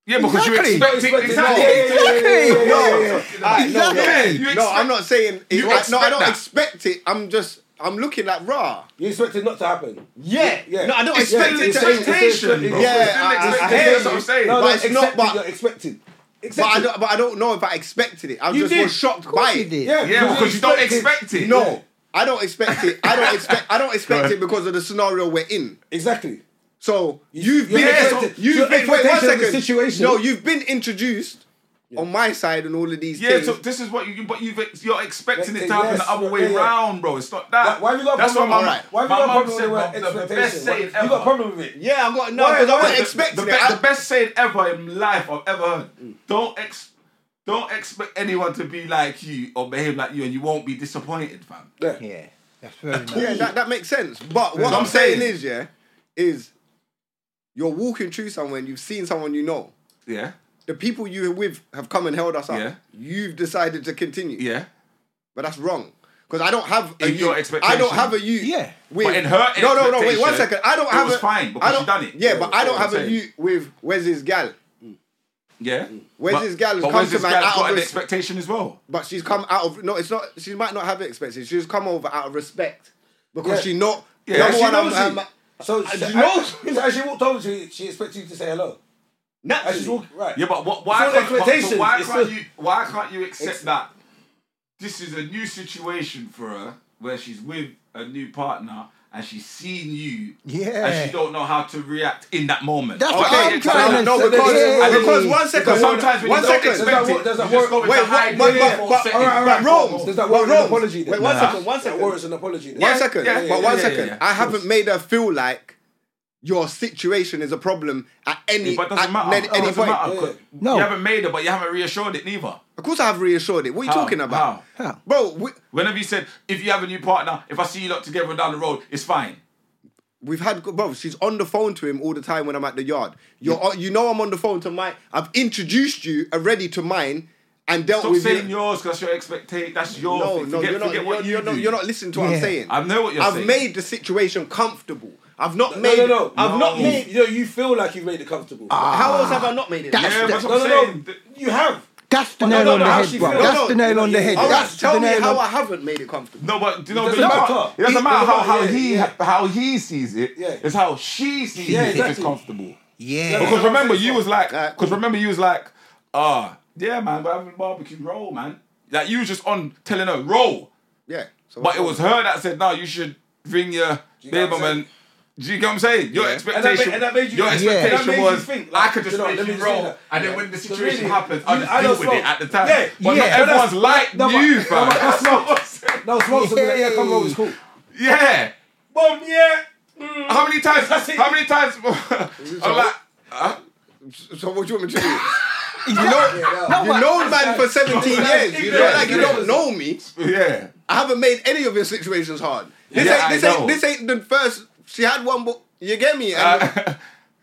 Yeah, because
Exactly.
you expect it. Exactly.
Yeah, yeah, yeah, yeah, yeah, yeah, yeah, yeah, yeah.
Alright, no, no.
Yeah, you
No,
expect-
I'm not saying. It,
You
I, no, I
expect
don't
that.
expect it. I'm just. I'm looking like rah.
You expect it not to happen.
Yeah.
Yeah.
No, I don't
It's
expect
still
it to
expectation.
expectation. bro.
Yeah,
It's still
I- I- I
expectation.
hear
That's what
you.
I'm saying.
No, no,
But it's not-
accept it,
but-
You're expected.
But I
Accept it.
don't. But I don't know if I expected it. I
You
just
did.
was shocked
Of course
by
you
it.
did.
Yeah, because you don't expect it.
No, I don't expect it. I don't expect. I don't expect
Right.
it because of the scenario we're in.
Exactly.
So you've
you're
been,
expected-
you've
your
been. Wait one
expectation of the
second.
situation-
No, you've been introduced on my side and all of these
Yeah,
things.
so this is what you, but you've, ex- you're expecting
Yeah,
it to happen
yes,
the other
yeah,
way
yeah.
round, bro. It's not that.
Why have you got a
That's what
problem
my
with
mum.
it? Why have you
my
got a
mum
problem
said
with
bro, the, the best
expectation?
saying
You
ever.
got a problem with it?
yeah, I'm going. No,
Why-
because I
why-
wasn't
the-
expecting
the,
it.
be-
I-
the best saying ever in life I've ever heard.
Mm.
Don't ex, don't expect anyone to be like you or behave like you, and you won't be disappointed, fam.
Yeah.
Yeah. That's very nice.
Yeah, that, that makes sense. But what
Yeah.
I'm
I'm saying-
saying is, yeah, is you're walking through somewhere and you've seen someone you know.
Yeah,
The people you were with have come and held us up.
Yeah.
You've decided to continue.
yeah.
But that's wrong. Because I don't have a
In
you.
your expectation.
I don't have a you.
Yeah.
With,
But in her
No, no, no. Wait one
expectation,
second. I don't
it
have.
was
a-
fine because
I don't,
she done it.
Yeah, but I don't have
That's what
a
I'm
you with where's his gal.
Yeah.
Mm.
Where's
But-
this gal who's
But
come
where's
to
this
man
gal
out of
got an
res-
expectation as well?
But she's come out of no. It's not. She might not have expectations. She's come over out of respect because
Yeah.
she not.
Yeah,
number
she
one, I'm-
knows
I'm-
you. So she,
you
I-
know-
so as she walked over to you, she expects you to say hello. As she's
naturally.
walking, right.
Yeah, but what, why,
It's all
can't, but- but
expectations.
why
It's
can't
all-
you why can't you accept
It's-
that this is a new situation for her where she's with a new partner and she's seen you
Yeah.
and she don't know how to react in that moment.
That's what
Okay,
I'm
so
trying to
no,
say.
because,
Yeah.
because one second,
Because
sometimes when
one
you don't
second.
expect
There's that
it,
wa- there's that
you just
war-
go into
Wait, what-
hiding
but,
in
but,
default
but,
setting.
all right, all right.
but Rome's,
Does that warrant an
Rome's-
apology then?
Wait, one
Nah.
second, one
That
second,
warrants an apology.
one
Yeah,
second.
yeah, yeah,
but
yeah,
one
yeah,
second,
yeah.
I haven't made her feel like your situation is a problem at any,
But it
at
doesn't matter.
any,
It
any
doesn't
point.
matter, 'cause
No.
You haven't made it, but you haven't reassured it neither.
Of course, I have reassured it. What are you
How?
talking about,
How? How?
bro? We,
Whenever you said, if you have a new partner, if I see you lot together down the road, it's fine.
We've had bro. She's on the phone to him all the time when I'm at the yard. You're, you know, I'm on the phone to mine. I've introduced you already to mine, and dealt
Stop
with
saying
you.
yours because your expectation. That's your
No,
thing.
no,
Forget,
you're not.
forget
You're,
what you
you're not.
do.
You're not listening to what
Yeah.
I'm saying.
I know what you're
I've
saying.
made the situation comfortable. I've not
No,
made.
no, no.
I've not
No.
made. Ah.
You know, you feel like you've made it comfortable.
How else have I not made it?
That's-
Yeah, that's
no,
what I'm
no,
saying.
no. You have.
That's the
no,
nail
no,
on the
no,
head,
she
bro.
feels-
That's
no,
the nail on the head.
All right,
That's the
tell me
nail
how
on.
I haven't made it comfortable.
No, but you know,
doesn't
but you
matter.
can't- It doesn't
It
matter
doesn't
how, how
matter,
he
yeah,
how he sees it.
Yeah.
It's how she sees
Yeah,
it if
exactly.
it's comfortable.
Yeah.
Because
Yeah.
remember, you was like,
Alright,
because remember, you was like, ah, yeah, man, we're having barbecue roll, man. Like you was just on telling her roll,
Yeah. So
but it was her that said, no, you should ring your
you get
neighbor
what I'm
man. Do you get what I'm saying? Your
Yeah. And
that made-
expectation,
and that made you-
your
Yeah.
expectation
That made you
was,
think,
I
like,
could just
you know, let
make you
me just
roll,
do that.
and then
Yeah.
when the
So
situation
really,
happens, I
you-
just
I
deal
don't
with it
smoke.
at the time.
Yeah.
But
Yeah.
not everyone's like
No, but-
you,
no,
fam.
but
That's not what I'm saying.
No, smokes. will be like, Yeah, come over. It's cool.
Yeah.
Boom. Yeah.
How many times?
That's it.
How many times? I'm like, huh?
So what do you want me to do?
You
yeah.
no,
You
but-
know man for 17 years. You know,
ignorant.
like you don't know me.
Yeah.
I haven't made any of your situations hard. This,
Yeah,
ain't, this,
I
ain't,
know.
this ain't the first. She had one, but you get me. And
Uh,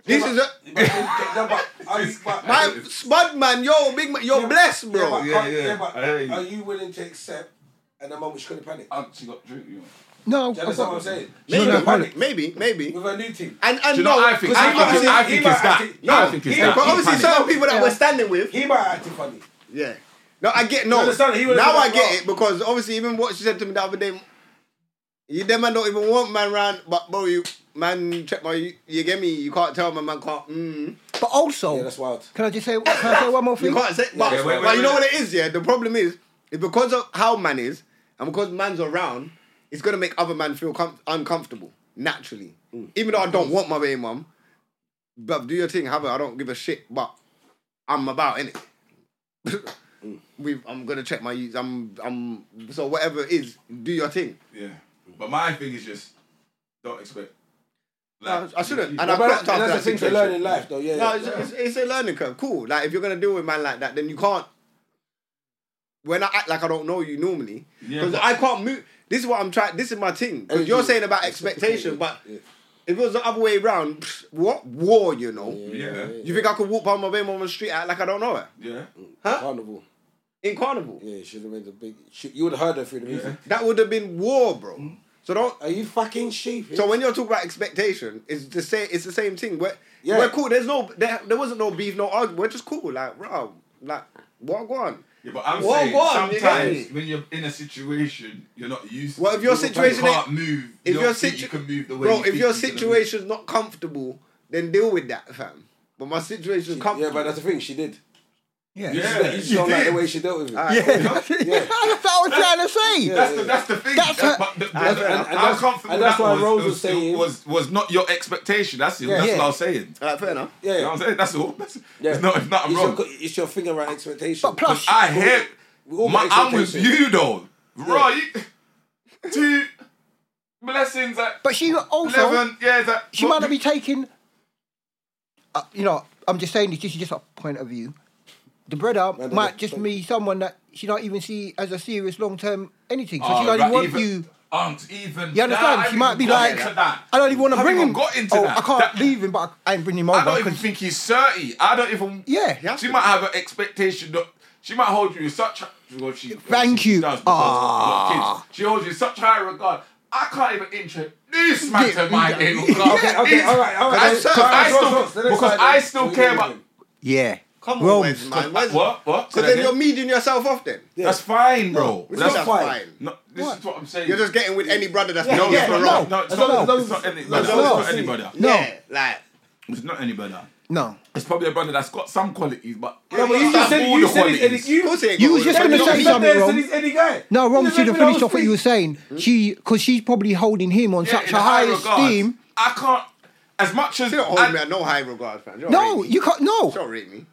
this is a,
But, no, but are you, but,
my spud man. Yo, big man. You're
Yeah,
blessed,
yeah,
bro.
but,
Yeah,
are-
yeah.
but
I hear you.
are you willing to accept at the moment she's going to panic? Do
she got drink, you know.
No,
you understand what I'm saying?
Maybe,
She's gonna panic
maybe, maybe.
with her new team.
And and
Do you know
no,
what I think?
because
I think,
obviously-
it's, I think it's that.
No,
I think it's
he-
that.
But
he
obviously,
panicked.
certain people that we're standing with,
He might act funny.
yeah. No, I get no.
You understand? He would've
Now
been
I
like,
get
"Wow."
it because obviously, even what she said to me the other day, you them man don't even want man round, but bro, you man check my, you, you get me. You can't tell my man can't. Mm.
But also,
Yeah, that's wild.
can I just say can I say one more
You
thing?
can't say, but,
Yeah, wait,
but you
wait,
know
wait.
what it is, yeah? The problem is, is because of how man is, and because man's around, it's going to make other man feel com- uncomfortable, naturally.
Hmm.
Even though I don't want my way, mum, but do your thing, have it, I don't give a shit, but I'm about innit.
Hmm.
We, I'm gonna check my use. I'm, I'm. So whatever it is, do your thing.
Yeah. But my thing is just don't expect.
No, I shouldn't. And I
No, but
clocked
that's,
after
that's
that
the thing
situation.
to learn in life, though. Yeah,
No,
yeah.
it's, it's, it's a learning curve. Cool. Like if you're gonna deal with a man like that, then you can't. When I act like I don't know you normally,
Yeah,
because
but-
I can't move. This is what I'm trying. This is my thing. Because you're saying about expectation, but if it was the other way around, pfft, what war? You know.
Yeah.
You think I could walk by my baby on the street act like I don't know her
Yeah.
Carnival.
in carnival?
Yeah, should have made a big. Should, you would have heard her through the music.
That would have been war, bro.
Mm-hmm.
So don't.
Are you fucking sheep?
So when you're talking about expectation, it's the same. It's the same thing. We're,
Yeah.
we're cool. There's no. There, there wasn't no beef, no argument. We're just cool. Like, bro, like, what go on?
Yeah, but I'm
Well,
saying
go on, you get
sometimes
it.
when you're in a situation you're not used.
Well,
to,
if your
you
situation ain't-
can't move,
if
your
your
feet,
situ-
you can move the way.
Bro,
you
if
think
your
you can move.
situation's not comfortable, then deal with that, fam. But my situation's comfortable.
yeah, but that's the thing. She did.
yeah.
Yeah.
You just
she
don't like
did.
the way she dealt with it.
that's what I was trying to say.
That's the that's the thing.
That's
That-
her-
but the-
and-
the-
and
how
that's-
comfortable
and that's
that
why
was,
Rose
it
was
it
saying-
was was not your expectation. That's it. That's
Yeah.
what I was saying.
All right, fair enough.
Yeah,
You know what I'm saying? That's all. That's,
yeah.
It's not. It's not I'm
it's
wrong.
Your, it's your finger around expectation.
But plus,
I hate.
we all
My,
got
I'm with
expectations.
you though, right? Two blessings at
but she also
eleven. Yeah, that
she might not be taking. Uh, you know, I'm just saying this. This is just a point of view. The brother
no,
might
no,
just
no.
be someone that she don't even see as a serious long term anything. So
Oh,
she don't
right,
even want
even-
you.
Aren't even.
You understand?
Nah, I
she might
haven't
be
got
like,
into that.
I don't even want to
Haven't
bring
even
him.
Got into
oh,
that.
I can't
That-
leave him, but I ain't bring him over.
I don't even
'cause-
think he's thirty. I don't even.
Yeah.
He has
She
to
might have an expectation that she might hold you in such. Well, she,
Thank
she
you.
Does because of
Ah.
her kids. She holds you in such high regard. I can't even introduce man to my
Yeah.
name.
Okay, okay, all right, all right.
I,
That's-
still,
that's-
I
that's-
still,
that's- that's-
because
that's-
I still
that's-
care about.
Yeah.
Come
Well,
on, Wes, man. Wes,
What? What?
So
Say that
then
again.
you're meeting yourself off then.
That's fine, bro.
It's
That's
not
fine.
fine.
No, this is what I'm saying.
You're just getting with any brother that's
no,
not
it's
yeah,
not,
wrong.
no, it's
That's
not,
not-
it's not any
that's
brother. It's
not-
not any brother.
No.
Yeah, like
It's not any brother.
No.
It's probably a brother that's got some qualities, but
Yeah, but you just said you said he's Eddie.
of
You
course he ain't
You
got
was
all
just
the-
gonna
you
say
sat there
something
and
wrong.
said he's Eddie guy.
No, wrong.
You
Should have
said
finished off what you were
he's
saying. She, because she's probably holding him on
Hmm? Yeah,
such
in
a high
regard,
esteem.
I can't. As much as
You don't hold me
I,
at no high regard, fam. You're
No,
already-
you can't. No,
Don't rate me.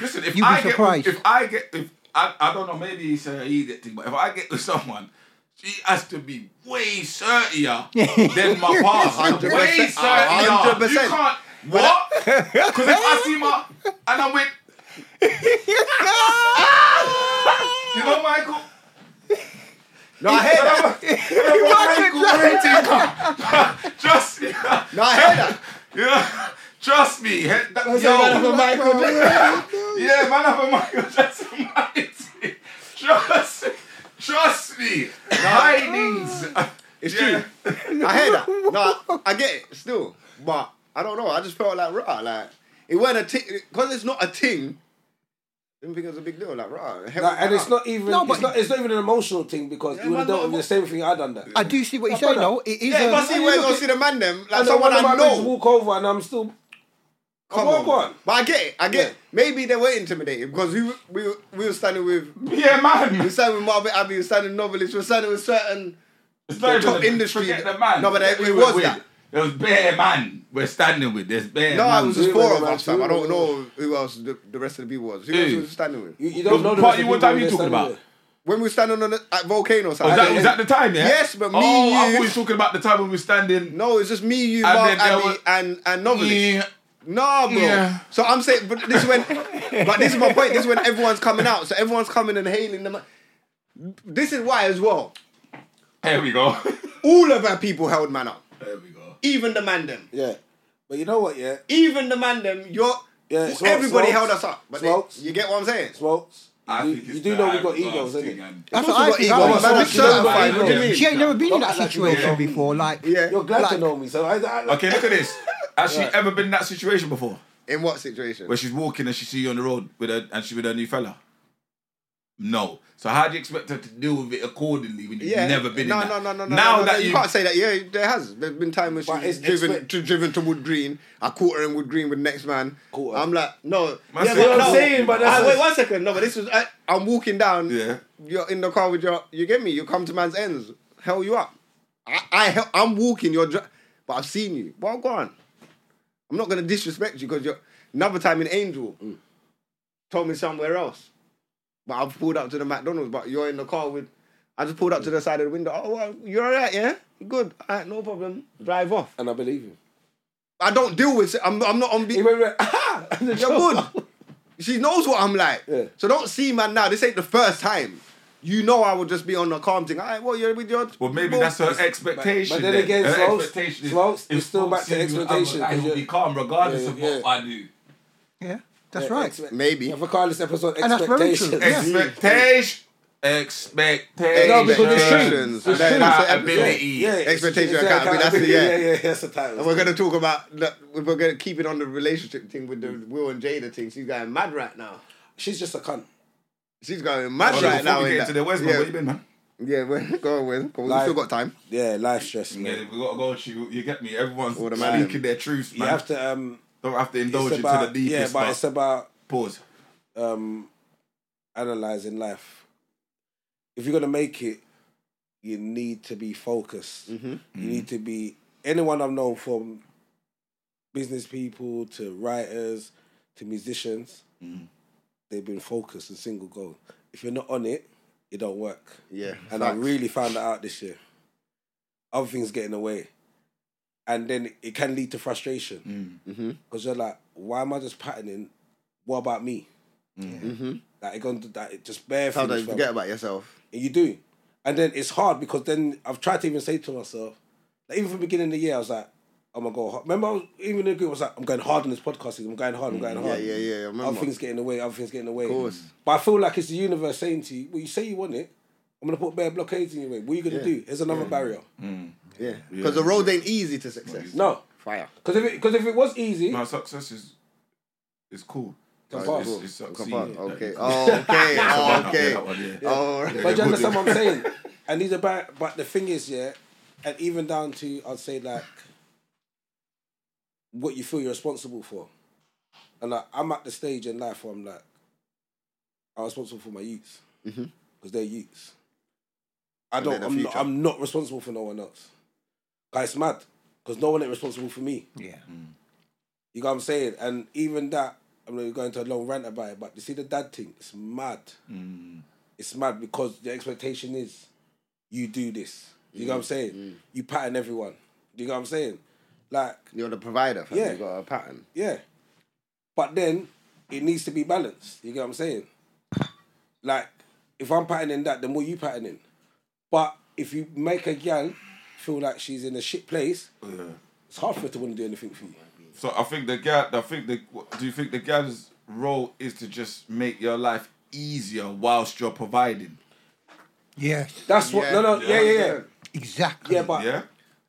listen, if
You'd be
I get,
surprised.
if I get, if I, I don't know, maybe it's a idiot thing, but if I get with someone, she has to be way certier than my past.
100%,
way certier. You
100%.
can't. What? Because if I see my and I'm with You know, Michael.
No, I hear that.
Michael Rating. Trust me.
No, I hear that.
Yeah. Trust me. He- that- yo. Yeah, man up a Michael Jackson. rating. Trust Trust me. Hidings.
It's
Yeah.
true. I hear that. No, I get it still, but I don't know. I just felt like rah, like it wasn't a thing because it's not a thing. Didn't think it was a big deal, like rah. hell,
Nah, and
nah.
it's not even
No,
it's
but-
not it's not even an emotional thing because you would
man,
have dealt
no,
with the
but-
same thing I done that.
I do see what you're saying. though. it is.
Yeah,
a-
but see
you
where
look
I
at-
see the man them like
And then
someone
one of
I
my mates
know.
walk over and I'm still
Come
walk
on.
on.
but I get it. I get it. Maybe they were intimidated because we were, we were, we were standing with we
Yeah, man.
were standing with Marvin Abbey, we were standing with novelists, we were standing with certain.
It's not
top
even the-
industry.
Forget the man.
No, but
Forget
it-
who
it was
with.
that.
There was bare man we're standing with. There's bare
No,
man.
it was just
Who
four
was
of
it,
us.
man?
fam. I don't
Who
know who else the, the rest of the people was. Who
Who?
else we was standing with?
You, you don't know the
Party,
rest of
what
people
time
when
you
they're
talking
standing
about?
there.
When we were standing on the, at volcano
Was
Oh,
side.
that, was that the time, yeah?
Yes, but me,
Oh, I
you-
thought you was talking about the time when we were standing.
No, it's just me, you,
And
Mark
then there
Abbey,
were-
and and novelist.
Yeah.
No, bro.
Yeah.
So I'm saying, but this is when, but this is my point. This is when everyone's coming out. So everyone's coming and hailing them. This is why, as well,
There we go.
all of our people held man up.
there we go.
Even the man them.
Yeah. But you know what, yeah?
Even the man them. You're,
Uh,
Yeah, smokes,
everybody
smokes,
held us up. But they-
smokes.
you get what I'm saying?
Smokes.
I
You,
think
you
it's
do
the
know we've got
Iron
egos,
Glass
inn't
thing
it?
and-
That's
also
what I
got
think.
ego.
I was
Man,
so
big
upset
certified,
about it.
what do you
mean?
She ain't never been in that
Not like she
situation
was.
before. Like,
Yeah.
You're glad to
Like-
know me, so I, I,
Okay, look at this. Has she ever been in that situation before?
In what situation?
Where she's walking and she see you on the road with her and she with her new fella? No. So how do you expect her to deal with it accordingly when you've never been
no,
in
no,
that?
no, no, no.
Now
no, no,
that
you,
you
can't say that. Yeah, there has. There's been time when
But
she's
it's
driven
expect-
to driven to Wood Green. I caught her in Wood Green with next man.
Caught her.
I'm like, no.
Man
yeah, but
said- You know
no.
what I'm saying, but that's-
Ah, wait one second. No, but this was. I, I'm walking down.
Yeah.
You're in the car with your. You get me. You come to man's ends. Hell you up. I, I hel- I'm walking. You're. Dri- but I've seen you. Well, go on. I'm not gonna disrespect you because you're. Another time in Angel, told me somewhere else. But I've pulled up to the McDonald's, but you're in the car with. I just pulled up to the side of the window. Oh, well, you're all right, yeah? Good. All right, no problem. Drive off.
and I believe you.
I don't deal with it. I'm, I'm not on. Be-
He went, ah! And the
you're good. She knows what I'm like.
Yeah.
So don't see, man, now. This ain't the first time. You know I would just be on the calm thing. All right, well, you're with your.
Well, maybe
Well,
that's her
But-
expectation.
but then again,
her
Slows-
expectation is,
Slows,
is
it's still back to
forcing you,
expectation,
I will, I will
yeah.
be calm regardless
Yeah,
of
yeah.
what I do.
yeah, that's right.
Maybe.
If I call this episode
And that's very
expectations.
true. Yeah.
Expectation. Expectation.
No, because it's true.
Expectations.
It's true.
Accountability.
Yeah, it's-
Expectation
it's
accountability, that's the- yeah.
yeah, yeah, that's the title.
And we're going to talk about. The, we're going to keep it on the relationship thing with the Will and Jada thing. She's going mad right now.
She's just a cunt.
She's going mad
Hold on,
right
before
now. in
we get
that.
into the West, man,
yeah,
where you been, man?
yeah, we're, go on, Wes. Come on, We've
Like-
still got time.
Yeah, life stress, man.
Yeah, we gotta go. to You, you get me. Everyone's
All the man.
speaking their truth,
You
man.
have to um
Don't have to indulge
it's
it
about,
to the deepest.
Yeah, but it's about
pause.
um analyzing life. If you're gonna make it, you need to be focused.
Mm-hmm.
You need to be anyone I've known from business people to writers to musicians,
Mm-hmm.
they've been focused and single goal. If you're not on it, it don't work.
Yeah.
And I
facts.
really found that out this year. Other things get in the way. And then it can lead to frustration.
Mm.
Because you're like, why am I just patterning? What about me? Like, it gone to that, it just bare
mm-hmm. How do
things,
you
fam.
forget about yourself?
And you do. And then it's hard because then I've tried to even say to myself, like, even from the beginning of the year, I was like, I'm going to go hard. Remember, I was, even in the group, I was like, I'm going hard on this podcast. I'm going hard, I'm going
Mm. Yeah,
hard.
yeah, yeah. I
Other
remember.
things getting away, other things getting away. Of
course.
But I feel like it's the universe saying to you, well, you say you want it, I'm going to put bare blockades in your way. What are you going to
Yeah.
do? Here's another barrier.
Yeah. Because the road ain't easy to success.
No.
Fire.
Because if, it- 'cause if it was easy,
My success is is cool.
Come
It's-
on.
it's-
Cool.
it's
Come
succeeding.
on.
That-
Okay.
that-
Oh, okay.
that one,
Oh,
that
okay.
one, yeah.
All Oh, right.
but do you understand what I'm saying? And these are bar- but the thing is, yeah, and even down to, I'd say, like, what you feel you're responsible for. And like, I'm at the stage in life where I'm like, I'm responsible for my youths. Because they're youths. I
Mm-hmm. they're
don't,
the
I'm not,
future.
I'm not responsible for no one else. Guys, it's mad. Because no one ain't responsible for me.
Yeah.
You got what I'm saying? And even that, I'm not going to go into a long rant about it, but you see the dad thing, it's mad. It's mad because the expectation is you do this. You got what I'm saying? You pattern everyone. You got what I'm saying? Like,
You're the provider. fam.
Yeah.
You got a pattern.
yeah. But then it needs to be balanced. You get what I'm saying? Like, if I'm patterning that, then what you patterning? But if you make a gal feel like she's in a shit place,
Yeah.
it's hard for her to want to do anything for you.
So I think the gal. I think the. Do you think the gal's role is to just make your life easier whilst you're providing?
Yes.
That's what, no, no, yeah, yeah, yeah. Yeah,
Exactly.
but
Yeah.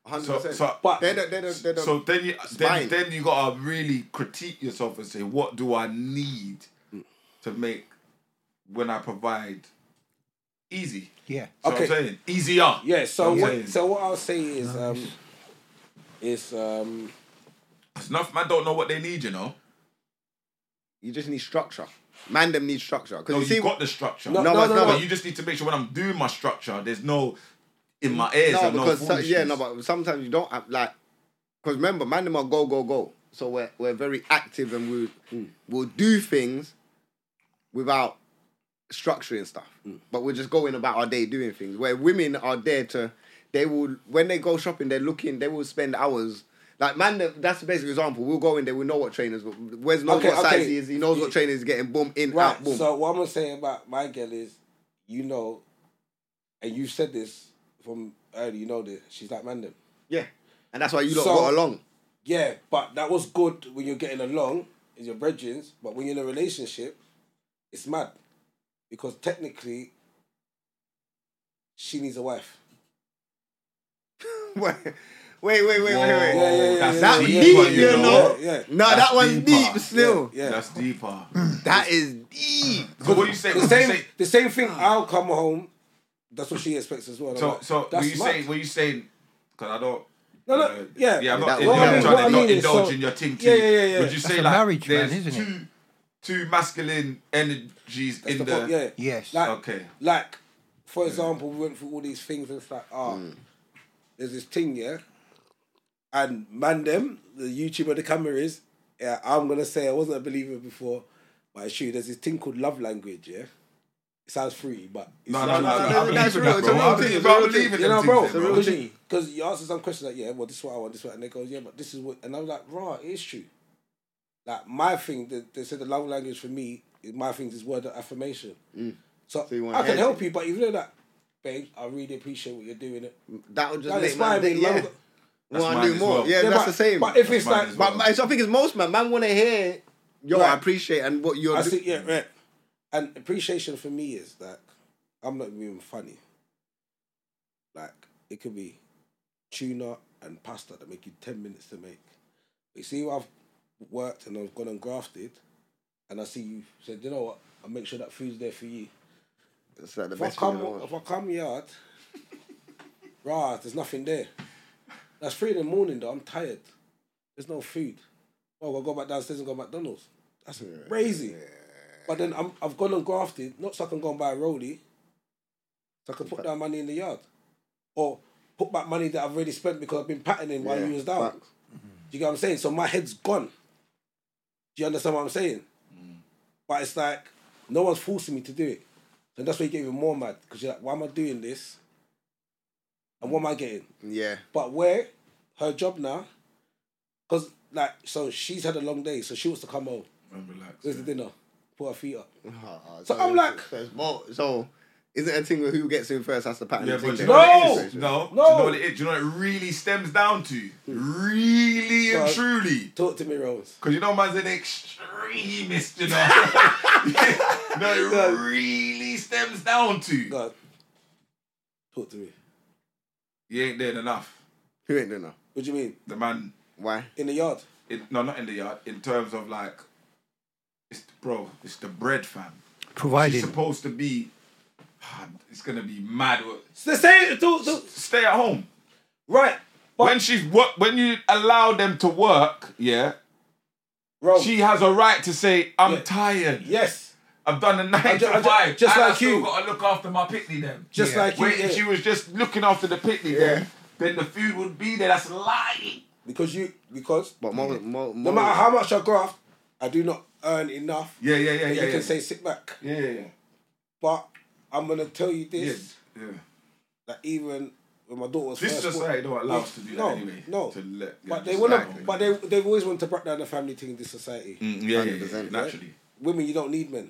100%.
So- so-
But-
they're the, they're the, they're the,
So then you
Spine.
then, then you gotta really critique yourself and say, what do I need
Hmm.
to make when I provide easy?
Yeah.
So
Okay.
I'm saying easier.
Yeah, so
Yeah.
what, so what I'll say is um is um
It's enough man don't know what they need, you know.
you just need structure. Man, them need structure. Because
No,
you see,
you got the structure.
No,
no,
no,
but-
no,
no,
no.
But you just need to make sure when I'm doing my structure, there's no in my ears.
no,
and
because so- yeah,
foolishness.
no, but sometimes you don't have, like. Because remember, man, them are go go go. So we're we're very active and we
Mm.
we'll do things without structuring stuff.
Mm.
But we're just going about our day doing things. Where women are there to, they will when they go shopping, they're looking. They will spend hours Like man, that- that's the basic example. We'll go in there. We know what trainers. Where's knows
Okay,
what size
okay.
he is. He knows what trainers he's getting. Boom in
Right.
out. Boom.
So what I'm gonna say about my girl is, you know, and you said this from early. You know this. She's like Mandem.
yeah, and that's why you lot
So-
got along.
Yeah, but that was good when you're getting along in your brethren. But when you're in a relationship, it's mad because technically, she needs a wife.
wait, wait, wait, wait, wait. wait.
Yeah, yeah, yeah,
That's
yeah,
That
yeah,
Oh, deep,
yeah,
you
yeah,
know.
yeah, yeah.
No,
That's
that one's
deep,
deep
huh?
still.
Yeah.
That's deeper.
That is deep.
So what do you say?
The
what do you
same,
say-
the same thing. I'll come home. That's what she expects as well. I'm
So,
like,
so were
that's
you
mad.
saying? Were you saying? Because I don't.
No, no,
uh, yeah.
yeah.
I'm
Yeah,
not,
that
I'm
was-
not
yeah.
trying
What
to
I
not
mean is,
indulge
so-
in your thing. Too.
Yeah, yeah, yeah, yeah.
Would you
That's
say
a
like
marriage, man,
there's
isn't it?
two, two masculine energies
That's
in
the
the?
point, yeah.
Yes.
Like,
Okay.
Like, for example, we went through all these things and it's like, ah, there's this thing, yeah. And Mandem, the YouTuber, the camera is, yeah, I'm gonna say I wasn't a believer before, but it's true. There's this thing called love language, yeah. It sounds fruity, but it's
No, no, no,
love
no.
language.
I believe
that's
in
real,
that,
it's a
bro.
real
I
thing,
believe-
it's a
I
real
believe in
You know,
them
bro,
things, bro.
real thing.
because you answer some questions like, yeah, well, this is what I want, this is what, and they go, yeah, but this is what, and I'm like, raw, it is true. Like my thing, they, they said the love language for me, is my thing is word of affirmation. So,
Mm. So you want
I can
head-
help you, but you know that, babe, I really appreciate what you're doing. It
That would just
that
make man
inspired me.
think, yeah,
love-
That's
want
mine
to do
as
more.
well.
Yeah, that's
but,
the same.
But if
That's
it's
mine
like,
as well.
But I think it's most man. Man want to hear, yo, I
Right.
appreciate and what you're
I
doing.
think yeah, right. And appreciation for me is like I'm not even funny. Like it could be tuna and pasta that make you ten minutes to make. You see, I've worked and I've gone and grafted, and I see you said, you know what? I'll make sure that food's there for you.
It's like the
If I
best thing in
come,
the world.
if I come yard, rah, there's nothing there. That's three in the morning though. I'm tired. There's no food. Oh, I'll go back downstairs and go McDonald's. That's crazy. But then I'm, I've gone and grafted, not so I can go and buy a rollie, so I can put down money in the yard, or put back money that I've already spent because I've been patterning while
Yeah,
you was down.
facts.
Do you get what I'm saying? So my head's gone. Do you understand what I'm saying? But it's like no one's forcing me to do it. And that's why you get even more mad because you're like, why am I doing this? And what am I getting?
Yeah,
But where her job now, because like, so she's had a long day, so she wants to come home.
Relax.
Where's the dinner? Put her feet up.
Ah,
So I'm like-
so, it's more- so is it a thing where who gets in first has to pattern
Yeah,
the
but you
thing?
know
No!
what it is? No,
No.
Do you know what it is? Do you know what it really stems down to? Really and
Well-
truly.
Talk to me, Rose.
Because you know, man's an extremist, you know. no, it really stems down to.
God, talk to me.
You ain't doing enough.
Who ain't doing that?
What do you mean?
The man,
Why?
In the yard?
in, no, not in the yard, in terms of like, it's, bro, it's the bread, fam. She's
Providing.
supposed to be, it's going to be mad.
It's the same. Talk, talk.
Stay at home.
Right. But,
when she's what when you allow them to work, yeah,
Rose.
she has a right to say, "I'm
Oh. Yeah.
tired.
yes.
I've done a nine
ju-
to
I ju-
five.
just
and I
like
still
you.
Got to look after my pitney then.
Just like you.
Wait, if
yeah.
she was just looking after the pitney then, then the food would be there. That's lying.
Because you, because
But more, more,
no
more
matter how much I graft, I do not earn enough.
Yeah, yeah, yeah,
that
yeah.
you
yeah.
can say sit back.
yeah, yeah, yeah.
But I'm gonna tell you
yeah.
this:
yeah.
that even when my daughter was
This
first
society don't allow us to do that
No,
anyway.
no.
To let, yeah,
but they
just
wanna,
like-
but they they've always wanted to break down the family thing in this society.
Mm, yeah, yeah, yeah,
100%.
naturally.
Women, you don't need men.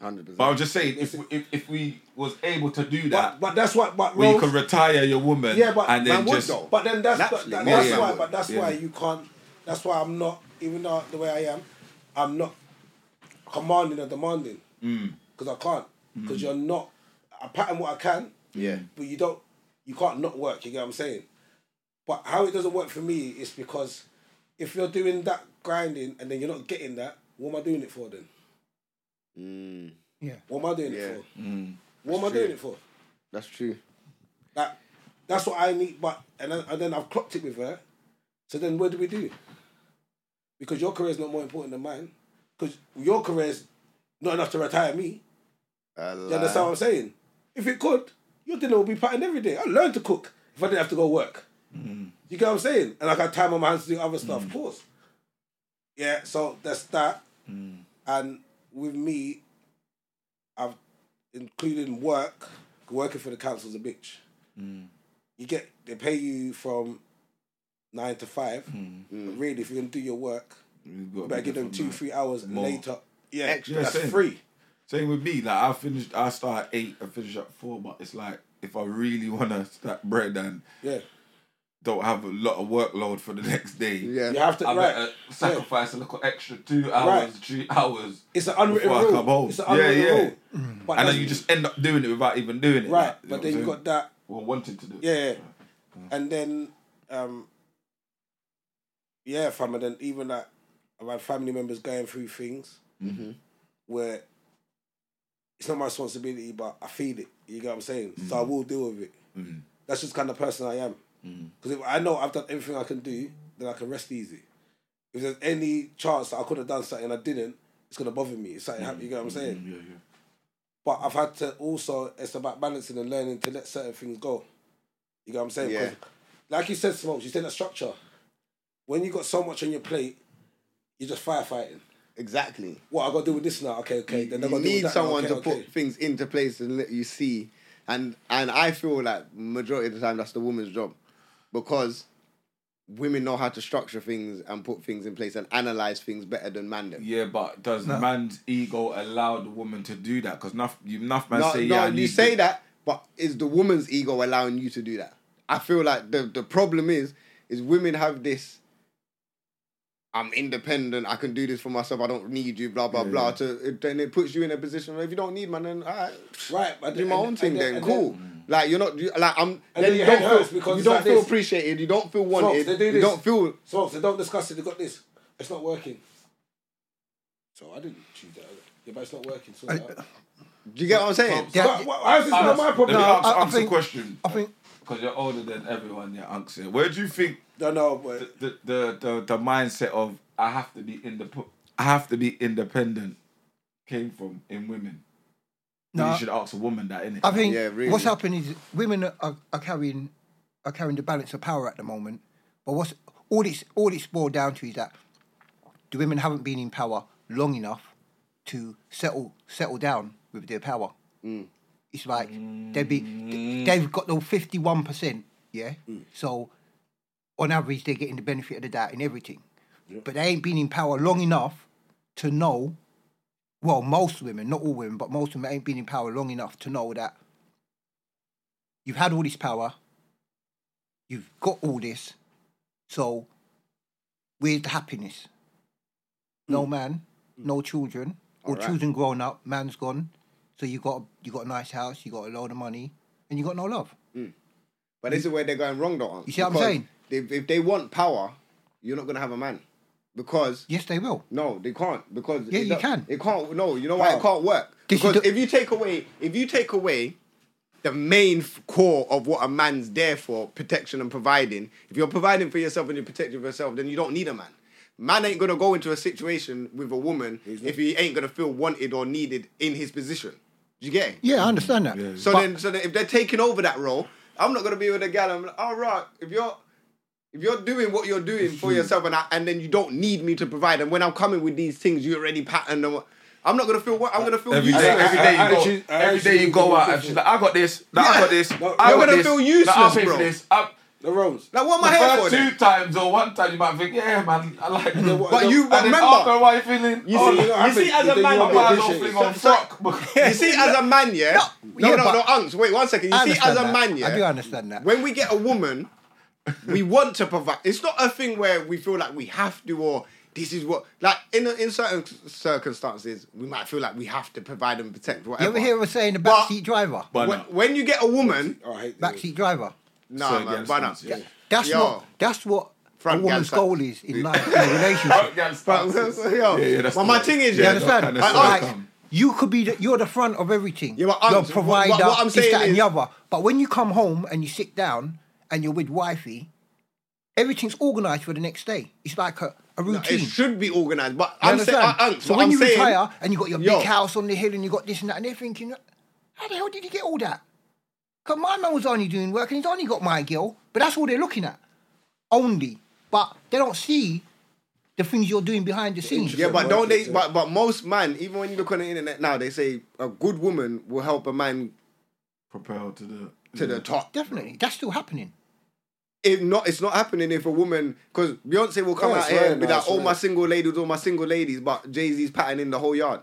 hundred
But I'm
percent.
just saying, if, we- if if we was able to do
But
that,
but that's why. But
where you
Rose-
can retire your woman,
Yeah, but
and then
man would
just
though.
But then that's
Naturally,
that,
most
that's
men
why.
would.
But that's
Yeah.
why you can't. That's why I'm not. Even though the way I am, I'm not commanding and demanding
Mm.
because I can't. Because you're not. I pattern what I can,
Yeah,
but you don't. You can't not work. You get what I'm saying? But how it doesn't work for me is because if you're doing that grinding and then you're not getting that, what am I doing it for then?
Yeah.
What am I doing
Yeah.
it for?
Mm.
What am I doing it for?
that's true.
That that's what I need. But and then, and then I've clocked it with her. So then, what do we do? Because your career is not more important than mine. Because your career is not enough to retire me.
A
You understand what I'm saying? If it could, your dinner would be patterned every day. I learned to cook if I didn't have to go work. You get what I'm saying? And I got time on my hands to do other stuff, of course. Yeah, so that's that. And with me, I've including work, working for the council's a bitch. You get they pay you from nine to five. But really, if you're gonna do your work, you better give them two, three hours
More.
later. Yeah,
Extra.
Yeah,
that's
same.
free.
Same with me. Like I finished, I start at eight, I finish at four. But it's like if I really want to stack bread and
Yeah,
don't have a lot of workload for the next day,
Yeah. uh,
you have to.
I
right.
better uh, sacrifice a little extra two hours,
Right.
three hours.
It's an unwritten
before I
rule.
come home.
It's an
Yeah,
unwritten
yeah. Mm.
rule. But
and
that's-
then you just end up doing it without even doing it.
right.
like, know
But
what I'm
then you
saying? Mm.
got that.
well wanting to do. it.
Yeah, and then um, yeah, fam. And then even like I've had family members going through things where it's not my responsibility, but I feel it. You get what I'm saying? So I will deal with it. That's just the kind of person I am. Because if I know I've done everything I can do, then I can rest easy. If there's any chance that I could have done something and I didn't, it's gonna bother me. It's something happening. You get what I'm saying?
Yeah, yeah.
But I've had to also, it's about balancing and learning to let certain things go. You get what I'm saying?
Yeah.
'Cause Like you said, Smokes, you said that structure. When you got so much on your plate, you're just firefighting.
Exactly.
What, I got to do with this now? Okay, okay. Then I got
you
to do with
need
that
someone
now. Okay,
to put
okay.
things into place and let you see. And and I feel like majority of the time that's the woman's job, because women know how to structure things and put things in place and analyze things better than man. do.
Yeah, but does man's ego allow the woman to do that? Because enough, you enough man
no,
say
no,
yeah. I
you
need
say
to-
that, but is the woman's ego allowing you to do that? I feel like the the problem is is women have this. I'm independent. I can do this for myself. I don't need you. Blah blah
Yeah,
blah.
yeah.
To it- then it puts you in a position where if you don't need man, then all right,
Right, but
do my
and-
own
and Mm.
thing then, cool. like you're not you, like I'm.
And
then,
then
you
your
don't
head
feel
hurts because
you
it's
don't
like
feel
this.
appreciated. You don't feel wanted.
Smokes, they do
you
this.
don't feel.
Smokes, they don't discuss it. They got this. It's not working. So I didn't choose that. Yeah, but it's not working. So I,
Do you get what I'm saying?
Smokes.
Yeah,
But why- why is this not
Ask-
my
Let
problem?
me
No,
ask,
I- I
answer
think-
a question.
I think
Because you're older than everyone, yeah, Unks. here. Where do you think
No, no, but
the, the, the, the mindset of I have to be independent, I have to be independent came from in women? No.
No.
You should ask a woman that, innit?
I think
Yeah, really.
what's happening is women are, are carrying are carrying the balance of power at the moment. But what's all it's all it's boiled down to is that the women haven't been in power long enough to settle settle down with their power.
Mm.
It's like they've been they've got the fifty one percent, yeah.
Mm.
So on average, they're getting the benefit of the doubt in everything, but they ain't been in power long enough to know well, most women, not all women, but most women ain't been in power long enough to know that you've had all this power, you've got all this, so where's the happiness? No man, no children, or
Mm. Alright.
children grown up, man's gone, so you got you got a nice house, you got a load of money, and you got no love.
But this is where they're going wrong, though.
You see what I'm
because
saying?
They, if they want power, you're not gonna have a man, because
Yes, they will.
no, they can't. Because
Yeah,
it
you
don't-
can.
It can't. No, you know why it
How?
can't work?
This is
Because
the-
if you take away, if you take away. The main f- core of what a man's there for, protection and providing. If you're providing for yourself and you're protecting for yourself, then you don't need a man. Man ain't gonna go into a situation with a woman if he ain't gonna feel wanted or needed in his position. Do you get it?
Yeah, I understand that.
So
But-
then, so then if they're taking over that role, I'm not gonna be with a gal. I'm like, all right, if you're if you're doing what you're doing for yourself, and I, and then you don't need me to provide, and when I'm coming with these things, you already patterned them. I'm not gonna feel what I'm gonna feel
Every day,
useless.
every day
I- I
you go,
actually- I
every day
actually
you go
think
out
it's
and she's like, I got this, nah, I got this, I
You're
got
gonna
this,
feel
nah, I'll
useless,
pay
bro.
for this. I-
the roads.
Like, what am I
the
here for?
first
Then?
two times or one time you might think, yeah, man, I like it.
what-
But
the-
you
and then
remember,
after a while you're feeling,
You
oh,
see, you know,
I
I
see
think-
as a
you
man, I
don't
might as
get
well
shit.
fling on
So- so-
frock. because-
you see, as a man, yeah. No,
yeah,
no,
but-
no, Unks, wait one second. You
I
see, as
understand
a
that.
man, yeah.
I do understand that.
When we get a woman, we want to provide. It's not a thing where we feel like we have to or this is what like in in certain circumstances we might feel like we have to provide and protect
you
whatever.
ever hear us saying the
But-
backseat driver?
But-
when, when you get a woman,
Oh, I hate this.
Backseat driver.
nah,
So
man,
against
but
us, yeah.
That's
Yo.
what that's what
Front
a woman's
gang
goal is in life, in a relationship.
Frock gets
But,
started.
yo,
Yeah, yeah, that's
but my
the-
thing is, yeah,
You
yeah,
understand?
kind of
Like,
stuff.
Unks,
like, you could be the, you're the front of everything.
Yeah, but I'm-
you're
what-
provider,
what- what I'm
this,
saying
that, and
is-
the other. But when you come home and you sit down and you're with wifey, everything's organised for the next day. It's like a, a routine.
it should be organized. But
You
I'm saying,
understand?
Unks,
so
what
when
I'm
you
saying,
retire and you got your
Yo.
big house on the hill and you got this and that, and they're thinking, how the hell did you get all that? Because my man was only doing work and he's only got my girl, but that's all they're looking at. Only. But they don't see the things you're doing behind the scenes.
interest
Yeah, but don't they?
Yeah.
But but most man, even when you look on the internet now, they say a good woman will help a man
Propel to the
to the top.
Mm.
Definitely. That's still happening.
If not, it's not happening if a woman because Beyonce will come
Yeah,
out
Oh, it's
here
right,
and be
no,
like,
it's
"All my
right.
single ladies, all my single ladies," but Jay Z's patterning the whole yard.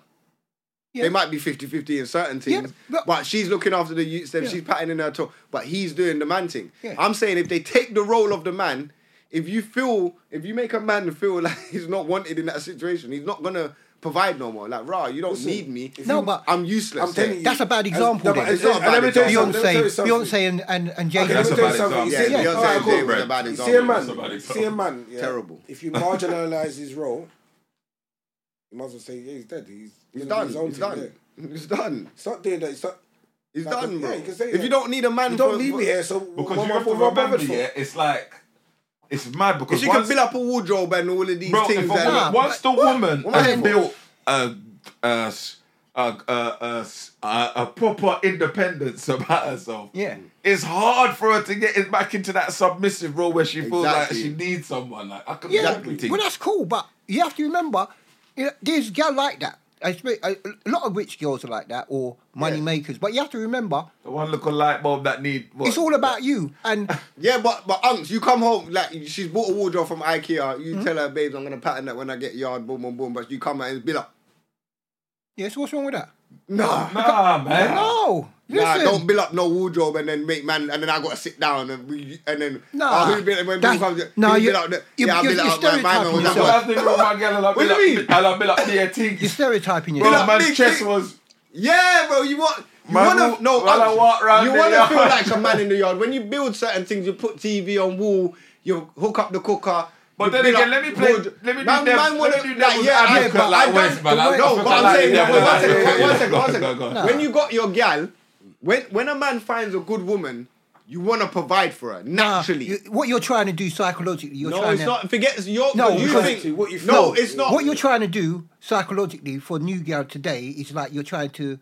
Yeah.
They might be 50-50 in certain
Yeah,
things,
but-
but, she's looking after the youths. Them,
Yeah.
she's patterning her talk, but he's doing the man thing.
Yeah.
I'm saying if they take the role of the man, if you feel, if you make a man feel like he's not wanted in that situation, he's not gonna provide no more. Like, rah, you don't
Listen,
need me.
if
No, you- but-
Hmm. I'm useless.
I'm telling
Yeah.
you.
That's a bad
As-
example
no, but
then.
it's not a bad
Let me tell you
example. Let me tell you
Beyonce,
something.
Beyonce and, and, and Jay
Okay, let
That's
me
a
tell
bad
you something. You
example.
see-
Yeah, Beyonce
alright,
and
cool.
Jay was a bad
You see
example.
a man,
That's a bad
you see
example.
a man, yeah,
Terrible.
If you marginalize his role, you must well say, yeah, he's dead. He's,
He's
gonna do
done.
his own
He's
thing, yeah.
done. He's done.
It's not doing that. It's not.
He's
Like,
done,
yeah,
bro.
you can say
if
that.
you don't need a man,
You don't
for-
need
for-
me here, so
Because
what
you
am I-
have to
what am I
remember,
bothered for?
yeah, it's like it's mad because
If you can
once-
build up a wardrobe and all of these
bro,
things,
if a
that-
woman-
Nah,
once the woman
what am I here
has
for?
built a a, s- a, a, a s- a- a proper independence about herself,
Yeah.
it's hard for her to get it back into that submissive role where she feels
Exactly.
like she needs someone. Like I can
Yeah,
do everything.
well, that's cool, but you have to remember, you know, there's girl like that. I spe- a a lot of rich girls are like that, or money
Yeah.
makers. But you have to remember,
the one look a light bulb that need. What?
it's all about you. And
yeah, but but unks, you come home like she's bought a wardrobe from IKEA. You tell her, babes, I'm gonna pattern that when I get yard, boom, boom, boom. But you come out and be like,
yes, what's wrong with that?
nah,
Nah, man.
No,
nah,
listen.
don't build up no wardrobe and then make man, and then I gotta sit down and we, and then
Nah,
oh, who built it when
that's-
people comes, who
no,
built
you-
up the-
you-
yeah, I
you-
built
you're
up my- my man was
stereotyping
that
So
one.
I think with my girl, and I
What
be
do you
like,
mean?
and I be like, yeah, ting.
You're stereotyping
Bro,
yourself.
Like,
man's
big
chest
thing.
was.
Yeah, bro, you want you
Man,
want
who-
to no.
when I
Alex,
walk round
you
the
want to
yard.
feel like a man in the yard when you build certain things. You put TV on wall. You hook up the cooker.
But
you
then
build
again,
up
let me play-
wood.
let me do
man,
dev-
man
let
wanna-
me do
like,
devil's
yeah, I-
advocate,
but
like,
I
West,
don't-
man, like,
No,
I
but
feel
I'm
like-
saying
yeah,
that. wait,
yeah,
One second,
yeah,
one-
yeah,
one
yeah,
second,
go,
one
go, go,
second.
go.
When you got your gal, when when a man finds a good woman, you want to provide for her naturally.
You- what you're trying to do psychologically, you're
no,
trying
it's
to,
not. Forget it's your.
No,
you
because-
think
what you
no,
feel.
it's not.
What you're trying to do psychologically for new girl today is like you're trying to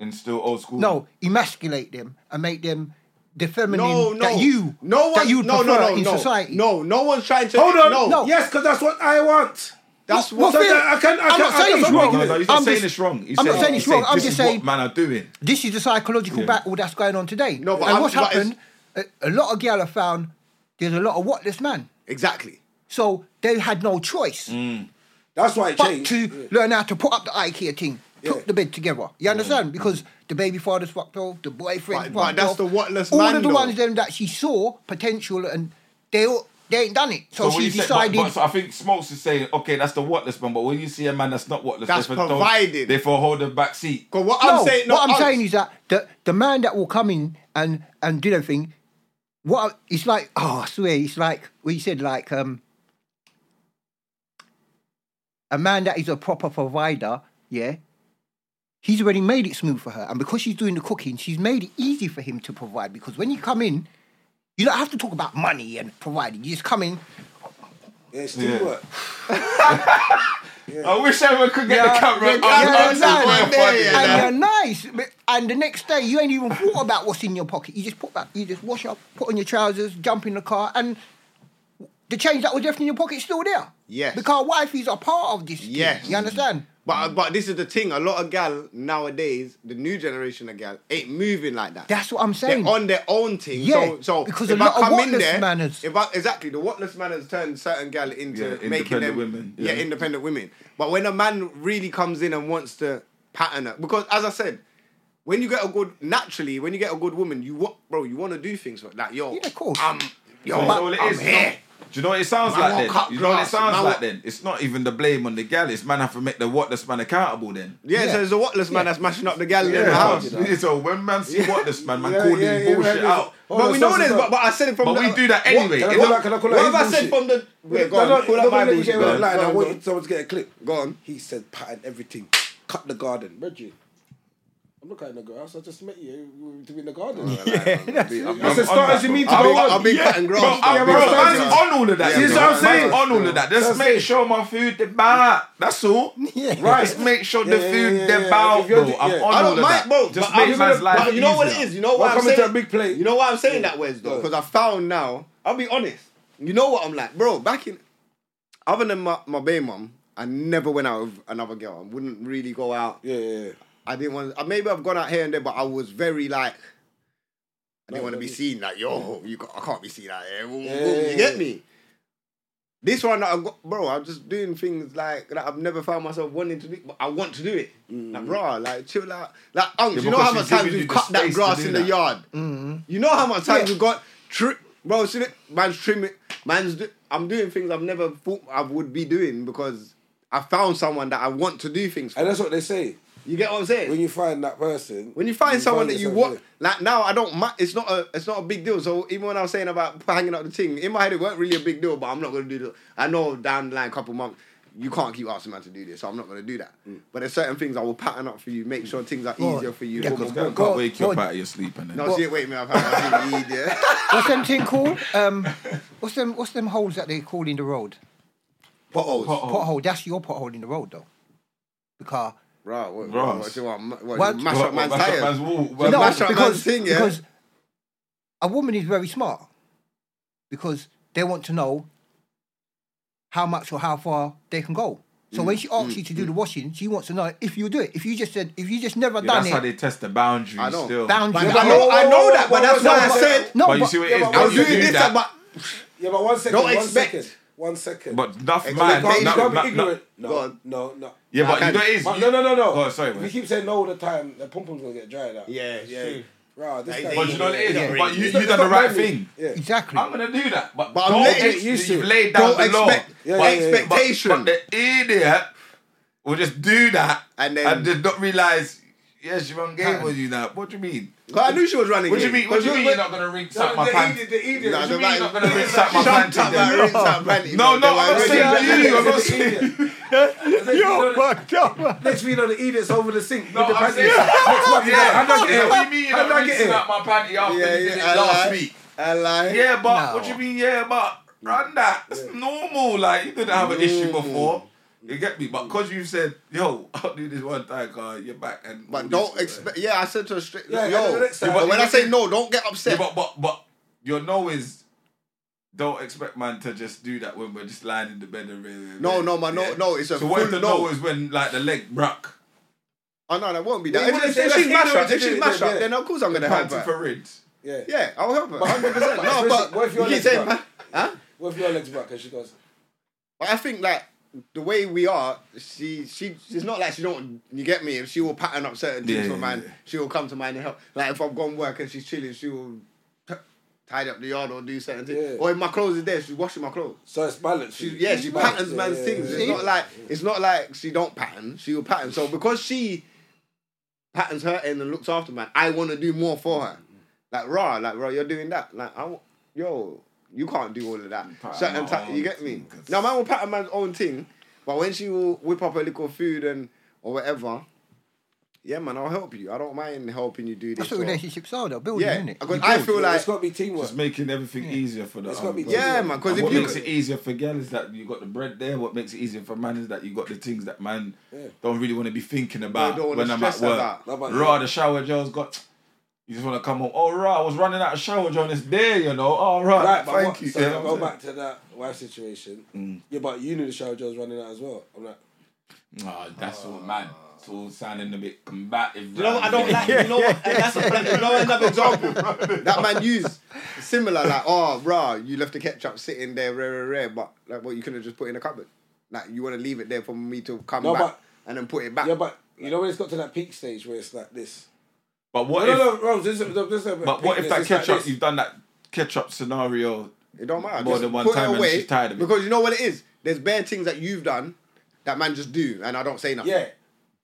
And still old school.
no emasculate them and make them the feminine
no, no,
that you
no one,
that you would
no, no,
prefer
no,
in
no,
society.
no, no one's trying to.
Hold on.
no,
No.
Yes, because that's what I want.
that's
Well,
what.
So
Phil,
that I can- I
I'm
can-
not
I
saying
can-
it's
no,
wrong.
no,
No, no, he's
I'm
not saying
just-
it's wrong. He's
I'm not
saying-
saying it's
he's saying
wrong. I'm
this
just
is what
saying
man are doing.
this is the psychological battle that's going on today.
No, but
and
I'm-
what's
but it's-
happened? A, a lot of girls have found there's a lot of worthless man,
Exactly.
so they had no choice
That's why it
but
changed.
to learn how to put up the IKEA thing, put
Yeah.
the bed together. You understand? Because the baby father's fucked off, the boyfriend.
But- but
fucked
that's
off.
the worthless
All
man,
of the
though.
ones them that she saw potential and they all, they ain't done it. So,
what
she
you said-
decided.
but, but, so I think Smokes is saying, okay, that's the worthless man. But when you see a man that's not worthless,
That's
they for- don't-
provided.
They for hold the back seat.
Because what
no,
I'm saying, no,
what I'm
Alex,
saying is that the, the man that will come in and and do everything, what I- it's like. Oh, I swear, it's like we said, like um, a man that is a proper provider. Yeah, he's already made it smooth for her, and because she's doing the cooking, she's made it easy for him to provide. Because when you come in, you don't have to talk about money and providing. You just come in.
Yeah, it's
Yeah.
teamwork.
I wish everyone could get the camera.
the
up. I'm
camera
just
down
going
right there,
funny,
yeah,
you know.
that-
and you're nice. but- And the next day, you ain't even thought about what's in your pocket. You just put that. You just wash up, put on your trousers, jump in the car, and the change that was left in your pocket is still there.
Yes.
Because wifeys are part of this. thing,
Yes.
You understand?
But but this is the thing. A lot of gal nowadays, the new generation of gal ain't moving like that.
That's what I'm
They're
saying.
on their own thing.
Yeah,
so, so
because
if
a lot
I
of
come in
worthless
there,
man has-
if I, exactly the worthless man has turned certain gal
Yeah,
into making
independent
them
women,
Yeah.
yeah.
independent women. But when a man really comes in and wants to pattern her, because as I said. When you get a good naturally, when you get a good woman, you want bro, you want to do things for like yo,
Yeah, of course.
I'm yo,
You know what it
I'm
is?
here.
Do you know what it sounds
Man
like
want
then?
cut
you know what it
grass,
sounds
man
like
want-
then? It's not even the blame on the gal. It's man have to make the worthless man accountable then.
Yeah,
Yeah.
so there's a worthless man that's mashing up the gal in the
Yeah,
house.
so when man see worthless man, man
Yeah,
call
yeah,
this
yeah,
bullshit
yeah.
out.
Hold
but
on,
we
stop,
know this,
stop,
but,
stop.
but I said it from
But
the,
we do that anyway.
Can I
It
call
don't-
that? Can I call that?
What have
his
I said
bullshit?
from the Wait, go
no,
on,
no,
call
no,
that
no,
my
no, no,
bullshit.
no, no,
Go
no, I
on,
want
go on.
someone to get a clip.
Go on.
He said, pattern everything, cut the garden. Reggie, I'm not cutting the grass. I just met you. We were doing the garden.
I'm
I said,
on
start
that,
as you
bro.
mean to
I'll
go
be-
on.
I've been cutting grass.
Bro,
bro.
I'm,
Yeah,
I've been
bro,
bro,
cutting
man's
that's-
grass.
on all of that.
Yeah,
This is
bro,
what I'm
that's
saying.
it.
On all of that. Just
That's
make
it.
sure my food the bar. That's all.
Yeah.
Right.
Just make sure
Yeah,
the
yeah,
food
yeah,
the
yeah.
bow,
If you're
bro.
the-
I'm
yeah.
on
I
all
don't
of that.
mind, bro.
Just
but
make
I'm
man's life
but You know what it
easier.
is. You know what I'm
Welcome to
saying.
a big plate.
You know why I'm saying that, Wes,
Yeah.
though, because I found now. I'll be honest. You know what I'm like, bro. Back in, other than my my baby mum, I never went out with another girl. I wouldn't really go out.
Yeah, yeah, yeah.
uh, I didn't want. To, maybe I've gone out here and there, but I was very like, I didn't want to be seen like, yo, you ca- I can't be seen like,
yeah,
you
yeah.
get me? This one, I got, bro, I'm just doing things like that I've never found myself wanting to do, but I want to do it. Like, bro, like, chill out. Like, unks,
Yeah,
you know
because
how
she's
much times
giving you
we've
the
cut that
space to
grass
do
in
that.
the yard? You know how much times
Yeah.
we got, tri- bro, see it? Man's trimming, man's, do- I'm doing things I've never thought I would be doing because I found someone that I want to do things for.
And that's what they say.
You get what I'm saying?
When you find that person,
When you find someone that you
yourself
want,
there.
like now, I don't. mi- It's not a. It's not a big deal. So even when I was saying about hanging up the thing, in my head it weren't really a big deal. But I'm not gonna do that. I know down the line, couple months, you can't keep asking man to do this. So I'm not gonna do that. But there's certain things I will pattern up for you. Make sure things are
Go on.
easier for you.
Yeah,
Boom,
'cause
boom,
Girl
boom.
go-
can't wake you up
go-
out of your sleep and then.
No, shit. Wait a minute. I've had my thing easier.
What's them thing called? Um, what's them? What's them holes that they call in the road?
Potholes.
Pothole.
Pothole. That's your pothole in the road though, because
Bro, what, what,
Grass.
what, you want? what,
What?
you mash up man's
Mash up
tires.
man's wall.
Well,
no,
mash up man's
because,
thing, yeah?
because a woman is very smart because they want to know how much or how far they can go. So
Mm,
when she asks you to do the washing, she wants to know if you do it. If you just said, if you just never
Yeah,
done
that's how
it,
they test the boundaries.
I know.
Still.
Bound-
But
Yeah,
I
but-
know, I know that, but that's
No,
why I
but-
said
no,
but you
but-
see what
yeah,
it is.
but
I
when
was
you
doing
do
this.
that-
About,
Yeah, but one second.
Don't
one
expect.
second, One second.
But enough
Expect-
man.
No,
can't,
no,
you
no,
can't be
no, no.
ignorant.
Go
No,
on.
no, no.
Yeah, but
I
you know
can't.
it is.
But
you-
no, no, no, no.
Oh, sorry,
If you
man.
keep saying no all the time, the pom pom's gonna get dried out.
yeah, yeah.
Bro, this
Like,
guy.
they-
But you know what it is.
Yeah.
But you,
It's not-
you done the
it's not
right
manly.
thing.
Yeah.
exactly.
I'm gonna do that. But,
But I'm
don't
letting
ex-
you see.
you've laid down
Don't
the law.
expect.
Yeah,
but
yeah, yeah.
But-
expectation.
But, the idiot will just do that
And then-
and did not realize. Yeah, she run game with you now. What do you mean?
Cause I knew she was running.
What do you
in.
mean? What do you
But-
mean you're not gonna ring
No,
up my
the
pants?
idiot, the idiot.
Nah,
What
the
you mean?
man-
not gonna rinse out my
Shut
panty
up,
then?
man, rinse out panty, man.
Oh. No, no,
They were
I'm not
already-
saying you. I'm not saying.
Yo,
Fucked up.
Next week, you know, the idiot's over the sink.
No,
with the
I'm
panties.
saying.
Next month,
Yeah,
how do I get
What
here?
do you mean
How
you're
do I
not
get
rinsing
here?
out my panty after
Yeah,
you did
yeah, I
it last
like-
week?
I like.
Yeah, but
No.
what do you mean? Yeah, but run that. It's normal. Like you didn't have an issue
Mm.
before. You get me? But because you said, "Yo, I'll do this one time, car, you're back," and all
But
this
don't
shit,
expect. Yeah, I said to her straight.
Yeah, yeah,
yo,
the next time.
but when I say no, don't get
Yeah,
upset.
but but but your no is don't expect man to just do that when we're just lying in the bed and really,
No, no, my no- no, it's a
so what if
full
the
no.
is when like the leg broke,
oh no, that won't be
Yeah,
that.
you
If, if,
wouldn't
if
say
she's
that's
mash
ignorant
up,
to
if
do
she's
it,
mash
yeah,
up,
yeah.
then of course I'm gonna help
panty
her.
for ribs.
Yeah.
Yeah, I'll help her.
100%.
No, but
What if your
you
legs
keep saying,
broke?
ma- huh?
What if your legs broke? And she goes,
But I think like the way we are, she she she's not like she don't you get me. If she will pattern up certain things
Yeah,
for
yeah,
man,
yeah.
she will come to mind and help. Like if I've gone work and she's chilling, she will t- tidy up the yard or do certain things.
Yeah.
Or if my clothes is there, she's washing my clothes.
so it's balanced.
She, yeah, she
Balanced.
patterns
Yeah,
man's
yeah,
things.
yeah,
It's
yeah.
not like it's not like she don't pattern. She will pattern. So because she patterns her end and looks after man, I want to do more for her. Like raw, like raw, you're doing that. Like I, w- yo, you can't do all of that.
Pattern
Certain
my
time, you
own
get me.
thing, 'cause-
Now man will pattern man's own thing, but when she will whip up a little food and or whatever, yeah, man, I'll help you. I don't mind helping you do this.
That's what
or-
relationships are though, building,
yeah,
isn't it?
because I feel like
it's got to be teamwork.
Just making everything easier for the
It's
other
gotta be
person.
easier.
yeah, man, because
And
if
what
you
makes it easier for gal is that you got the bread there. What makes it easier for man is that you got the things that man
Yeah.
don't really want to be thinking about
don't wanna
when I'm at
stress
work.
about.
No, but-
Raw, the shower gel's got. You just want to come home. Oh, raw, I was running out of shower gel this day, you know. Oh, raw,
Right, but
thank
what,
you. Mm.
So
Yeah,
I'll
I'm
go
saying.
back to that wife situation. Yeah, but you knew the shower Joe's running out as well. I'm like,
Oh, that's all, man. It's all sounding a bit combative.
You know what I don't like? You know what? And that's a, you know another example that man used similar like oh rah you left the ketchup sitting there rare rare rare but like what you could have just put it in the cupboard like you want to leave it there for me to come
No,
back
but-
and then put it back.
yeah, but you know when it's got to that peak stage where it's like this.
But what
no,
if?
no, no, Rose, this, is- this, is-
But what if
this
that
is like
ketchup?
this.
You've done that ketchup scenario.
it don't matter.
More
just
than one
put
time
it
and
away
she's tired of it.
because you know what it is. There's bare things that you've done that man just do and I don't say nothing.
Yeah,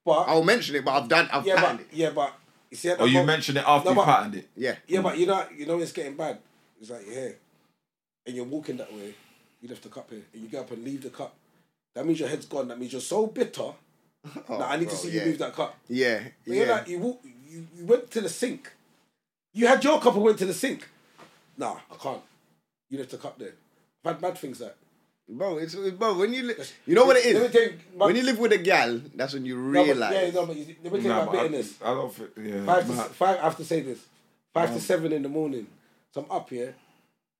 but
I'll mention it, but I've done. I've
yeah,
done
but
it.
yeah, but you see, at
Or
that
Oh, you
moment-
mentioned it after
No,
you
but-
patterned it.
Yeah.
Yeah, but you know, you know, it's getting bad. It's like you're here, and you're walking that way. You left the cup here, and you get up and leave the cup. That means your head's gone. That means you're so bitter. that I
Oh, bro,
need to see
yeah.
you move that cup.
Yeah.
But
Yeah.
You're like you, walk, you you went to the sink. You had your cup and went to the sink. Nah, I can't. You left the cup there. I've had bad things like.
Bro, it's bro. When you li- you know what it
Let me
is.
tell you, my-
when you live with a gal, that's when you
No,
realize.
but, yeah, no, but you, let me tell you
Nah,
about
but I,
bitterness.
I don't. think- Yeah.
Five to
nah.
s- five. I have to say this. Five to seven in the morning. So I'm up here.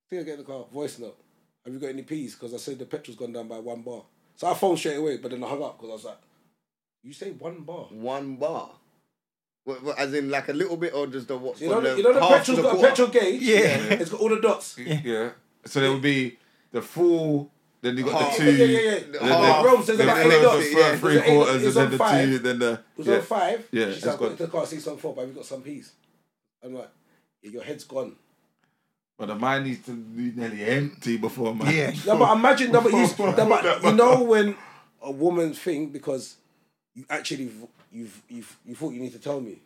Think I get in the car. Voice note. Have you got any peas? Because I said the petrol's gone down by one bar. So I phoned straight away, but then I hung up because I was like, "You say one bar?
one bar. What, what, as in, like a little bit, or just the what?
You know,
from
the, you know the
half to
petrol's got a
quarter?
petrol gauge.
Yeah.
It's got all the dots.
Yeah. So there would be the full, then you got
Half.
the
Yeah,
two.
yeah, yeah, yeah.
then
The half.
The,
Rose, there's
the,
about
first-
eight dots.
the
Yeah.
first three
It's on-
quarters,
it's
and then
on
the
five.
two, then the.
It was
yeah.
on five.
Yeah,
She
it's
said, I've
got-
got into the car six on four, but we got some peas. I'm like, yeah, your head's gone.
But the mind needs to be nearly empty before man.
Yeah.
No, but imagine, no, but you, no, but you know when a woman thing because you actually v- you've you've you thought you need to tell me.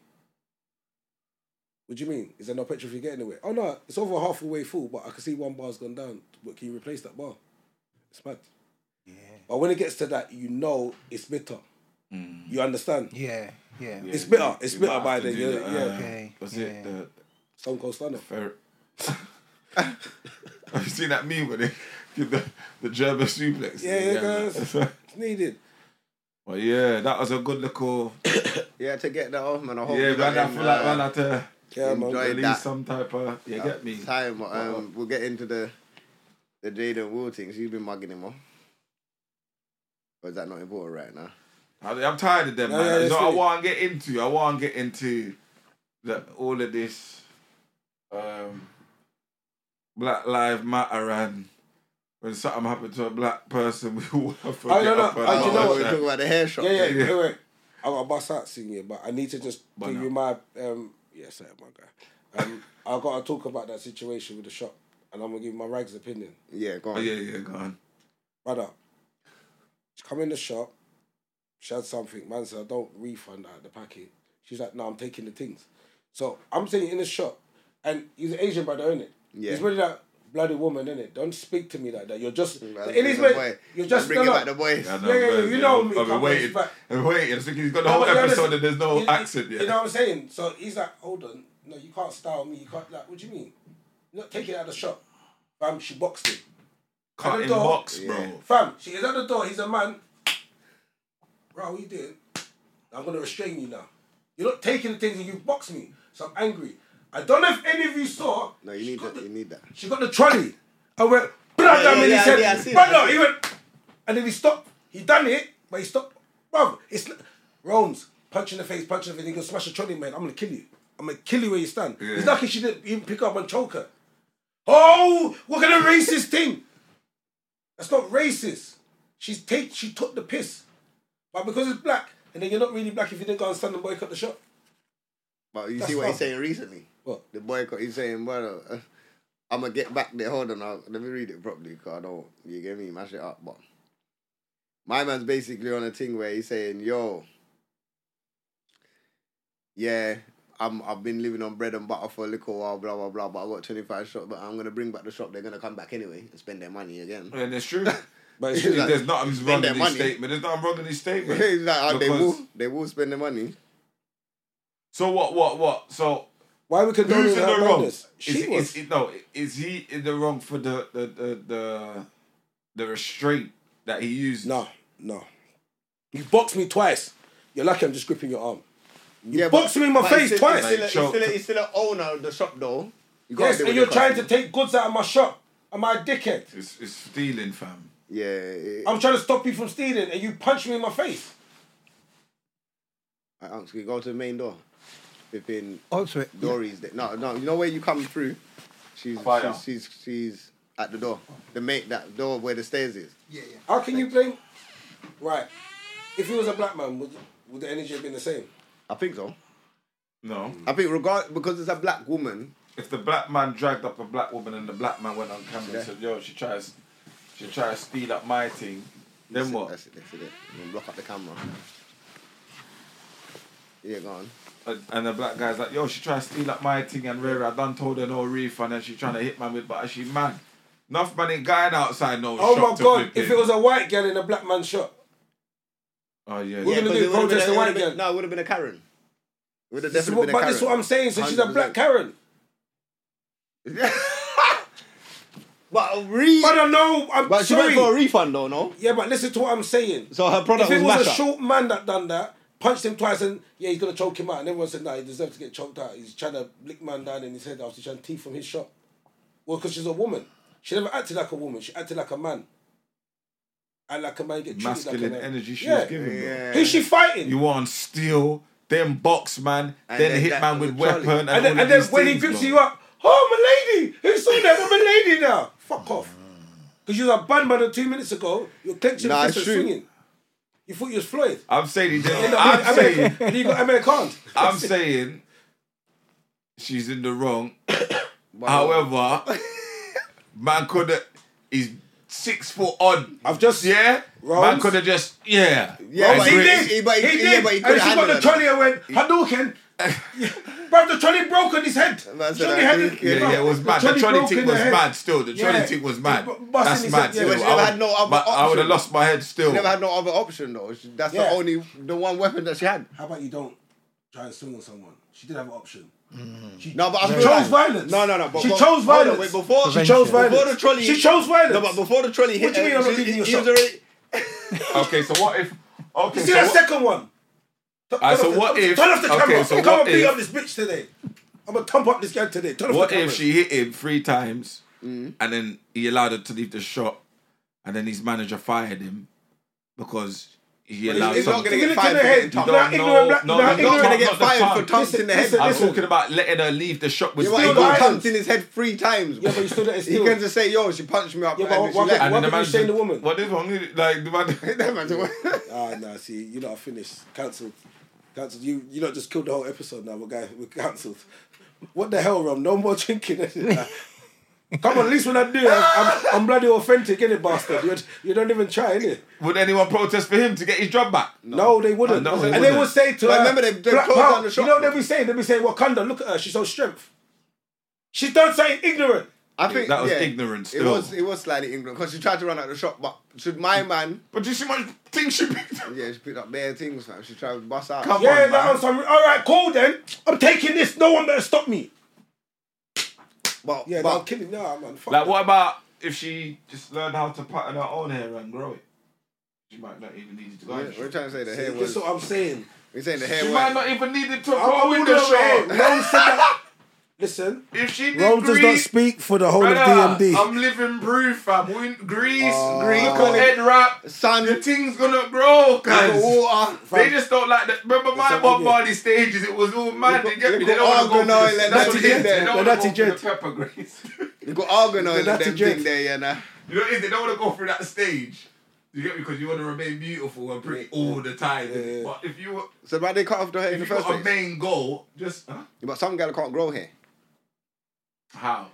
What do you mean? Is there no petrol if you get anywhere? Oh no, it's over half the way full, but I can see one bar's gone down. But can you replace that bar? It's mad. Yeah. But when it gets to that, you know it's bitter. You understand?
Yeah, yeah.
It's bitter. It's bitter by the yeah.
Uh,
yeah.
Okay,
Was
yeah.
it the
Stone Cold Stunner.
ferret? Have you seen that meme where they give the, the German suplex?
Yeah, yeah, guys. It's needed.
But yeah, that was a good little.
Yeah, to get that off, man.
Oh,
I hope
Yeah,
you
man, I
got in,
feel like
uh,
man had to
Yeah, man.
Enjoy
release
that.
some type of. You get me?
time. but, Um, we'll get into the the Jaden Wall thing. She's been mugging him off. Or is that not important right now?
I mean, I'm tired of them,
No,
man.
yeah,
you
it's
know, what I
really-
want to get into. I want to get into the, all of this um, Black Lives Matter and when something happened to a black person, we all forget
no, no,
about
and
it.
Oh, you know
Oh, we're
what?
talking about the hair shop.
Yeah, yeah,
Yeah.
yeah. Wait, wait. I'm a bust out singer, but I need to just
But
give
no.
you my um yeah, sorry, my guy. Um I gotta talk about that situation with the shop and I'm gonna give you my rags opinion.
Yeah, go
Oh,
on.
yeah, yeah, go on.
Brother. She come in the shop, she had something, man said I don't refund out the packet. She's like, No, I'm taking the things. So I'm sitting in the shop and he's an Asian brother, innit?
Yeah.
He's really like bloody woman, innit? Don't speak to me like that. You're just
That's
in his
the
way,
boy.
you're just
bringing
no, no.
back the boys.
I
Yeah,
know,
yeah, yeah,
but,
you know
I've-
me,
I've been
come
waiting.
back.
I've been waiting. It's like He's got the
No,
whole
but yeah,
episode
listen,
and there's no
you-
accent
you-
yet.
You know what I'm saying? So he's like, hold on, no, you can't style me. You can't like, what do you mean? You're not taking it out of the shop. Fam, she boxed him.
Cut
the
in
door.
box, bro.
Fam, she is at the door. He's a man. Bro, what you doing? I'm gonna restrain you now. You're not taking the things and you box me. So I'm angry. I don't know if any of you saw.
No, you
she
need
got
that.
the-
You need that.
she got the trolley. I went, brother,
Yeah, yeah,
and he
yeah,
said,
yeah, I see it,
brother,
I see
he went, and then he stopped. He done it, but he stopped. Bro, it's not- Rome's punch in the face, punch in the face. He gonna smash the trolley, man. I'm gonna kill you. I'm gonna kill you where you stand.
Yeah.
It's lucky she didn't even pick up and choke her. Oh, what kind of racist thing? That's not racist. She's take. She took the piss, but because it's black, and then you're not really black if you didn't go and stand and boycott the shop.
But you
That's
see what he's
fine.
saying recently.
What?
The boycott. He's saying, brother, uh, I'm gonna get back there. Hold on, I'll, let me read it properly because I don't. You get me? Mash it up, but my man's basically on a thing where he's saying, yo, yeah, I'm I've been living on bread and butter for a little while, blah blah blah. But I got 25 shops, but I'm gonna bring back the shop. They're gonna come back anyway and spend their money again.
And it's true.
But it's
She's like-
There's nothing wrong
their
in this
money.
statement. There's nothing wrong in this statement.
He's like, "Oh, they
Because-
will, they will spend the money.
So what? What? What? So
why we condoning
Who's in
her
the wrong?
madness? She
is,
was.
Is, is, no, is he in the wrong for the the the the, the restraint that he used?
No, no. You boxed me twice. You're lucky I'm just gripping your arm. You
Yeah,
boxed
but-
me in my
but
face
he's still,
twice.
He's still, a, he's,
Like,
still a, he's still a owner of the shop, though. You can't
yes,
deal
and
with
you're
the
trying to
customer.
take goods out of my shop. Am I a dickhead?
It's, it's stealing, fam.
Yeah, it,
I'm trying to stop you from stealing and you punch me in my face.
I actually go to the main door. Flipping
Oh, sorry.
Dory's there. No, no, you know where you come through? She's
Fire.
she's, she's she's at the door. The mate that door where the stairs is.
Yeah, yeah.
How can you blame? Right. If he was a black man, would, would the energy have been the same?
I think so.
No,
I think regard because it's a black woman,
if the black man dragged up a black woman and the black man went on camera and said, "Yo, she tries, she tries to steal up my thing," then what?
That's it, that's it. That's it. You block up the camera. Yeah, go on.
And- And the black guy's like, "Yo, she tries to steal up my thing," and Rara, I done told her no refund, and she trying to hit man with, but she mad. Enough man ain't going outside no
Oh
shop
my
to
god,
flip
if
in.
it was a white girl in a black man's shop,
oh yeah,
We're
Yeah, 'cause
gonna do
it would've been
protest
a- it
the
would've
white
been-
girl.
No, it would have been a Karen. It would have
this is
definitely
what,
been a
but
Karen.
this is what I'm saying. So she's a black Karen.
100%. but re-
But I know, I'm
But she
sorry.
went for a refund though, no?
Yeah, but listen to what I'm saying.
So her product
if it
was
was,
mashed
a
up.
short man that done that, punched him twice, and yeah, he's gonna choke him out, and everyone said, "Nah, he deserves to get choked out." He's trying to lick man down in his head after trying to teeth from his shop. Well, because she's a woman, she never acted like a woman. She acted like a man. And like a man, get treated
masculine
like a man.
energy she
yeah.
was giving. bro.
Yeah.
Who's she fighting?
You want to steal then box man,
And
then,
then
hit
that
man
with
with weapon, and,
And then,
all of
and then
these
when he
things,
grips
bro.
you up, oh, I'm a lady. Who saw that? I'm a lady now. Fuck off. Because you was a bandman two minutes ago. You're clenching
Nah,
nah,
it's
fist and
true.
swinging. You thought you was Floyd.
I'm saying he
You
didn't.
know what I mean?
I'm saying,
America- and you got American.
I'm saying, she's in the wrong. However, man could have. He's six foot odd.
I've just-
yeah. Man
Rose?
could have just yeah.
Yeah,
And
but
he
grips.
did.
he-
He,
but he- yeah,
did.
but he couldn't
and she got
handle
the
that.
trolley and went, Hadouken. Bro, the trolley broke on his head.
Man said
Johnny had
Hadouken.
Yeah,
bro,
yeah, it was mad. The trolley
broke
tick
in the
was
head.
mad still. The trolley
Yeah.
tick was mad.
He bu- busted
That's
his
mad
head, yeah.
still.
But she
I
never
would-
had no other
but I would have
option.
lost my head still.
She never had no other option though. She, that's
Yeah.
the only, the one weapon that she had.
How about you don't try and swing on someone? She did have an option. She,
No, but I
she
feel
chose
like-
violence.
No, no, no, but-
she
but-
chose
hold on,
violence.
wait, before-
she
Prevention.
chose
Before
violence.
the trolley-
she chose violence.
No, but before the trolley hit
What do you
her,
mean I'm not
she-
giving you a
he
shot?
was already.
Okay, so what if? Okay,
you see
so
that
what-
second one? T-
Alright,
turn
so
off the-
what if-
Turn off the
okay,
camera.
so
Come
what
and beat
if-
up this bitch today. I'm gonna thump up this guy today. Turn off
What
the camera. Mm.
if she hit him three times and then he allowed her to leave the shop and then his manager fired him because he
But
allowed
he's not
something-
gonna get
You
fired for
don't
getting thumped. Now,
know-
ignorant black-
no,
now,
he's not
ignorant-
gonna
get
not the
fired for
thump.
thumped in the head.
I'm
Listen.
talking about letting her leave the shop with
Yeah, but he
Still
got
violence.
punched in his head three times.
Yeah,
bro.
but you stood there
He
still.
can just say, "Yo, she punched me up."
Yeah,
Yeah,
but
and then
what-
she
what-
left.
Why couldn't you
manager-
shame the woman?
What is wrong? Like the man,
That man's a-
Ah, no, see, you're not finished. Cancelled. Cancelled. You you not just killed the whole episode now, we're, guy, we're cancelled. What the hell, Rom? No more drinking. innit? Come on, at least when I do, I'm, I'm, I'm bloody authentic, innit, bastard? You're, you don't even try, innit?
would anyone protest for him to get his job back?
No, they wouldn't.
No, they
and they
wouldn't.
would say to
But
her,
remember, they- they
Black
closed down
Power,
the shop.
You know what they'd be saying? They'd be saying, Wakanda, look at her, she's so strength. She's done something ignorant.
I think
That was
yeah,
ignorant
It
still.
was it was slightly ignorant because she tried to run out of the shop, but should my man?
But do you see much things she picked up?
Yeah, she picked up bare things, fam. She tried to bust out.
Come
yeah,
on,
that
man.
on some. All right, cool then. I'm taking this. No one better stop me.
but
Yeah, no, I'm
but
kidding. Nah, man. Fuck
Like,
that.
what about if she just learned how to pattern her own hair and grow it? She might not even need to go. in
we're,
the
we're
shop.
trying to say the hair
This
was.
is what I'm saying.
We're saying the
She
hair
might
was.
not even need it to
I'm
go
all
in
the
the
way here.
shop.
No one said that. Listen,
If she did
Rome does not
Grease,
speak for the whole of
brother,
DMD.
I'm living proof, fam. Win Greece, Greece,
Grease,
look at head wrap.
Sun,
The thing's gonna grow,
the
guys.
water.
They just don't like that. Remember my
what
Bob
we get.
Marley stages? It was all mad. They get me. They
look
don't
at
want to go for
Argonaut, like
the- that's
Natty
what it is.
Dread.
They don't
Like
want
Natty
to go for
Dread.
the pepper grease.
You got argonaut in
That's
them
a
thing
joke.
there, yeah, nah.
You know what it is? They don't want to go through that stage. You get me? Because you want to remain beautiful and pretty all the time.
yeah.
But if you if
So why they cut off the hair in the
you
first
got a
place?
main goal, just huh?
But some guy can't grow hair
how?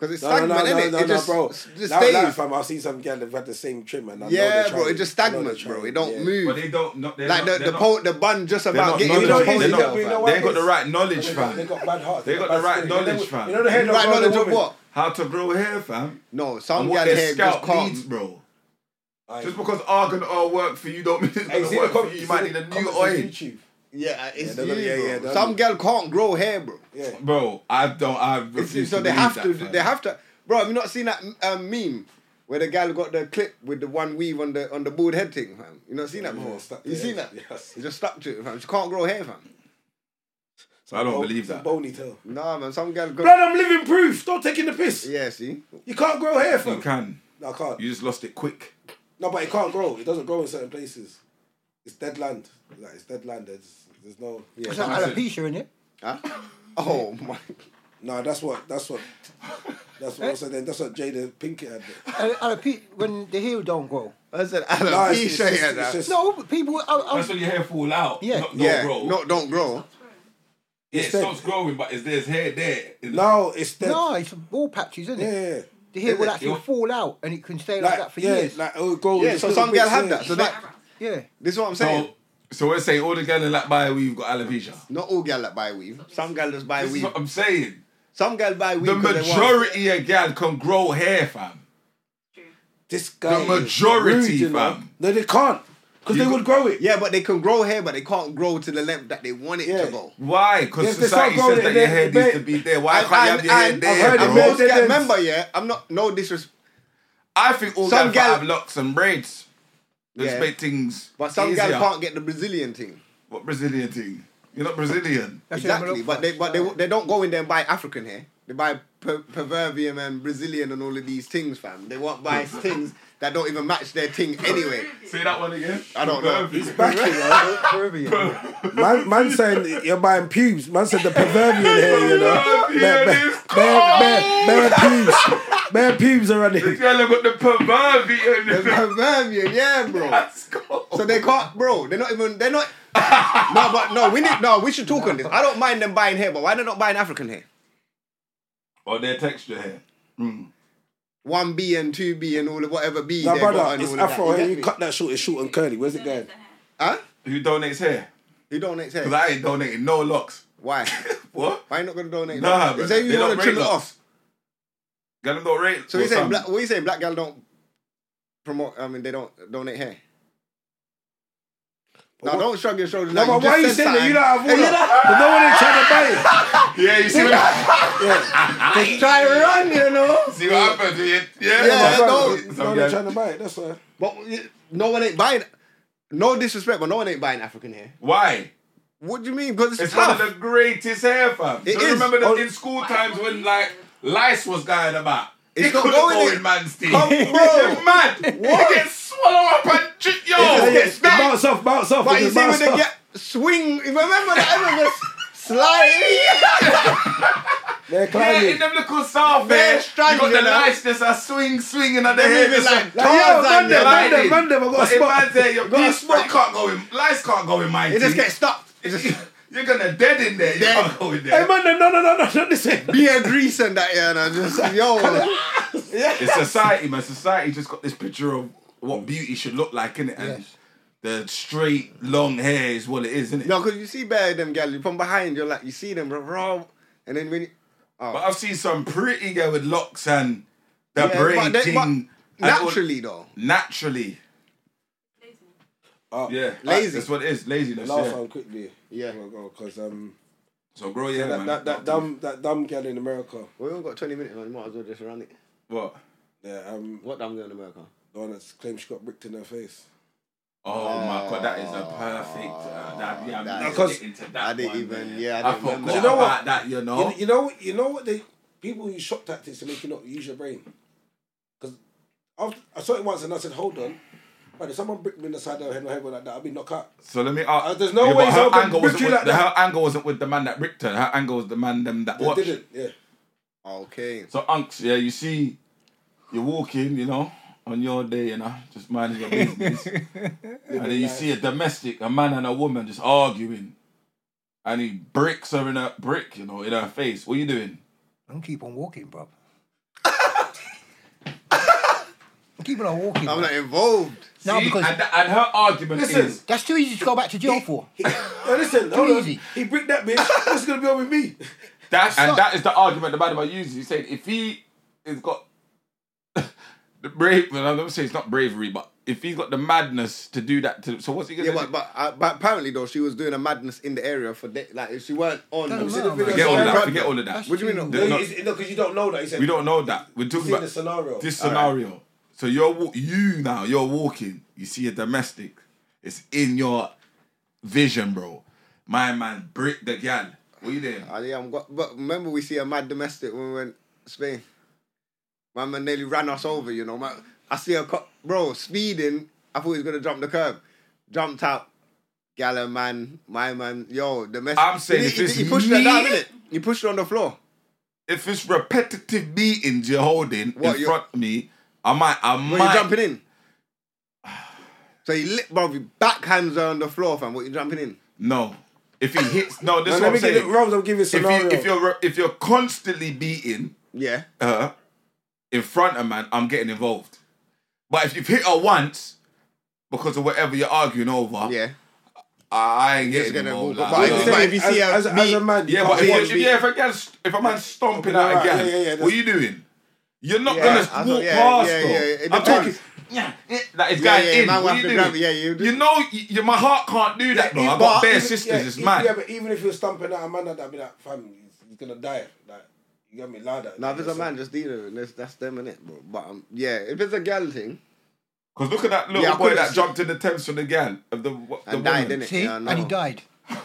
because it's
No, no,
stagnant, innit?
no, no,
it?
no,
it
no,
just,
bro.
s- just
Now,
stays.
now, fam, I've seen some guy that had the same trim, and I know
Yeah,
they
bro,
tried
it just
I know they
stagnant, bro.
tried
It don't
yeah.
move.
But they don't. Not, they're
like
not,
the
they're
the,
not-
po- the bun just
they're
about
not
getting
knowledgeable.
in
They're
the
not-
ponytail.
we know
fam.
what-
They ain't got the right knowledge, fam.
They got, they got bad hearts.
They got
bad
the right
skin.
knowledge,
you know,
fam.
You know the head
Right knowledge of what?
How to grow hair, fam.
No,
And
some
what
gal
their
hair just
scalp
can't.
needs, bro.
Aye.
Just because argan oil work for you don't mean it's
Hey,
gonna
see the
work
com-
for you.
see
You might
the
need a new
comments on
oil,
YouTube.
Yeah, it's
they're
you,
not- yeah, yeah,
bro.
they're
some
not-
gal can't grow hair, bro.
Yeah.
bro. I don't. I refuse
It's- it's- so
to
they have to.
believe that,
They
fam.
have to. Bro, have you not seen that um, meme where the gal got the clip with the one weave on the on the bald head thing, fam? You not seen that
Yeah,
before?
stuck to
you
the
seen
head.
that?
Yes.
She just stuck to it, fam. She can't grow hair, fam.
So I don't
Bo-
believe
some
that.
Bony tail.
Nah, man. Some gal got.
Blood, I'm living proof. Don't take in the piss.
Yeah, see.
You can't grow hair, fam.
You can.
No, I can't.
You just lost it quick.
No, but it can't grow. It doesn't grow in certain places. It's dead land. Like, it's dead land. There's, there's no.
It's like
Yeah.
alopecia, innit?
Huh? Oh my.
no, that's what. That's what. That's what. Also, then that's what Jada Pinkett had.
Ale- Alopecia, when the hair don't grow.
I said
No, it's- it's
alopecia
just-
hair.
it's
nah.
just-
No, but people. I,
That's
I,
when your hair fall out.
Yeah.
Not,
Yeah,
not grow.
no, don't grow.
yeah, it
It's dead.
stops growing, but it's, there's hair there. It-
No, it's dead.
no, it's all patches, isn't
Yeah,
it?
yeah.
The hair will actually
You're-
fall out, and it can stay like,
Like,
that for
yeah,
years.
like oh, grow.
Yeah, so some gal have that. So that
yeah.
this is what I'm saying.
So, so we're saying all the girls in that by we've got alopecia.
Not all gal that buy weave. Some gal just buy
This is
weave.
what I'm saying.
Some gal buy weave.
The
'cause they want-
majority of gal can grow hair, fam.
this guy.
The majority,
is rude, you know.
fam.
No, they can't, because
You
they
got-
would grow it.
Yeah, but they can grow hair, but they can't grow to the length that they want it
Yeah.
to go.
Why? Because
Yes, they
society
start growing
says
it
that
and
your
they-
hair
they
needs to
bend.
be there. Why
And-
can't you have
and-
your
I've
hair
heard
there,
it
And
made
bro?
most
their
gal,
dents.
remember, yeah, I'm not no disrespect,
I think all
Some
girls
gal-
have locks and braids. They
Yeah.
just make things
but some
easier.
gal can't get the Brazilian thing.
What Brazilian thing? You're not Brazilian.
That's
exactly,
what
but
they
they but they they don't go in there and buy African hair. They buy per- perverbium and Brazilian and all of these things, fam. They won't buy things that don't even match their thing anyway.
Say that one again.
I don't know.
He's
Back you know.
Peruvian.
Man, man saying you're buying pubes. Man said the proverbial here, you know.
Proverbial
Bare, bare,
is
bare, bare, bare pubes. Bare pubes around
This
here.
girl got the perversion.
Proverbian, yeah, bro.
Let's go.
So they can't, bro. They're not even. They're not. no, but no, we need. No, we should talk on this. I don't mind them buying hair, but why they not buying African hair?
Or Oh, their texture hair.
Hmm. One B and two B and all of whatever B.
Now,
they got
brother,
and
it's
all of that,
afro.
you
That,
get
you
me?
cut that short, it's short and curly. Where's it going?
Huh?
Who donates hair?
You donate hair?
Because I ain't donating no locks.
Why?
What?
Why you not gonna donate?
Nah,
If
bro,
say
they
you want
don't
to trim it
rate us.
off.
Girl, them don't rate.
So
well,
you saying
some-
black? What you saying? Black girl don't promote. I mean, they don't donate hair. Now don't shrug your shoulders.
No,
now,
but why you
just said
saying that you
something.
don't have all that? But no one ain't trying to buy it.
Yeah, you
Just try to run, you
see what,
know.
see what happened? Yeah, yeah.
Yeah,
Brother,
no.
Some
No one
girl-
ain't trying to buy it. That's why.
But y- no one ain't buying. No disrespect, but no one ain't buying African hair.
Why?
What do you mean? Because it's,
It's
tough.
one of the greatest hair, fam.
It
Do you
is.
remember the,
Oh.
in school times when like lice was going about?
It's
It
not
couldn't
going
go
in.
in man's teeth.
Come, bro.
It's mad. What? It gets swallowed up and ch- yo.
Yeah, yeah,
It's not-
Bounce off, bounce off.
but you
it
see
just
when
bounce
they
off.
get swing. Remember that ever slide.
They're
Yeah,
climbing.
in them little south
Man,
hair, you
strangle,
got the
you know.
lice just a swing, swinging at the
They
hair.
even
just
like-
Like, yo,
Tarzan,
man,
yeah,
them, man, them,
Lightning.
man, them, I got a
But if
spot.
I say you
Got a
got
spot.
can't go in, lice can't go in my
It just
teeth.
gets stuck. It just
You're gonna dead in there. You
Dead.
can't go in
Hey,
there.
man, them, no, no, no, no, not this end.
be a grease and that, yeah, and I just yo.
It's society, man. Society just got this picture of what beauty should look like, innit? And
Yes.
the straight long hair is what it is, innit?
No, because you see bad them gals from behind. You're like, you see them, bro, raw, and then when you,
But I've seen some pretty girl with locks and the
Yeah,
braiding.
but they- but
and all-
naturally though,
naturally.
Oh,
Yeah.
Lazy.
That's what it is. Laziness.
Last
Yeah.
one quickly.
Yeah.
Because um,
So grow your hair,
that,
man.
that, that dumb that dumb girl in America.
we only got 20 minutes, man. You might as well just run it.
What?
Yeah, um,
What damn girl in America?
the one that claims she got bricked in her face.
Oh my god, that is a perfect. Uh, that, yeah,
That
I'm
is-
not getting into that.
I didn't
one,
even-
man.
yeah, I
I
didn't
forgot
remember
you
that.
know
You know
about that. You know,
Oh.
You, you know, you know what they people use shock tactics to make you not use your brain. Because I saw it once and I said, hold on, but if someone bricked me in the side of the head, my head went like that, I'd be knocked out.
So let me
Uh,
ask.
there's no
but
way someone
her
can
angle
rip
wasn't
you
with,
like
the-
that.
Her angle wasn't with the man that ripped her. Her angle was the man them that
They
watched.
didn't. Yeah.
Okay.
So unks, yeah, you see, you're walking, you know, on your day, you know, just minding your business, and then you see a domestic, a man and a woman just arguing, and he bricks her in her brick, you know, in her face. What are you doing?
I'm keep on walking, bro. I'm keeping on walking.
I'm
bruv.
not involved.
No,
See?
because-
and, and her argument
Listen.
is.
That's too easy to go back to jail for.
Now listen, hold on.
easy.
He bricked that bitch. What's gonna be on with me?
That and
not-
that is the argument the man about uses. He said if he has got the brave, well, I'm gonna say it's not bravery, but if he's got the madness to do that, to so what's he gonna
Yeah, but
do?
but, uh, but apparently though, she was doing a madness in the area for de- like if she weren't on.
Doesn't
See
matter,
the
man.
videos
Forget all
on
of that.
Brad-
Forget all of that.
That's
What do you mean?
too-
though?
No,
no.
because you don't know that. He said,
We don't know that. We're talking
see the
about
scenario.
this scenario. So you're wa- you now you're walking. You see a domestic. It's in your vision, bro. My man, brick the gal. What you doing?
Ah, yeah, I'm got, but remember we see a mad domestic when we went Spain. My man nearly ran us over, you know. My, I see a cop, bro, speeding. I thought he was gonna jump the curb. Jumped out. Gala man, my man, yo, domestic.
I'm saying
he,
if
he,
it's
he pushed her down,
me-
innit? He pushed her on the floor.
If it's repetitive beatings you're holding
What,
in
you-
front of me, I might, I
Were
might.
you jumping in? So he lit, bro, he backhands her on the floor, fam. What you jumping in?
No. If he hits, no, this
Now,
is what
let me
I'm
give you,
saying.
Rose, I'll give you a
If,
scenario.
you, if you're if you're constantly beating
Yeah.
her in front of man, I'm getting involved. But if you've hit her once because of whatever you're arguing over,
Yeah.
I I ain't
Just
getting
gonna
involved.
walk-
Like,
but
I
if
don't
you
know.
say- if you
as,
see a
as, as a
meat-
man, you
yeah,
can't
but if,
watch
you- if,
me.
yeah, if a girl's, if a man's stomping at a
Right,
girl,
yeah, yeah, yeah,
what are you doing? You're not
Yeah,
gonna
I thought-
walk
yeah,
past
yeah,
though.
yeah, it
I'm talking.
depends.
Yeah, yeah, that is
Yeah,
going
yeah,
in.
man,
What
we
you
have to
doing?
grab- yeah, you do.
you know, y- y- my heart can't do that, bro. I
But
got bare
even-
sisters.
yeah,
it's
e-
mad.
Yeah, but even if you're stomping at a man, like that be like, fam, he's, he's gonna die. Like, you got me louder.
Now if it's a man, just deal with it. That's, that's them in it, bro. But um, yeah, if it's a gal thing
Because look at that little
Yeah, I
boy
could've
that
seen-
jumped in the Thames from the gal of the, the
and died,
woman.
innit?
See?
Yeah, I
and he
know.
died. No,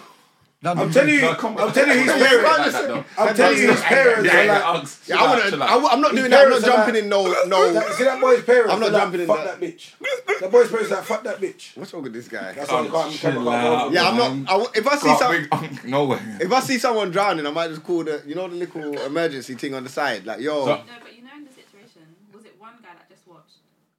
no,
I'm telling you,
No, come on.
I'm telling you, his
Don't say it like
parents.
that, though.
I'm telling you, his parents
Yeah,
are like.
Yeah,
Uggs, chill
I
out,
wouldn't.
chill
I,
out.
am not
His
doing that. I'm
parents
not
are
jumping
like-
in. No, no.
That- see that boy's parents?
I'm not
they're like,
jumping in
Fuck
that.
that bitch. That boy's parents are like, fuck that bitch.
What's wrong with this guy?
That's why I can't- I can't.
Chill out.
Yeah, I'm
Um,
not. I, if I see
Can't
some,
bring- um, no way.
if I see someone drowning, I might just call the, you know, the little emergency thing on the side, like yo.
So-
No, but you know, in the situation, was it one guy that just watched,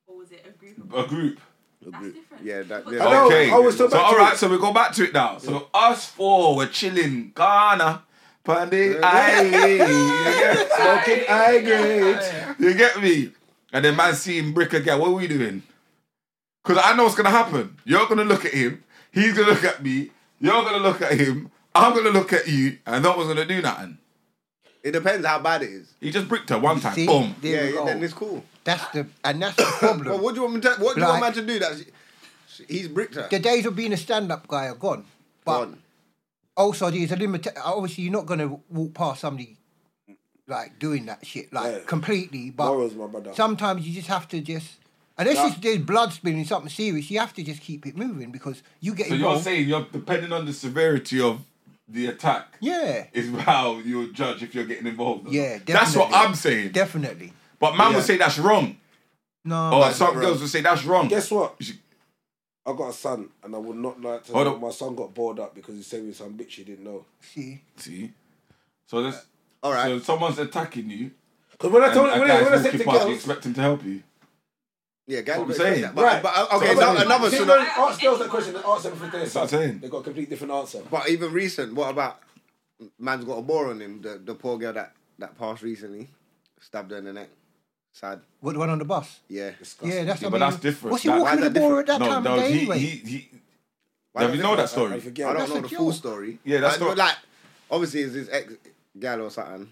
or was it a group? Of
A group.
That's different.
Yeah, that-
But
yeah.
that-
I know,
Okay.
I was still
so
back to
all right,
it.
so we go back to it now. So us four were chilling Ghana, Pandi, aye, you get- smoking aye grapes. You get me? And then man seeing brick again. What are we doing? Because I know what's gonna happen. You're gonna look at him. He's gonna look at me. You're gonna look at him. I'm gonna look at you, and no one's gonna do nothing.
It depends how bad it is.
He just bricked her one time.
See,
Boom.
there
yeah,
we
oh.
go.
then it's cool.
That's the and that's the
Well,
problem.
what do you want me to? What do you want
Like-
man to do? That she- he's bricked her.
the days of being a stand-up guy are gone. But
Gone.
also, there's Oh, a limit. Obviously, you're not gonna walk past somebody like doing that shit like
Yeah.
completely. But
Morals, my brother.
sometimes you just have to just. Unless
Nah.
it's, there's blood spilling something serious, you have to just keep it moving because you get
So you're
involved.
saying you're depending on the severity of the attack.
yeah,
is how you'll judge if you're getting involved. or
Yeah,
not. that's what
definitely.
I'm saying.
definitely.
but man
Yeah.
would say that's wrong,
No,
or
man.
some
wrong.
girls would say that's wrong.
Guess what?
You should-
I got a son, and I would not like to.
Hold
know
up.
My son got bored up because he said with some bitch he didn't know.
see,
See, so this,
All right.
so someone's attacking you,
Because when I
and
told
a
when, I-
guy's
when I said
walking
to
past, you
girls,
expect him to help you.
yeah, guys,
what I'm
but-
saying.
But,
Right.
but okay,
So-
now another
See,
scenario.
when I ask girls that question, they answer them for their
That's
what I'm saying.
They got a complete different answer.
But even recent, what about man's got a bore on him? The the poor girl that that passed recently, stabbed her in the neck. Sad.
what the one on the bus?
Yeah.
Yeah, that's.
Yeah,
I
but
mean,
that's different.
Was he
That- why
walking
is
the
that
ball at that
no,
time
no,
of day
he,
anyway?
he, he,
Why
Now, you know that
I, I
story.
forget.
I don't
That's
know
a
the
joke.
full story.
Yeah, that's
But,
not-
like obviously it's his ex gal or something.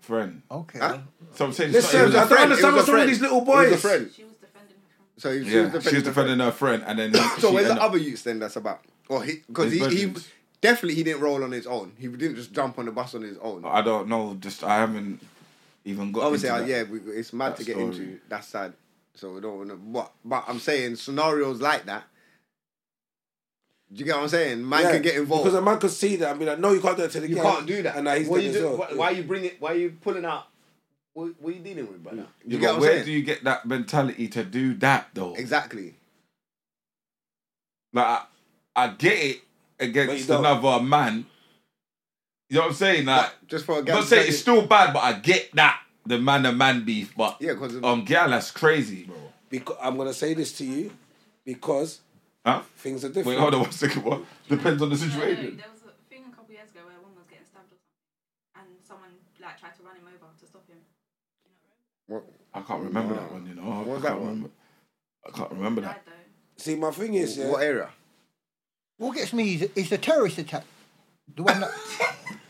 friend.
okay.
Huh?
So I'm saying, it's not- it
Listen, I
was a
don't
friend.
It
understand
was
what's
a
wrong with
friend.
these little
It was a
boys.
friend.
She was defending him from.
So he, she was
Yeah,
defending.
she was
the
defending her friend, and then
friend. So
she
where's the
ended up-
other youths then that's about? Or he because he,
His
he
versions.
definitely he didn't roll on his own. He didn't just jump on the bus on his own.
I don't know. Just I haven't even got.
Obviously,
into
uh,
that.
yeah, we, it's mad
that
to get
story.
into. That's sad. So we don't want to. But but I'm saying scenarios like that. Do you get what I'm saying? Man
Yeah,
can get involved.
Because a man could see that and be like, no, you can't do that to the
you
girl.
can't do that.
And now he's
what
dead
you
as
do,
well.
why, why you bring it? Why you pulling out? What, what you dealing with, brother?
Yeah,
you get
but
what I'm
where
saying?
do you get that mentality to do that though?
exactly.
Like I, I get it
But you
against
don't.
another man. You know what I'm saying? Like
Just for a
I'm
guy.
not
to
saying
tell
Uh, it's
you-
still bad, but I get that the man to man beef. But
Yeah, 'cause of-
um, girl, that's crazy, bro.
Because I'm gonna say this to you, because
Huh?
things are different.
Wait, hold on one second. What depends on the
No, no,
situation?
there was a thing a couple years ago where a woman was getting stabbed or something, and someone like tried to run him over to stop him.
What-
I can't remember that one. You know,
What was
I
that
can't
one?
remember. I can't remember
Died
that.
though.
See, my thing is, yeah,
What area?
What gets me is, is the terrorist attack. The one that.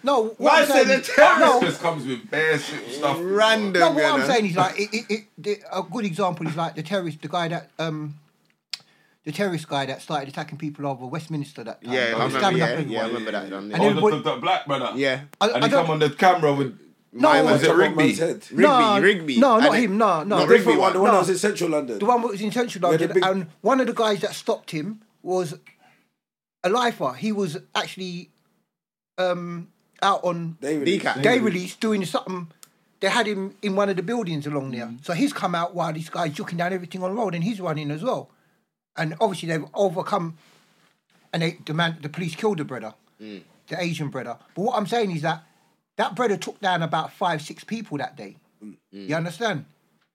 no, what
Why
I'm
say
saying-
the terrorist?
No,
Just comes with bare shit stuff.
Random.
no, what I'm
yeah,
saying is like it, it, it, the, a good example is like the terrorist, the guy that um, the terrorist guy that started attacking people over Westminster that time.
Yeah, I
He was
remember,
stabbing
yeah,
up everyone.
yeah, I remember that.
And
um,
then
the,
what-
the, the black brother.
Yeah.
I-
and
I
he come
don't-
on the camera with
No,
My man
Chop
was it
off
Rigby?
man's head.
Rigby,
No,
Rigby.
no,
And
not
it-
him, no,
Not
no. The
Rigby
Different one,
one.
the one
No.
that was in Central London.
The one that was in Central
Yeah, the
London,
big-
and one of the guys that stopped him was a lifer. He was actually um, out on
They really-
Decat.
day release doing something. They had him in one of the buildings along there.
Mm.
So he's come out while this guy's juking down everything on the road and he's running as well. And obviously they've overcome and they the man the police killed the brother.
Mm.
The Asian brother. But what I'm saying is that that brother took down about five, six people that day.
Mm.
You understand?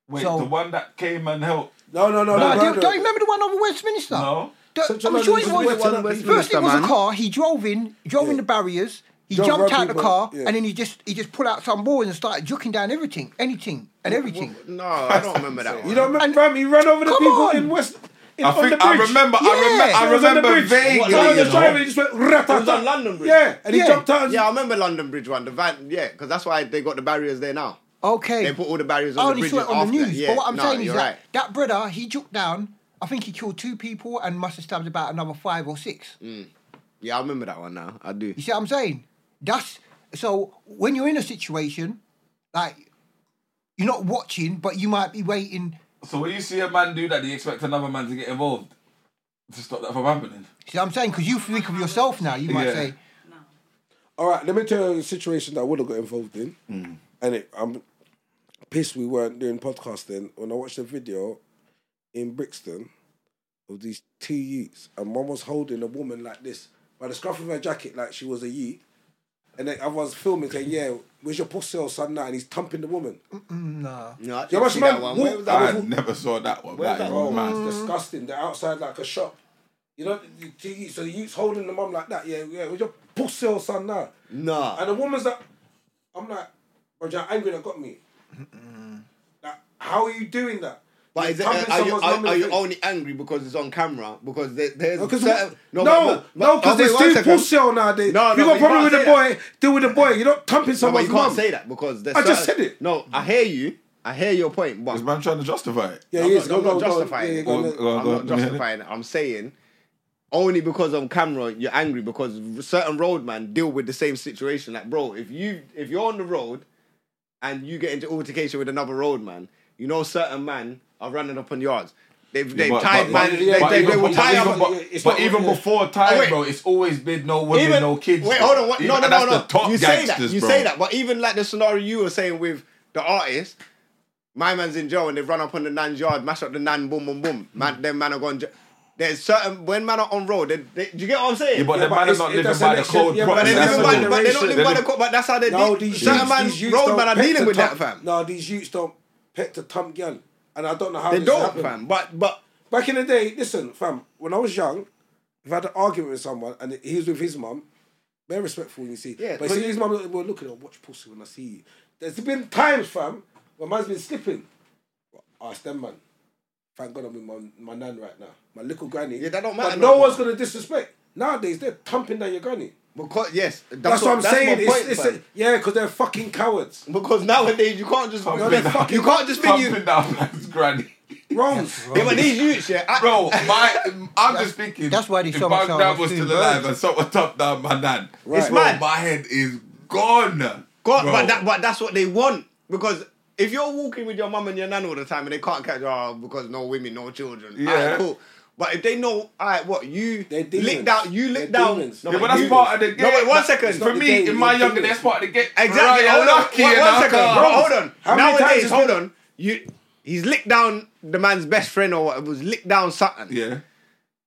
Wait,
So-
the one that came and helped.
No, no, no,
No,
no.
do,
no,
you-
no.
don't you remember the one over Westminster?
No.
The-
Such a
I'm
lot
sure
of
it
people
was.
went to that
First, it
Westminster,
was a
man.
car. He drove in, drove in
Yeah.
the barriers. He
Drove
jumped
around
out the
people,
car,
yeah.
and then he just he just put out some balls and started juking down everything, anything, and everything.
No, I don't remember that one.
You don't remember?
And-
fam, he ran over the
Come
people
on.
in West. In,
I
on
think
the
I
bridge.
remember.
Yeah.
I
He was
remember.
on the
I remember
bridge.
vaguely.
What,
So I
you
was
know?
driving, he just went rat
It was on London Bridge.
Yeah, and he
Yeah.
jumped out. And
Yeah, I remember London Bridge one, the van, yeah, because that's why they got the barriers there now.
Okay.
They put all the barriers
I
on the
only
bridges
Oh, saw it on the
after that.
news.
Yeah,
but what I'm
no,
saying is
you're
that
right.
that brother he juked down. I think he killed two people and must have stabbed about another five or six.
Mm. Yeah, I remember that one now. I do.
You see what I'm saying? That's so when you're in a situation like you're not watching, but you might be waiting.
So when you see a man do that, do you expect another man to get involved to stop that from happening?
See what I'm saying? Because you think of yourself now. You might
Yeah.
say,
No.
All right, let me tell you a situation that I would have got involved in,
Hmm.
and it, I'm pissed we weren't doing podcasting. When I watched a video in Brixton of these two youths, and one was holding a woman like this by the scruff of her jacket, like she was a yeet, and then I was filming saying, "Yeah, where's your pussy or something?" now?" And he's thumping the woman.
Nah.
No, I
Yeah,
didn't
but
see
man,
that one.
walk-
Where was that?
I
I
was-
never saw that one.
Where's
That is
that Mm.
Oh, man,
mad.
it's disgusting. They're outside like a shop. You know, the two youths, so the youths holding the mum like that. Yeah, yeah, where's your pussy or something now?
Nah.
And the woman's like, I'm like, bro, you're angry that got me. Like, how are you doing that?
But is it,
Thumping
are, you,
someone's mum in
are,
the
are you
face.
only angry because it's on camera? Because there, there's
No, because
certain-
no,
but-
no,
but- but-
because
oh, wait,
there's
one
too
second.
pussy on nowadays.
No, no,
if you got
but
a
you
problem
can't
with the
say
boy, deal with the boy. You're not thumping
No, but
someone's
you can't
mum.
say that because there's
I just
certain-
said it.
No, I hear you. I hear your point, but
This man trying to justify it.
Yeah,
I'm
he is.
not- I'm
Go,
not
go, go.
justifying
Yeah,
it.
go on,
Go on,
let-
go on,
I'm
go
not
on.
justifying it. I'm saying only because on camera you're angry because certain roadman deal with the same situation. Like, bro, if you if you're on the road and you get into altercation with another roadman, you know certain man are running up on yards. They've they've
but-
tied
but-
man.
yeah,
they,
but
they, they
even-
will
but
tie
even-
up.
but-
But,
it's not-
even
yeah.
before time,
Oh, wait.
bro, it's always been no women,
even
no kids.
Wait,
bro.
hold on. What?
Even-
no, no,
and
no,
that's
no.
The top
you say that.
gangsters,
You
bro.
say that. But even like the scenario you were saying with the artist, my man's in jail and they run up on the nan's yard, mash up the nan, boom, boom, boom.
Mm.
Man, them man are gone. jail. There's certain when man are on road. They, they, do you get what I'm saying?
Yeah, but
Yeah,
the
but
man
it's-
is not
it
living
doesn't
by the
actually-
code.
yeah,
proper.
but
but they,
it's
That's
live
not
by,
the
the
law.
but they don't live by the
They
court. But that's how they
No,
deal.
these
Certain
youths,
man,
these youths
road
don't
man are
pet
dealing
to
with that,
thump-
fam.
No, these youths don't pet to thump girl, and I don't know how
They
this
don't,
happened.
fam. But but
Back in the day, listen, fam. When I was young, if I had an argument with someone and he was with his mum, very respectful. You see,
Yeah,
But
but-
see, his mum, well, look at her, watch pussy when I see you. There's been times, fam, where man's been slipping. I them man. Thank God I'm with my, my nan right now, my little granny.
Yeah, that don't
But
matter
no
no more.
one's gonna disrespect. Nowadays, they're thumping down your granny.
because yes, that's,
That's, what, I'm
that's
saying.
my
It's,
point,
it's
fam.
a, yeah, because they're fucking cowards.
because nowadays you can't just
Thumping down-
you can't just think you.
Thumping down man's granny.
Wrongs.
Yeah, but these youths, yeah, I-
Bro, my, I'm just thinking.
that's why they
if
so
my
much
dad
sound
was still
like
alive
birds.
and someone top down my nan,
Right.
bro,
mad.
My head is gone.
God,
bro.
but that, but that's what they want because if you're walking with your mum and your nan all the time and they can't catch you oh, because no women, no children. Yeah,
Yeah.
cool. But if they know, all right, what you
They're demons.
lick down, you lick
They're
down.
demons.
No,
yeah, but
you-
that's part of the game.
No, wait, one
That-
second.
not
For
the
me,
game,
in my
it's
younger,
doing
that's
it.
part of the game.
Exactly.
Right,
hold on.
lucky
One-
and
one
I
second.
can't.
Bro, hold on.
How many times
Nowadays,
has
hold
been-
on. You, he's licked down the man's best friend or whatever. Was licked down something.
Yeah.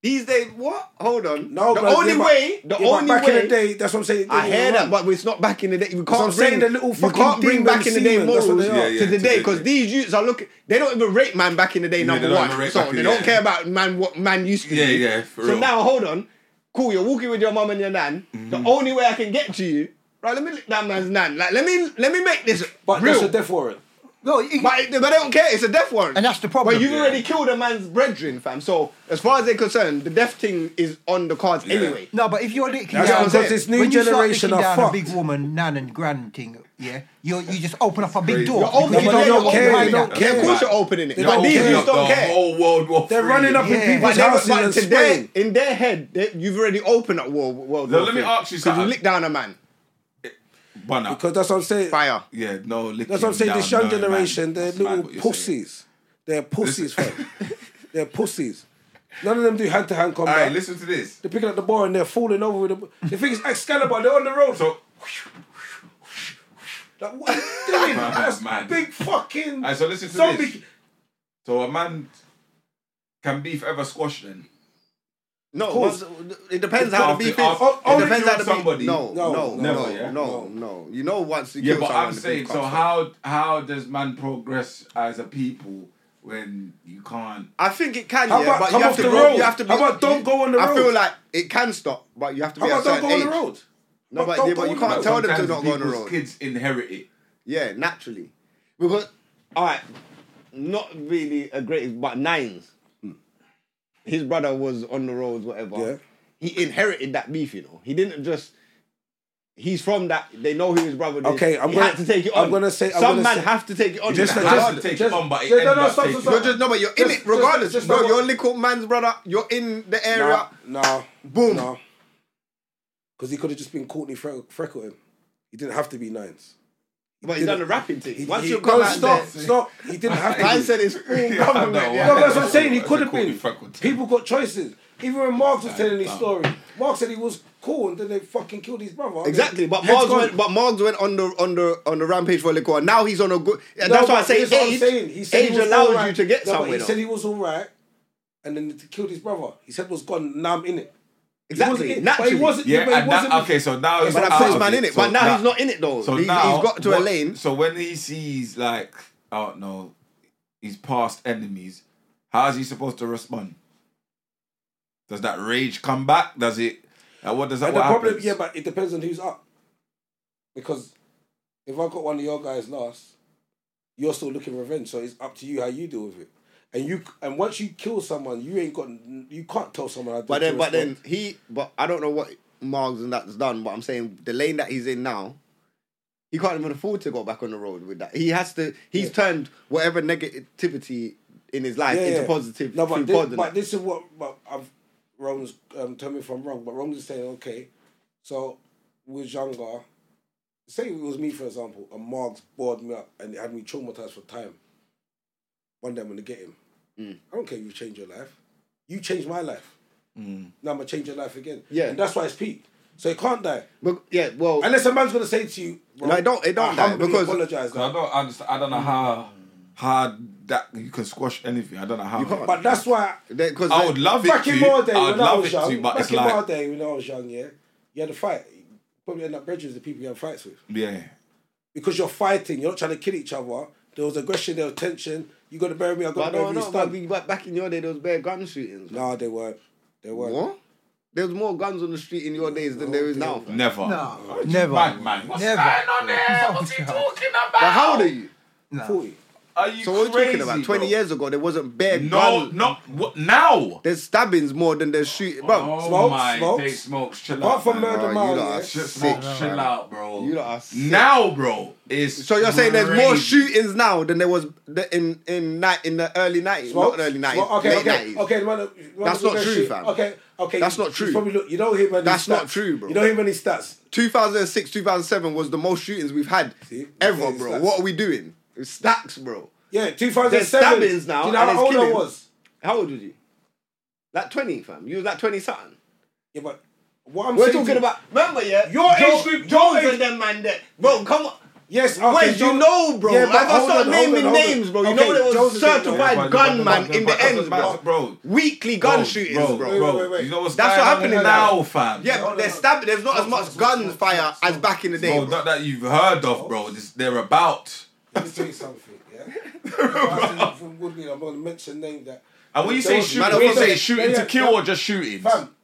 These days, what? Hold on.
No,
the
but-
only
yeah, but-
way, the
yeah, but
only
back
way.
in the day, that's what I'm saying.
I
they
hear
were
that,
wrong.
but it's not back in the day. We can't
I'm
bring
saying, the little
you
fucking
can't bring
demon
back in the day
semen, that's what
morals
they are.
Yeah, yeah,
to the day
today,
because
yeah.
these youths are looking. They don't even rate man back in the day.
they
Number
don't even
one,
rate
so
back in
they
the
don't
day.
care about man what man used to.
Yeah,
be.
yeah, for
so
real.
now hold on, cool. You're walking with your mum and your nan. The only way I can get to you, right? Let me lick that man's nan. Like let me let me make this
But
real.
that's a death warrant.
No, it,
But, but they don't care. It's a death warrant.
And that's the problem.
But you've
Yeah.
already killed a man's brethren, fam. So as far as they're concerned, the death thing is on the cards anyway.
no, but if you're licking
That's
down,
what I'm saying.
This new
when you start
generation
licking
are
down
fucked.
a big woman, nan and gran thing, yeah, you you just open up a big
crazy.
door.
You're
because
opening
they
it, yeah,
know
you're
what's
opening
it,
behind that.
don't
Yeah,
care.
of course you're opening it.
They
But
don't
these
care.
youths
the
don't care.
whole World War
They're
Three.
running up in
Yeah.
people's
But, they,
houses
but
and
today,
spraying.
in their head, they, you've already opened up World, world
Now,
War
let me
Three.
ask you
'Cause
something.
you licked down a man.
But now-
Because that's what I'm saying.
Fire.
Yeah, no. licking
That's what I'm saying.
down,
This young
no, man.
generation,
That's
they're
mad
little
what you're saying.
pussies. They're pussies, fam. they're pussies. None of them do hand to hand
All
combat.
right, listen to this.
They're picking up the ball and they're falling over with the. b- They think it's Excalibur. They're on the road.
So,
Like, what are you doing?
Man,
That's
man.
big fucking.
Alright, so listen to
zombie.
this. so a man can be forever squashed then.
No,
course.
once- it depends how the beef is.
After- after-
it
only
depends
you
how
and
the beef.
somebody.
No, no,
No,
no,
never,
no,
yeah?
no, You know, once you
Yeah,
kill
but
someone,
I'm
the beef
saying, so
comes.
how how does man progress as a people when you can't?
I think it can.
How
yeah,
about
but
come
you have
off
to
the
be-
road?
You have to be,
How about don't go on the
I
road?
feel like it can stop, but you have to
How
be at a
about don't
certain
go on
age.
the road?
No, but,
don't
yeah,
go
but
on
you
the
can't
road.
tell them to
sometimes
not go on the
people's
road.
Kids inherit it.
Yeah, naturally. Because, all right, not really a great, but Nines, his brother was on the roads, whatever.
Yeah.
He inherited that beef, you know. He didn't just. He's from that. They know who his brother is.
Okay, I'm
he
gonna-
had to take it on.
I'm gonna say- I'm
some
gonna
man
say-
have to take it on.
Just-
Like,
just-
how-
to take on, but it
yeah,
ended
no, no,
up
stop,
taking
stop,
on.
you're
stop.
just no, but you're in
Just-
it regardless.
just- just
bro,
no,
you're
but-
little man's brother. You're in the area.
No, no.
Boom.
No. Because he could have just been Courtney Fre- Freckleton. He didn't have to be Nines.
But he's done the rapping thing.
He-
Once
he-
you
no,
come out
stop,
there,
stop. He didn't have to.
I
do it.
said it's all
Yeah, I
government.
know.
yeah.
No, but that's what I'm saying. He
That's
could
a
have
cool
been.
fucking thing.
People got choices. Even when Marx was telling his story, Marx said he was cool, and then they fucking killed his brother.
Exactly, but
Heads
Margs
gone.
went. But Margs went on the on the on the rampage for liquor. and Now he's on a good. and that's
No,
why I
but
say
here's what I'm
age.
saying. He said he
age
was
allows
all right.
you to get
No, but
somewhere.
He
though.
said he was all right, and then he killed his brother. He said was gone. Now I'm in it. He wasn't
exactly,
in it, but
naturally.
he wasn't.
Yeah,
but he
and that,
wasn't-
okay, so now he's
but
out
I put
of
his man
it.
in it.
So
but now
that-
he's not in it though.
So
he's,
now
he's got to
what-
a lane.
So when he sees like I don't know, his past enemies, how is he supposed to respond? Does that rage come back? Does it? Like, what does that?
And the
what
problem,
happens?
yeah, but it depends on who's up. Because if I got one of your guys last, you're still looking revenge. So it's up to you how you deal with it. And you and once you kill someone, you ain't got you can't tell someone. How to
But then,
to
but then
respond.
he, but I don't know what Margs and that's done. But I'm saying the lane that he's in now, he can't even afford to go back on the road with that. He has to. He's turned whatever negativity in his life into positive.
No, but
through
this,
God and
but
that.
this is what but I've Rome's um, tell me if I'm wrong, but Rome's is saying okay, so we was younger. Say it was me for example, and Margs bored me up and it had me traumatized for time. One day I'm gonna get him.
Mm.
I don't care if you change your life. You changed my life. Now I'm gonna change your life again.
Yeah.
and that's why it's peaked. So it can't die
But, yeah, well,
unless a man's gonna say to you,
No, it don't- it don't
I
die,
humbly
because-
apologize.
'Cause I don't understand. I don't know how hard that you can squash anything. I don't know how.
You can't.
But that's why
because
I would love it.
back
to,
in my day
I would
when I
love
was
it to,
young,
but
back
it's
in my
like
day when I was young, yeah, you had a fight. You probably end up bridging with the people you had fights with
yeah.
because you're fighting. You're not trying to kill each other. There was aggression. There was tension. You got to bury me. I got
But
to
no,
bury
no,
you.
but
Stun.
we- but back in your day, there was bare gun shootings. man.
No, they weren't. They weren't.
What? There was more guns on the street in your days than there is now. fam.
Never.
No, never.
Bad man. What's
Never.
going on there? What's he talking about?
But how old are you?
Forty.
Are you
So what are you
crazy,
talking about? Twenty
bro?
years ago, there wasn't bare
No,
guns.
not what now.
There's stabbings more than there's shooting, bro.
oh
smokes,
my
smokes.
day, smokes. Chill
Apart
out,
from
man.
murder,
you
mile,
lot
yeah.
are
Shit,
Sick,
smoke,
man.
chill out, bro.
You lot are sick.
Now, bro, is
So you're saying there's more
crazy.
shootings now than there was the- in in night in the early nineties, not early nineties,
Smoke? Okay,
late
okay,
nineties.
okay. the man that- the man
That's
that
not
does
true,
shit-
fam.
Okay, okay.
That's not
he's
true.
Probably look. You don't hear many.
That's
stats.
not true, bro.
You don't hear many stats.
2006, 2007 was the most shootings we've had
See?
ever,
Okay,
bro.
stacks.
What are we doing? It's stacks, bro.
Yeah, two thousand seven.
stabbings now
Do you know
and
how
there's
old I
killings.
was?
How old was you? Like twenty, fam. You was like twenty something.
Yeah, but what I'm
We're
saying to
talking
you-
about. Remember, yeah.
Your
Joe-
age group-
Jones
your age-
and them man there. Bro, come on.
Yes, okay,
Wait, you
Jones-
know, bro.
Yeah,
Like,
but
if I
hold
start
on, hold on,
naming
hold on.
names, bro, you
Okay,
know there was
Jones is doing it.
certified
Yeah, but-
gunman
but- but-
in the
but-
ends, bro.
but- bro.
Weekly gun shootings, bro.
bro.
Wait, wait, wait, wait.
You know what's
That's
going
what
on
happening
now,
now.
fam.
Yeah, but they're stabbing. There's not as much gun fire as back in the day.
bro,
bro.
not that you've heard of, bro. This, they're about.
Let me tell you something, yeah? I said from Woodley, I'm going to mention name that.
And when you say
There was-
shooting,
Man,
when you
I'm
say
not-
shooting to
yeah,
kill
fam.
or just shooting?
Fam,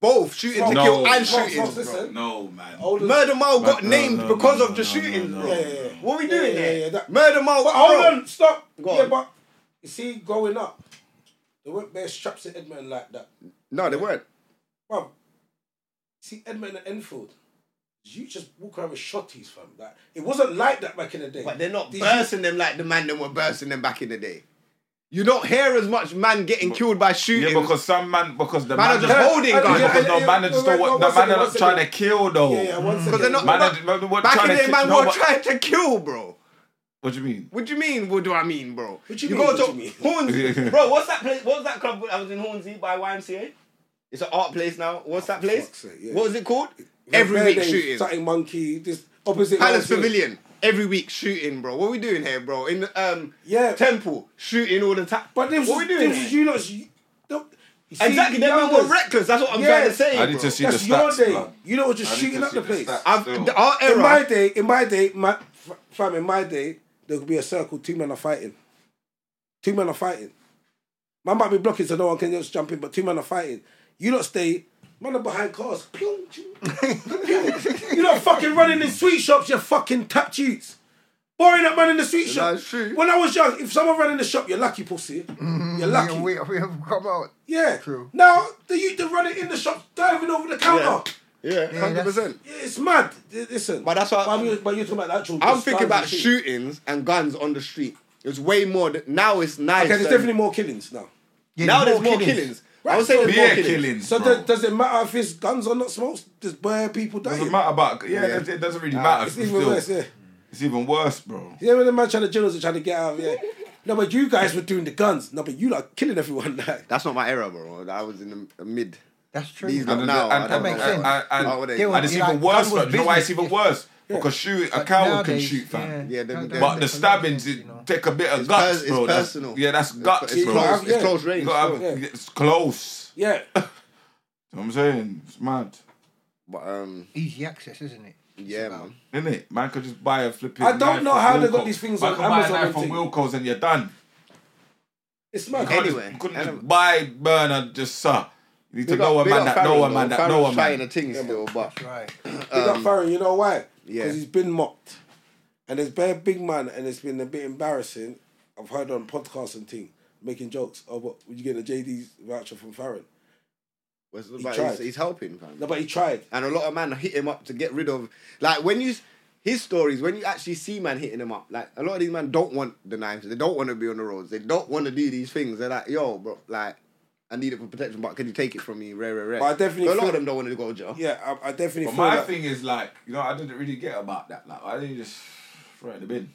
Both shooting to
No.
kill and
No,
shootings.
no, listen.
No, man.
older.
Murder Mile got
No,
named
no,
because
no,
of the
no,
shootings,
no, no,
bro.
Yeah, yeah, yeah.
What we
Yeah,
doing
yeah,
here?
yeah, that-
Murder Mile.
But hold
bro.
on, stop.
Go
yeah,
on.
but you see, growing up, there weren't bare straps in Edmonton like that.
No, they weren't.
Fam, see, Edmonton and Enfield, you just walk around with shotties, fam. Like, it wasn't like that back in the day.
But they're not
These-
bursting them like the man that were bursting them back in the day. You don't hear as much man getting killed by shooting.
Yeah, because some man, because the
Man are just holding
Yeah,
guns.
Because
Yeah,
no
yeah,
man
yeah,
just don't
yeah,
want-
yeah,
the man are
one
not
second,
trying
one
to kill though.
Yeah, yeah, one second.
they're not-
Man,
Back-
are- man, we're
back
trying
in the
to
day,
ki-
man
no,
were
but-
trying to kill, bro.
What do you mean?
What do you mean? What do I mean, bro?
What you mean,
go
what
to
you mean?
Hornsey, bro. What's that place? What was that club? I was in Hornsey by YMCA. It's an art place now. What's that place?
fuck's sake, yeah.
What was it called?
Red
Every
Bear
week
Day,
shooting.
Starting monkey, this opposite.
Palace
Mountain.
Pavilion. Every week shooting, bro. What we doing here, bro? In the um
Yeah.
temple shooting all the time.
But this
what
was,
we doing?
this was
here?
you lot. You, don't- you see,
exactly. Them men
youngers,
were reckless. That's what I'm
Yeah.
trying to say,
I need
bro.
to see
That's
the stats.
your day.
man.
You know, was just
I need
shooting
to
up
see
the
the
place.
stats.
I've,
Still.
the, our era.
In my day, in my day, my f- fam, in my day, there could be a circle. Two men are fighting. Two men are fighting. Man might be blocking, so no one can just jump in. But two men are fighting. You lot stay. Man are behind cars. Pew, pew, pew. you not fucking running in sweet shops. You fucking tap cheats. Boring that man in the sweet shop.
That's true.
When I was young, if someone ran in the shop, you're lucky, pussy.
Mm-hmm.
You're lucky.
We, we have come out.
Yeah.
True.
Now the youth that run it in the shop diving over the counter.
yeah,
Yeah,
hundred percent.
Yeah, It's mad. Th- Listen.
But that's what-
I'm, but you're talking about the actual.
I'm
just
thinking
guns
about
and shit.
shootings and guns on the street. It's way more. Than, now it's nice.
Okay, there's
and-
definitely more killings now.
Yeah,
now there's more killings. I would say there's more
Beer
killings.
killings.
So
bro.
does, does it matter if it's guns or not smokes? There's bare people dying.
doesn't matter about yeah, it doesn't really matter.
It's even
still.
worse. Yeah.
It's even worse, bro.
Yeah, when the man trying to journalists are trying to get out of here. No, but you guys were doing the guns. No, but you like killing everyone. Like.
That's not my era, bro. I was in the mid.
That's true.
These lot
And,
now.
and,
I
and,
don't
makes
know.
sense.
and, and,
How would they-
They were-
and it's
you're
even
like,
worse,
gun
fam.
was
You know why it's
business,
even
yeah.
worse? Because shoot, a coward can
nowadays,
shoot, fam.
Yeah, them-
nowadays
them-
But the
there's a lot of
stabbings
things,
it
you know.
take a bit of
It's
guts,
pers- it's
bro. That's-
personal.
yeah, that's guts,
It's
bro.
close,
Yeah.
it's close range.
You gotta-
still.
It's close.
Yeah.
You know what I'm saying? It's mad.
But um,
Easy access, isn't it? It's
yeah,
about-
man.
Isn't it? Man could just buy a flipping.
I don't
knife
know
off
how they got
Wilco.
these things
Man
on
could buy a
Amazon
knife
and
from
thing.
Wilco's and you're done.
It's mad.
You can't just-
Anyway,
you couldn't
anyway.
just buy Bernard just sir. You need to
Big up-
know a
big
man
up
that know
Farron,
a man
though.
that know a
Farron's trying the
man.
thing still, but
Right.
Big up Farron, you know why?
Um, yeah.
Because he's been mocked. And there's bare big man, and it's been a bit embarrassing. I've heard on podcasts and thing, making jokes. Oh, but would you get a JD voucher from Farron?
What's the-
He
but
tried.
he's, he's helping, fam.
No, but he tried.
and a lot of man hit him up to get rid of. Like when you, his stories when you actually see man hitting him up. Like a lot of these man don't want the knives. They don't want to be on the roads. They don't want to do these things. They're like, yo, bro, like I need it for protection, but can you take it from me? Rare, rare, rare.
But I definitely
But a lot
feel-
of them don't want to go to jail.
Yeah, I, I definitely
But
feel
my
like-
thing is like, you know, I didn't really get about that. Like, I didn't just throw it in the bin.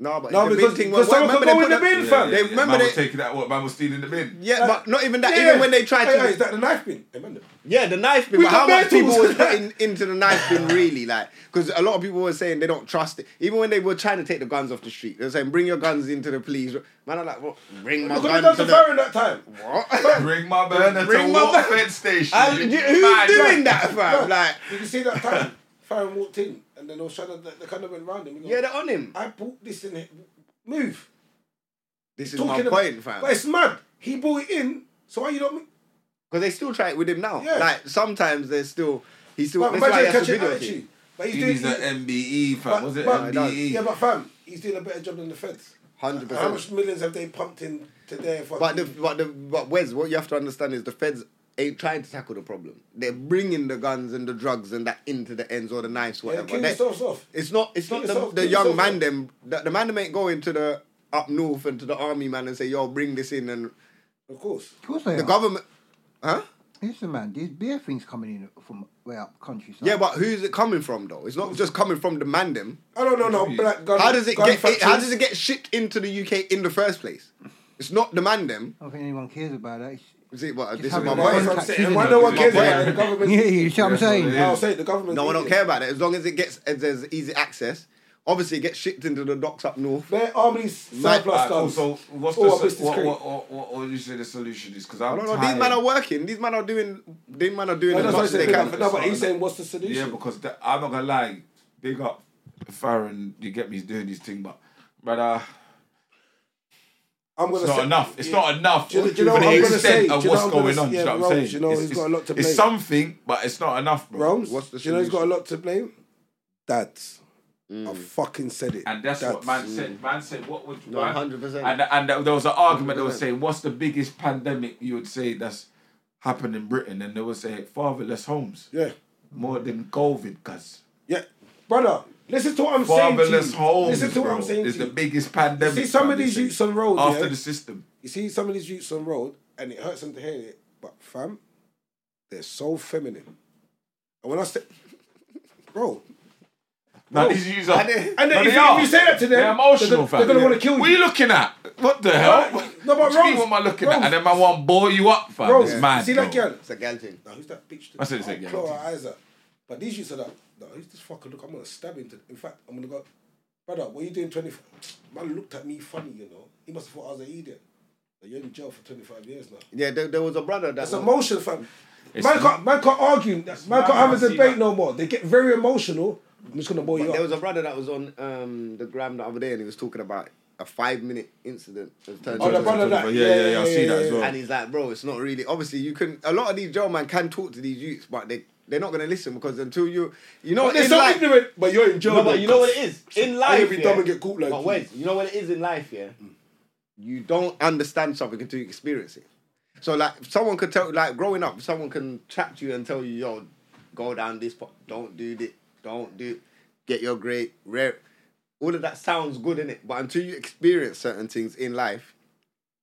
No, but
No,
the big
because-
thing was-
because someone
remember
could
they
go in
put
the bin, fam.
They remember
man
they.
was taking that. What man was stealing the bin?
yeah,
Like-
but not even that.
Yeah.
Even when they tried
Hey,
to,
hey, is that the knife bin? Hey, man,
yeah, the knife bin.
We
But
got
how much
medals.
people was putting into the knife bin really? Like, because a lot of people were saying they don't trust it. Even when they were trying to take the guns off the street, they were saying, "Bring your guns into the police." Man, I'm like, well, "Bring my
Look what they done
guns
to
to the
Farron that time.
what?"
Bring my burner
Bring
to
my
what
burner-
fed station?
I-
You
you-
mad,
who's doing that, fam?
No,
Like,
Did you see that time? Farron walked in, and then all Shannon, they, they kind of went round him. He goes,
yeah, they're on him.
I bought this in it. Move.
This is
Talking
my
about-
point, fam.
But it's mad. He bought it in, so why you don't...
Because they still try it with him now.
Yeah.
Like sometimes they're still. He's still. That's
But
why he
imagine
has to
catching
video it.
attitude. But he's
He
doing...
needs an MBE, E, fam.
but-
Was it E?
but-
MBE?
Yeah, but fam, he's doing a better job than the feds.
Hundred
How
percent.
much millions have they pumped in to their fucking...
But the but the but Wes, what you have to understand is the feds ain't trying to tackle the problem. They're bringing the guns and the drugs and that into the ends or the knives,
yeah,
whatever.
kill
They-
yourselves off.
it's not it's
Kill
not the,
yourself,
the
kill
young
yourself,
man
man.
them. The, the man them ain't going to the up north and to the army man and say, "Yo, bring this in." And
Of course.
Of course they
the
are.
government, huh?
Listen, man, these beer things coming in from way up countryside.
Yeah, but who's it coming from though? It's not just coming from the man them.
I don't know, no, black gun
How does it
gun
get? It, how
factories.
does it get shipped into the UK in the first place? It's not the man them.
I don't think anyone cares about that. It's,
Is it what?
Just
This is
have
my
it
Why
on
point.
is
Well,
what I'm saying? Why
taxes
no
is
one
my
cares
point.
about it? The
yeah,
government...
yeah, you see what I'm
Yeah, so
saying?
it
I'll say the government.
No, I don't care about that. As long as it gets, as there's easy access. Obviously, it gets shipped into the docks up north.
Their army's
Like,
surplus
Alright,
guns.
cool. So what's the
All
so-
our business
what,
creep.
what, what, what, what do you say the solution is? Because
I
I'm
don't know.
tired.
These men are working. These men are doing. These men are doing
No,
as much
that's what I
as they
said.
can.
No, but he's saying, what's the solution?
Yeah, because that, I'm not gonna lie, big up Farron. You get me? He's doing his thing, but but uh,
I'm gonna
it's not
say-
enough. It's
yeah.
not enough.
Do you- do you
for
know what
the
I'm gonna
extent of
say? Do you know
what's
what I'm gonna
going
say?
on. do
Yeah,
you know what I'm
Rose,
saying?
you know,
it's,
he's
it's-
got a lot to
It's
blame.
something, but it's not enough, bro.
Rome's,
What's the
do you know he's got a
solution?
lot to blame? Dads. I fucking said it.
And that's, what
Dads.
man said. Man said, what would
No,
man-
100%.
And and there was an argument that was
100%.
saying, what's the biggest pandemic you would say that's happened in Britain? And they would say fatherless homes,
Yeah.
more than COVID, cause
Yeah. Brother, listen to what I'm saying. To
fatherless
you.
homes
listen to what
bro,
I'm saying.
is
to
the
you.
biggest pandemic.
You see some
man,
of
they
these
say,
youths on road,
after
yeah?
the system.
You see some of these youths on road, and it hurts them to hear it, but fam, they're so feminine. And when I say, bro,
Now
Bro.
these youths are,
And then
but
if,
they
you,
are.
if you say that to them,
they're emotional,
they're, they're gonna want to kill you.
What are you looking at? What the hell?
No, but
what do you mean,
Rose-
what am I looking at?
Rose-
And then my one bore you up, fam.
Bro,
it's mad.
see
bro. Oh,
that girl?
It's a gal thing.
Now who's that bitch?
I said it's like, yeah.
Claw her eyes out. But these youths are like, no, who's this fucker? Look, I'm gonna stab him. To, in fact, I'm gonna go, brother. What are you doing? Twenty. Man looked at me funny, you know. He must have thought I was an idiot. But you're in jail for twenty five years now.
Yeah, there, there was a brother that.
That's
was-
emotion, fam. Man can't, man can't argue. Man can't
mad, I
have a
see
debate
that.
no more. They get very emotional. I'm just gonna boil you
But
up.
there was a brother that was on um, the gram the other day, and he was talking about a five-minute incident. that's turned
oh,
into
the
a
brother that.
Yeah, yeah, yeah, I see that as well.
And he's like, bro, it's not really. Obviously, you can. A lot of these Joe man can talk to these youths, but they they're not gonna listen because until you, you know,
But they're
in
so
life-
ignorant. But you're in jail.
No, but you know what it
is.
is in
I
life.
ain't be
yeah,
dumb and get caught like Mm.
but
you.
wait, you know what it is in life. Yeah, you don't understand something until you experience it. So like, someone could tell, like, growing up, someone can trap you and tell you, yo, go down this path, don't do this, don't do, get your grade, rare. All of that sounds good in it, but until you experience certain things in life,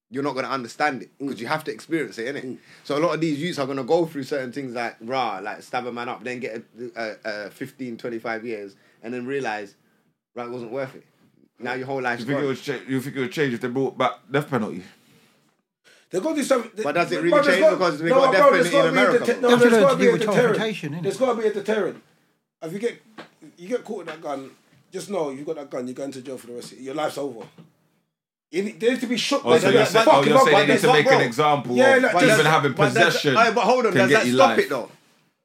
you're not gonna understand it
Mm.
because you have to experience it, innit? So a lot of these youths are gonna go through certain things like rah, like stab a man up, then get a, a, a 15, 25 years, and then realize Right, wasn't worth it. Now your whole life's
You think, it
gone.
would cha- you think it would change if they brought back death penalty?
They're going to do something.
But does it
but
really
there's
change
got-
because we
no,
got
bro,
death penalty
there's
in
gotta be a
America,
dete-
bro?
No,
Nothing
there's
to
got to
do
be a
with interpretation,
deterrent.
innit?
There's got to be a deterrent. If you get you get caught with that gun, just know you've got that gun. You're going to jail for the rest. of Your life's over. You need, they need to be shook.
Oh,
by
so
that.
you're,
That's
saying, oh,
fucking
you're
wrong,
saying
but
they need to
that's
make
wrong.
an example
Yeah,
of
like,
does
even
that-
having
but does that-
possession
Aye, but hold on,
can
does
get
that
you
stop
life.
it though?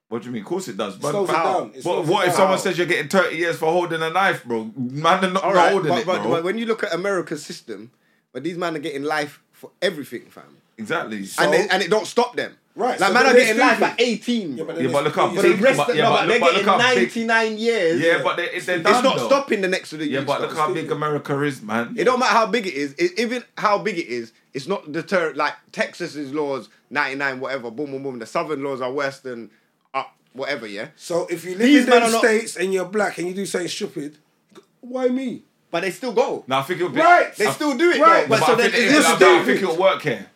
What do you mean? Of course it does. But
slows it
how?
down. It
what
slows
what
it
if
down.
someone says you're getting 30 years for holding a knife, bro? Man, they're not
All
not
right,
holding
but,
it,
but,
bro.
but when you look at America's system, but these men are getting life for everything, fam,
exactly.
and
So-
they, and it don't stop them.
Right,
like
so
man
then
are
they're
getting life
stupid.
at eighteen.
Yeah,
bro. but,
but then
Yeah, but
it's-
look how
it's-
the
big-
rest,
but-
of,
yeah,
no,
but
but
look-
they're
but
getting
look how big-
ninety nine years.
yeah, but they, it's they're
It's
done,
not
though.
stopping the next to the
Yeah,
youth
but
stuff.
look how big America is, man.
It don't matter how big it is. It, even how big it is, it's not deterrent. Like Texas's laws, ninety nine, whatever. Boom, boom, boom. The southern laws are worse than up, whatever. Yeah,
So if you
These
live
men
in the
are not-
states and you're black and you do something stupid, why me?
but they still go.
Now I think it would be
Right,
They
I-
still do it,
Right,
though. But,
but
so
I,
then
think
it's
it,
just
I,
stupid.
don't think it'll work here.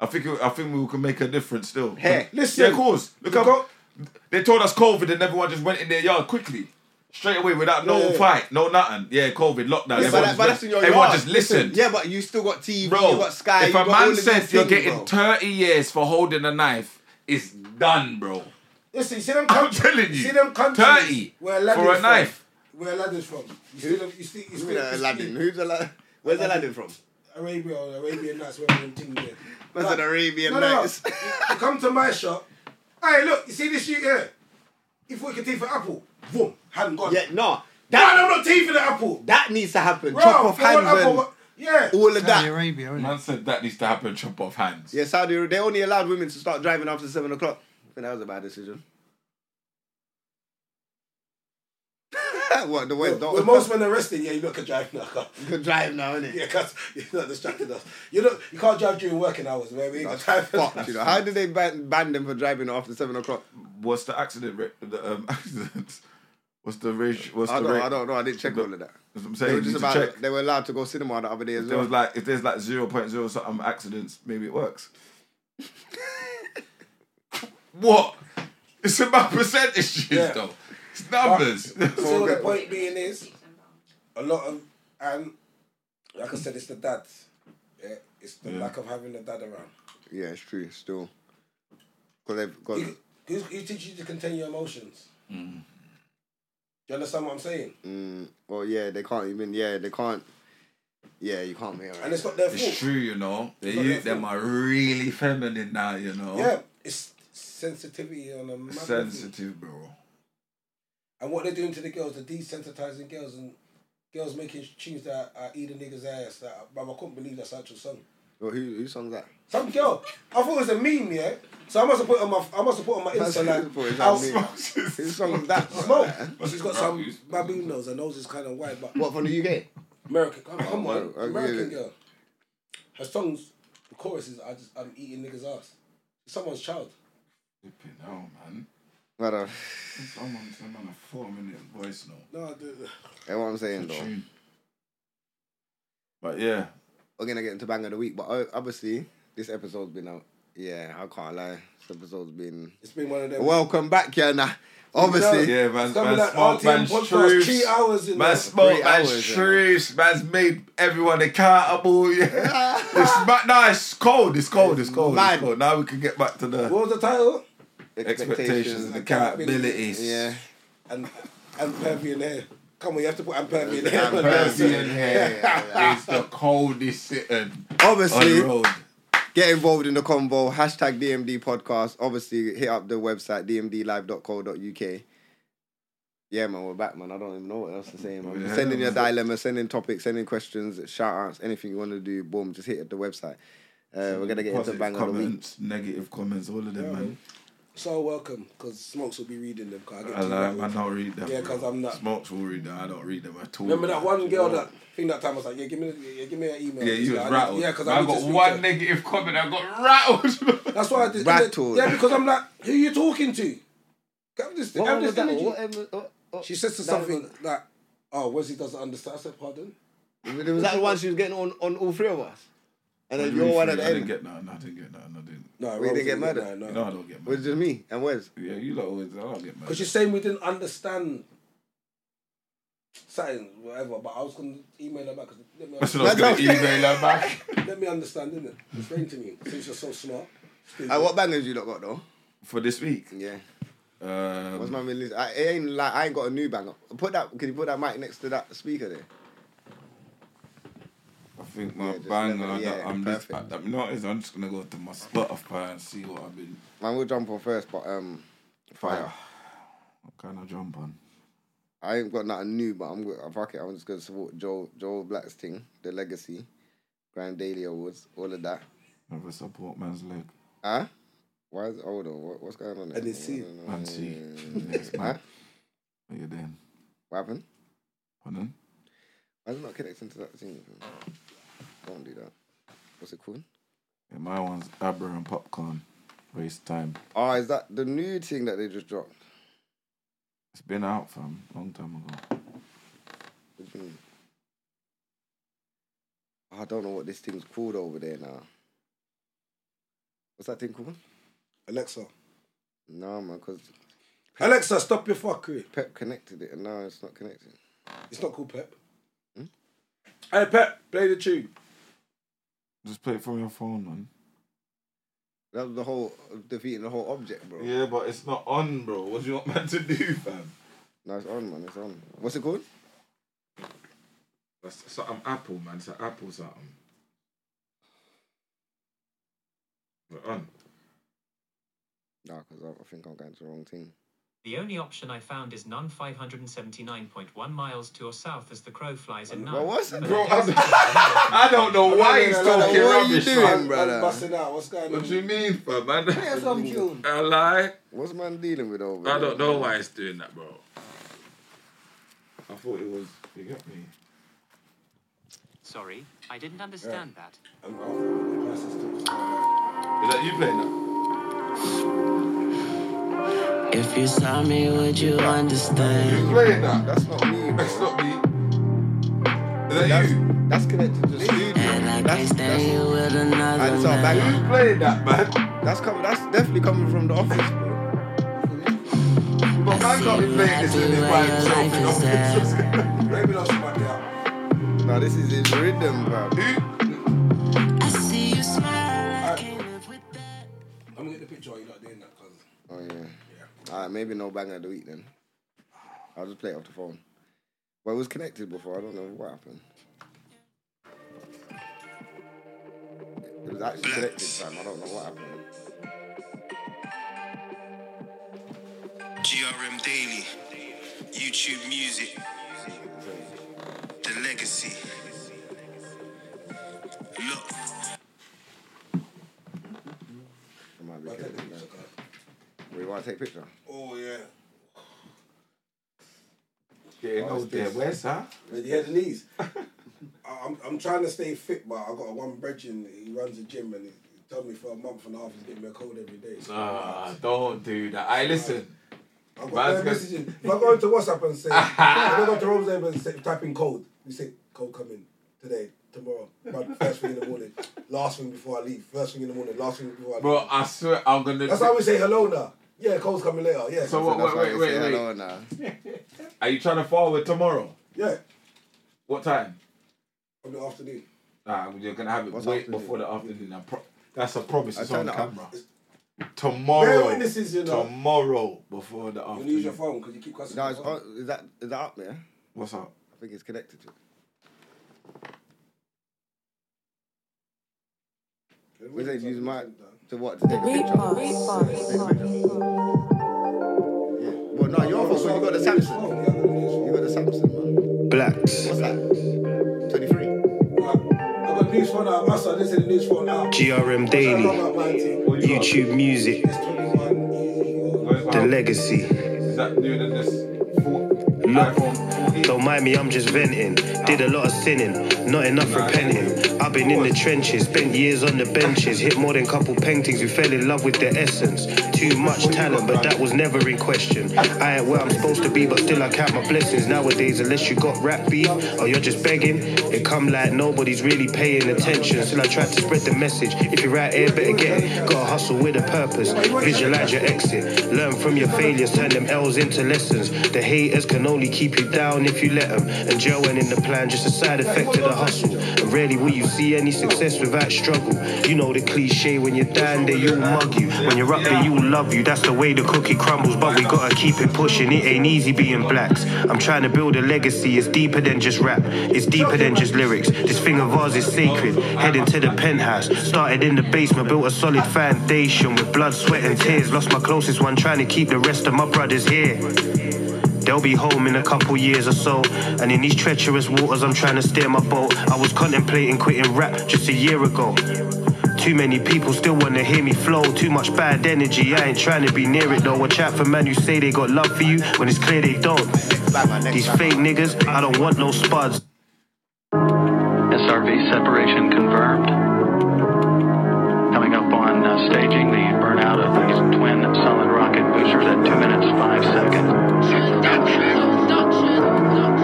I think it, I think we can make a difference still.
Hey,
listen.
yeah, of course. Look
You
how
got-
they told us COVID, and everyone just went in their yard quickly, straight away without no
Yeah.
fight, no nothing. Yeah, COVID
Yeah, but, that,
lockdown. everyone just
but
went-
that's in your
everyone
yard.
just listened.
Yeah, but you still got TV,
bro.
you got Sky.
if
you
a
got all
man
of these
says you're
things,
getting
bro.
thirty years for holding a knife, it's done, bro.
Listen, you see them
I'm
countries.
telling you,
See them countries.
30
where Aladdin's
for a
from,
knife.
Where Aladdin's from. You see them, you see, you see,
Who's that
you see
Aladdin? eh? Who's Aladdin? Where's Aladdin from?
Arabia or Arabian Nights, whatever them thing there.
Where's
Like,
an Arabian
no, no, no.
Nights?
You- you come to my shop. Hey, look, you see this shoot here? If we could teeth an apple, boom, hand gone.
Yeah, no.
Man,
That
I'm not teething an apple.
that needs to happen.
Bro,
Chop off
for one
hands and
apple, yeah.
all of
Saudi
that.
Arabia, innit?
Man said that needs to happen. Chop off hands.
Yeah, Saudi Arabia. They only allowed women to start driving after seven o'clock. I think that was a bad decision. what the way
When most men are arrested, yeah, you look at driving that car.
can drive now, innit?
Yeah, because you're not distracting us. You know, you can't drive during working hours, man. We ain't got time. for
Fucked,
that.
you know. How did they ban, ban them for driving after seven o'clock?
What's the accident? Rate, the um, accident. What's the rate? What's
I
the
don't,
rate?
I don't know. I didn't check all of that.
That's what I'm
They
saying.
were
You
just
need to
about.
check.
They were allowed to go cinema the other day as
There
well.
was like if there's like 0.0 something accidents, maybe it works. what? It's about percentages
Yeah.
though. It's numbers.
So the point being is,
Teach them down.
a lot of, and like I said, it's the dad. Yeah, it's the lack of having a dad around.
yeah, it's true. Still, because they've got.
He, he, he teaches you to contain your emotions. Do you understand what I'm saying?
Mm, well, yeah, they can't even. Yeah, they can't. Yeah, you can't make it.
And it's not their fault.
it's true, you know. They
not
use
their
them
fault.
are really feminine now, you know.
Yeah, it's sensitivity on a mad level.
Sensitive, bro.
And what they're doing to the girls, they're desensitizing girls and girls making tunes that are eating niggas' ass. That, but I couldn't believe that's actual song.
Well, who who sung that?
Some girl, I thought it was a meme, yeah. So I must have put it on my, I must have put it on my
That's
Insta
beautiful,
like,
it's
I'll
like
smoke.
Who sung that?
smoke. She's got some
Rubbish.
baboon nose. Her nose is kind of wide, but
What from the UK?
American, come, come
no,
on,
I get
American
it.
girl. Her songs, the choruses, I just, I'm eating niggas' ass. Someone's child.
Flipping hell, man.
But uh,
Someone's I'm on a four minute voice note.
No, the-
that's what I'm saying though.
Tune. But yeah.
We're gonna get into bang of the week, but uh, obviously this episode's been out. Yeah, I can't lie. This episode's been.
it's been one of them.
Welcome back, Yana. Obviously,
Yeah, man.
Coming
Man
out
smoked
RTM
man's
podcast,
truths.
three hours in
Man
there.
Three
smoked man's
hours, yeah.
truths. Man's made everyone accountable. Yeah. it's ma- nah, it's cold. It's cold. It's cold.
Mad.
It's cold. Now we can get back to the
What was the title?
expectations, the
Accountability.
accountabilities.
Yeah.
And and Pervian hair. Come on, you have to put and Pervian hair.
And
on there.
Persian hair is the coldest sitting on
Obviously,
the road.
Get involved in the convo. Hashtag DMD podcast. Obviously, hit up the website dmdlive.co.uk. Yeah, man, we're back, man. I don't even know what else to say, man.
Yeah,
send in your
man.
dilemma, send in topics, send in questions, shout outs, anything you want to do, boom, just hit up the website. Uh, we're going to get into
Positive
Bang of the Week.
comments, negative comments, all of them, man.
So welcome, because Smokes will be reading them. Cause I get
I
too
like,
mad.
man, I'll read them.
Yeah,
bro.
'cause I'm not-
Smokes will read them. I don't read them at all.
Remember that
You
one girl
know?
that thing that time I was like, yeah, give me, the- yeah, give me an email.
Yeah, you
Like,
was
I need-
rattled.
Yeah, because
Man,
I
I
need to
got
speak
one
to her.
negative comment. I got rattled.
That's why I did.
Rattled.
Yeah, because I'm like, who you talking to? Have this,
What
have
one was
this
that?
energy.
What, em- what- what-
She says to
that was-
something like, oh, Wesley doesn't understand. I said, pardon.
Was that the one she was getting on, on all three of us? And
What
then
do you mean
your one
free?
at the
I didn't
end.
get nothing. I didn't get nothing. I didn't.
No,
We
Rose
didn't get murdered.
No,
You
no.
know I don't get
It was
mad.
just me and Wes.
Yeah, you lot always. I don't get mad.
Because you're saying we didn't understand something, whatever. But I was gonna email her back. 'cause Let me,
That's what I was going to email her back.
let me understand, innit? Explain to me since you're so smart.
Uh, what bangers you lot got though?
For this week.
Yeah. What's
Um,
my release? I, it ain't like I ain't got a new banger. Put that. Can you put that mic next to that speaker there?
I think my
Yeah, just
banger
level it,
that
yeah,
I'm just,
perfect.
I'm not is I'm just going to go to my Spotify and see what I've been.
Man, we'll jump on first, but um,
Fire. What kind of jump on?
I ain't got nothing new. But I'm go- fuck it. I'm just gonna support Joel Joel Black's thing, the legacy, Grand Daily Awards, all of that.
Never support man's leg.
Huh? Why is hold on? What, what's going on? There?
And they see.
Man, see. Yes,
Huh?
man. What you doing?
What happened?
Pardon?
Why is it not connecting to that thing? Don't do that. What's it called?
Yeah, my one's Abra and Popcorn. Waste time.
Oh, is that the new thing that they just dropped?
It's been out, fam. Long time ago.
What do you mean? Mm. I don't know what this thing's called over there now. What's that thing called?
Alexa.
No, man, because
Alexa, stop your fuckery.
Pep connected it and now it's not connected.
It's not called Pep.
Hmm?
Hey Pep, play the tune.
Just play it from your phone, man.
That was the whole uh, defeating the whole object, bro.
Yeah, but it's not on, bro. What do you want man to do, fam?
No, it's on, man. It's on. What's it called?
That's something Apple, man. It's an Apple something. But on.
No, because I, I think I'm going to the wrong thing.
The only option I found is none 579.1 miles to your south as the crow flies in none.
Well, what's
But
Bro,
it
I
does-
I don't know why he's
no, no, no,
talking
what are you
rubbish,
doing,
fam.
bro? Brother.
I'm busting out. What's going
What do you
on?
mean, fam? Man?
Play some tune.
I lie.
What's man dealing with over there?
I don't know why he's doing that, bro. I thought it was. You get me?
Sorry, I didn't understand that.
I'm off with the process too.
Is that you playing that?
If you saw me, would you understand?
You playing that?
That's not me. bro.
That's not me. Is that
That's,
you?
that's connected to the studio.
And I can't
That's,
stand
that's,
you with another
that's our
man.
banger.
You playing that, man?
That's coming. That's definitely coming from the office, bro.
But man can't be playing this in his by himself in office.
Maybe not somebody out.
No, this is his rhythm, bro.
I see you smile, I can't live with that.
I'm gonna get the picture while you're not doing that, cause
Oh yeah. All right, maybe no banger of the week then. I'll just play it off the phone. Well, it was connected before. I don't know what happened. It was actually connected, fam. I don't know what happened.
GRM Daily, YouTube Music, The Legacy. Look,
It might be
I'll take the
connected,
picture.
man.
cause-
We want to take a picture.
Oh yeah.
Getting
old
old
there.
there. Where's that?
But you had the knees. I- I'm, I'm trying to stay fit, but I got one brethren. He runs a gym and he, he told me for a month and a half he's getting me a cold every day. So
Ah, don't do that. I listen.
I've
Man's
got no
got-
messages. If I go into WhatsApp and say, if I go to Rob's and say, type in cold, you say, cold coming today, tomorrow, but first thing in the morning, last thing before I leave, first thing in the morning, last thing before I leave.
Bro, I swear I'm gonna.
That's how we say hello now. Yeah, cold's coming later. Yeah.
So what-
That's
Wait,
why
wait,
we
wait,
say
wait.
hello now.
Are you trying to forward tomorrow?
Yeah,
What time?
from the afternoon.
Nah, you're gonna have it
What's
wait
afternoon?
before the afternoon. I pro- that's a promise. It's
turn
on
it up.
camera.
Bear
Tomorrow.
witnesses, you know.
Tomorrow before the
You
afternoon.
lose your phone because you keep cussing.
No,
your
it's
phone.
on, is that is that up there?
What's up?
I think it's connected to it. We don't use my to what to take a picture. Yeah. Well, no, your phone. You got the Samsung.
Oh, yeah, I'm gonna use
You
phone.
got the Samsung, man.
Blacks.
What's that? Twenty three.
I've got news for now. Master, this is the news for now.
GRM Daily, YouTube Music, The Legacy.
Is that new than this? Four,
Look.
iPhone 14?
Don't mind me, I'm just venting. Did a lot of sinning, not enough repenting. I've been in the trenches, spent years on the benches, hit more than couple paintings who fell in love with their essence. Too much talent, but that was never in question. I ain't where I'm supposed to be, but still I count my blessings. Nowadays, unless you got rap beef or you're just begging, it come like nobody's really paying attention. Still, I tried to spread the message. If you're out here, better get it. Gotta hustle with a purpose. Visualize your exit. Learn from your failures, turn them L's into lessons. The haters can only keep you down down if you let 'em. And jail went in the plan, just a side effect of the hustle. And rarely will you see any success without struggle. You know the cliche when you're down, they all mug you. When you're up, they all love you. That's the way the cookie crumbles, but we gotta keep it pushing. It ain't easy being blacks. I'm trying to build a legacy. It's deeper than just rap. It's deeper than just lyrics. This thing of ours is sacred. Heading to the penthouse. Started in the basement, built a solid foundation with blood, sweat, and tears. Lost my closest one, trying to keep the rest of my brothers here. They'll be home in a couple years or so. And in these treacherous waters, I'm trying to steer my boat. I was contemplating quitting rap just a year ago. Too many people still wanna hear me flow. Too much bad energy, I ain't trying to be near it though. Watch out for man who say they got love for you when it's clear they don't. These fake niggas, I don't want no spuds.
SRV separation confirmed. Coming up on uh, staging the burnout of these twin solid rocket boosters at 2 minutes 5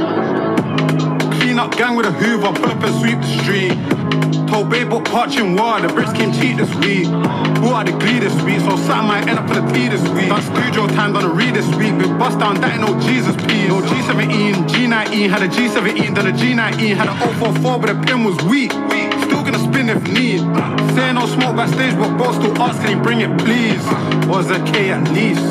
seconds.
Clean up gang with a Hoover, purpose sweep the street. Told babe what parch in war, the bricks came cheap this week. Who are the glee this week? So Sam might end up in a P this week. Done studio time, done a read this week. Big bust down, that no Jesus please. No G17, G19, had a G17, then a G19, had a 044, but the pin was weak. Still gonna spin if need. Say no smoke backstage, but both still ask, can he bring it please? Was a K at least.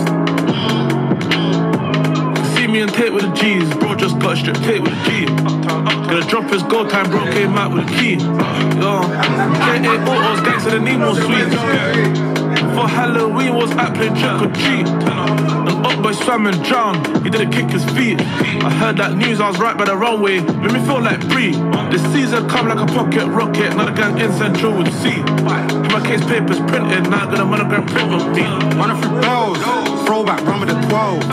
See me and tape with the G's. Bro just got a strip tape with the G. Gonna drop his goal time, bro came out with a key. Yo, get eight autos, gangster, they need more sweets. For Halloween was at play trick or treat. An up boy swam and drowned, he didn't kick his feet. I heard that news, I was right by the runway. Made me feel like Bree. The season come like a pocket rocket, not a gang in Central would see. My case paper's printed, now I got a monogram print on me.
Running through bells, throwback, run with the 12.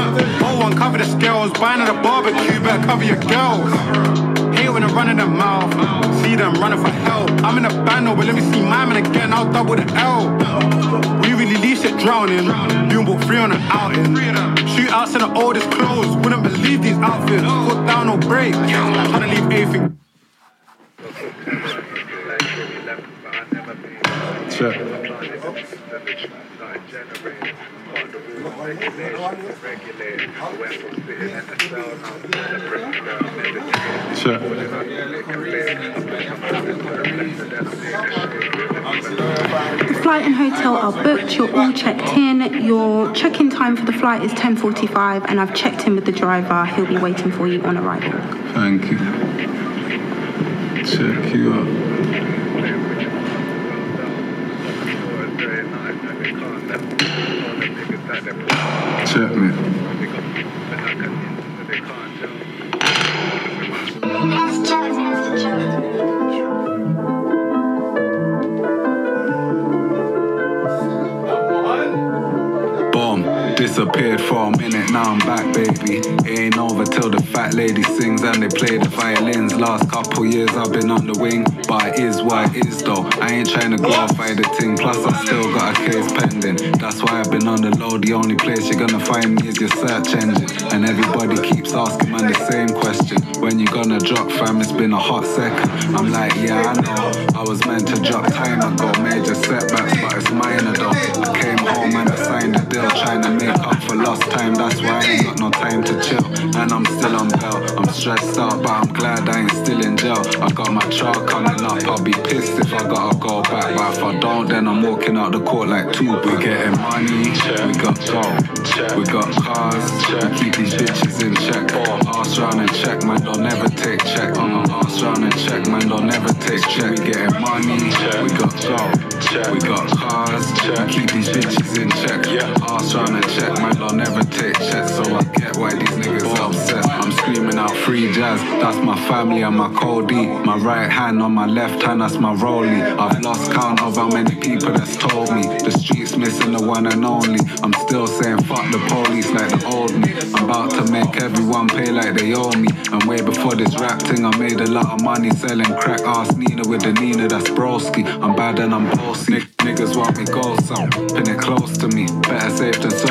Oh, uncover the scales, buying at a barbecue, better cover your girls. Hate when I'm running their mouth, see them running for help. I'm in a band, but let me see my man again, I'll double the L. We really leave shit drowning, doing about three on an outing. Shootouts in the oldest clothes, wouldn't believe these outfits. Put down no break, trying to leave anything.
The flight and hotel are booked. You're all checked in. Your check-in time for the flight is 10:45, and I've checked in with the driver. He'll be waiting for you on arrival.
Thank you. Check you out. Check me.
Bomb disappeared for a minute, now I'm back, baby. It ain't over till the fat lady sings and they play the violins. Last couple years I've been on the wing, but it is what it is though. I ain't trying to glorify the thing, plus I still got a case pending. That's why I've been on the low. The only place you're gonna find me is your search engine. And everybody keeps asking man the same question. When you gonna drop, fam? It's been a hot second. I'm like, yeah, I know. I was meant to drop time ago, major setbacks, but it's minor though. I came home and I signed a deal, trying to make up for lost time. That's why I ain't got no time to chill. And I'm still on bail. I'm stressed out, but I'm glad I ain't still in jail. I got my trial coming up. I'll be pissed if I gotta go back, but if I don't, then I'm walking out the court like two. We getting money, we got gold, we got cars. We keep these bitches in check. Ass round and check, man. Don't never take check. Uh, ass round and check, man. Don't never take check. We getting money, we got gold, we got cars. We keep these bitches in check. Ass round and check, man. Don't never take check. So I get why these niggas upset. I'm screaming out free jazz. That's my family and my Cody. My right hand on my left hand. That's my rollie. I've lost count of how many people that's told me the streets missing the one and only. I'm still saying fuck the police like the old me. I'm about to make everyone pay like they owe me. And way before this rap thing, I made a lot of money selling crack ass Nina with the Nina. That's Broski. I'm bad and I'm bossy. Niggas want me gold, so pin it close to me. Better safe than sorry.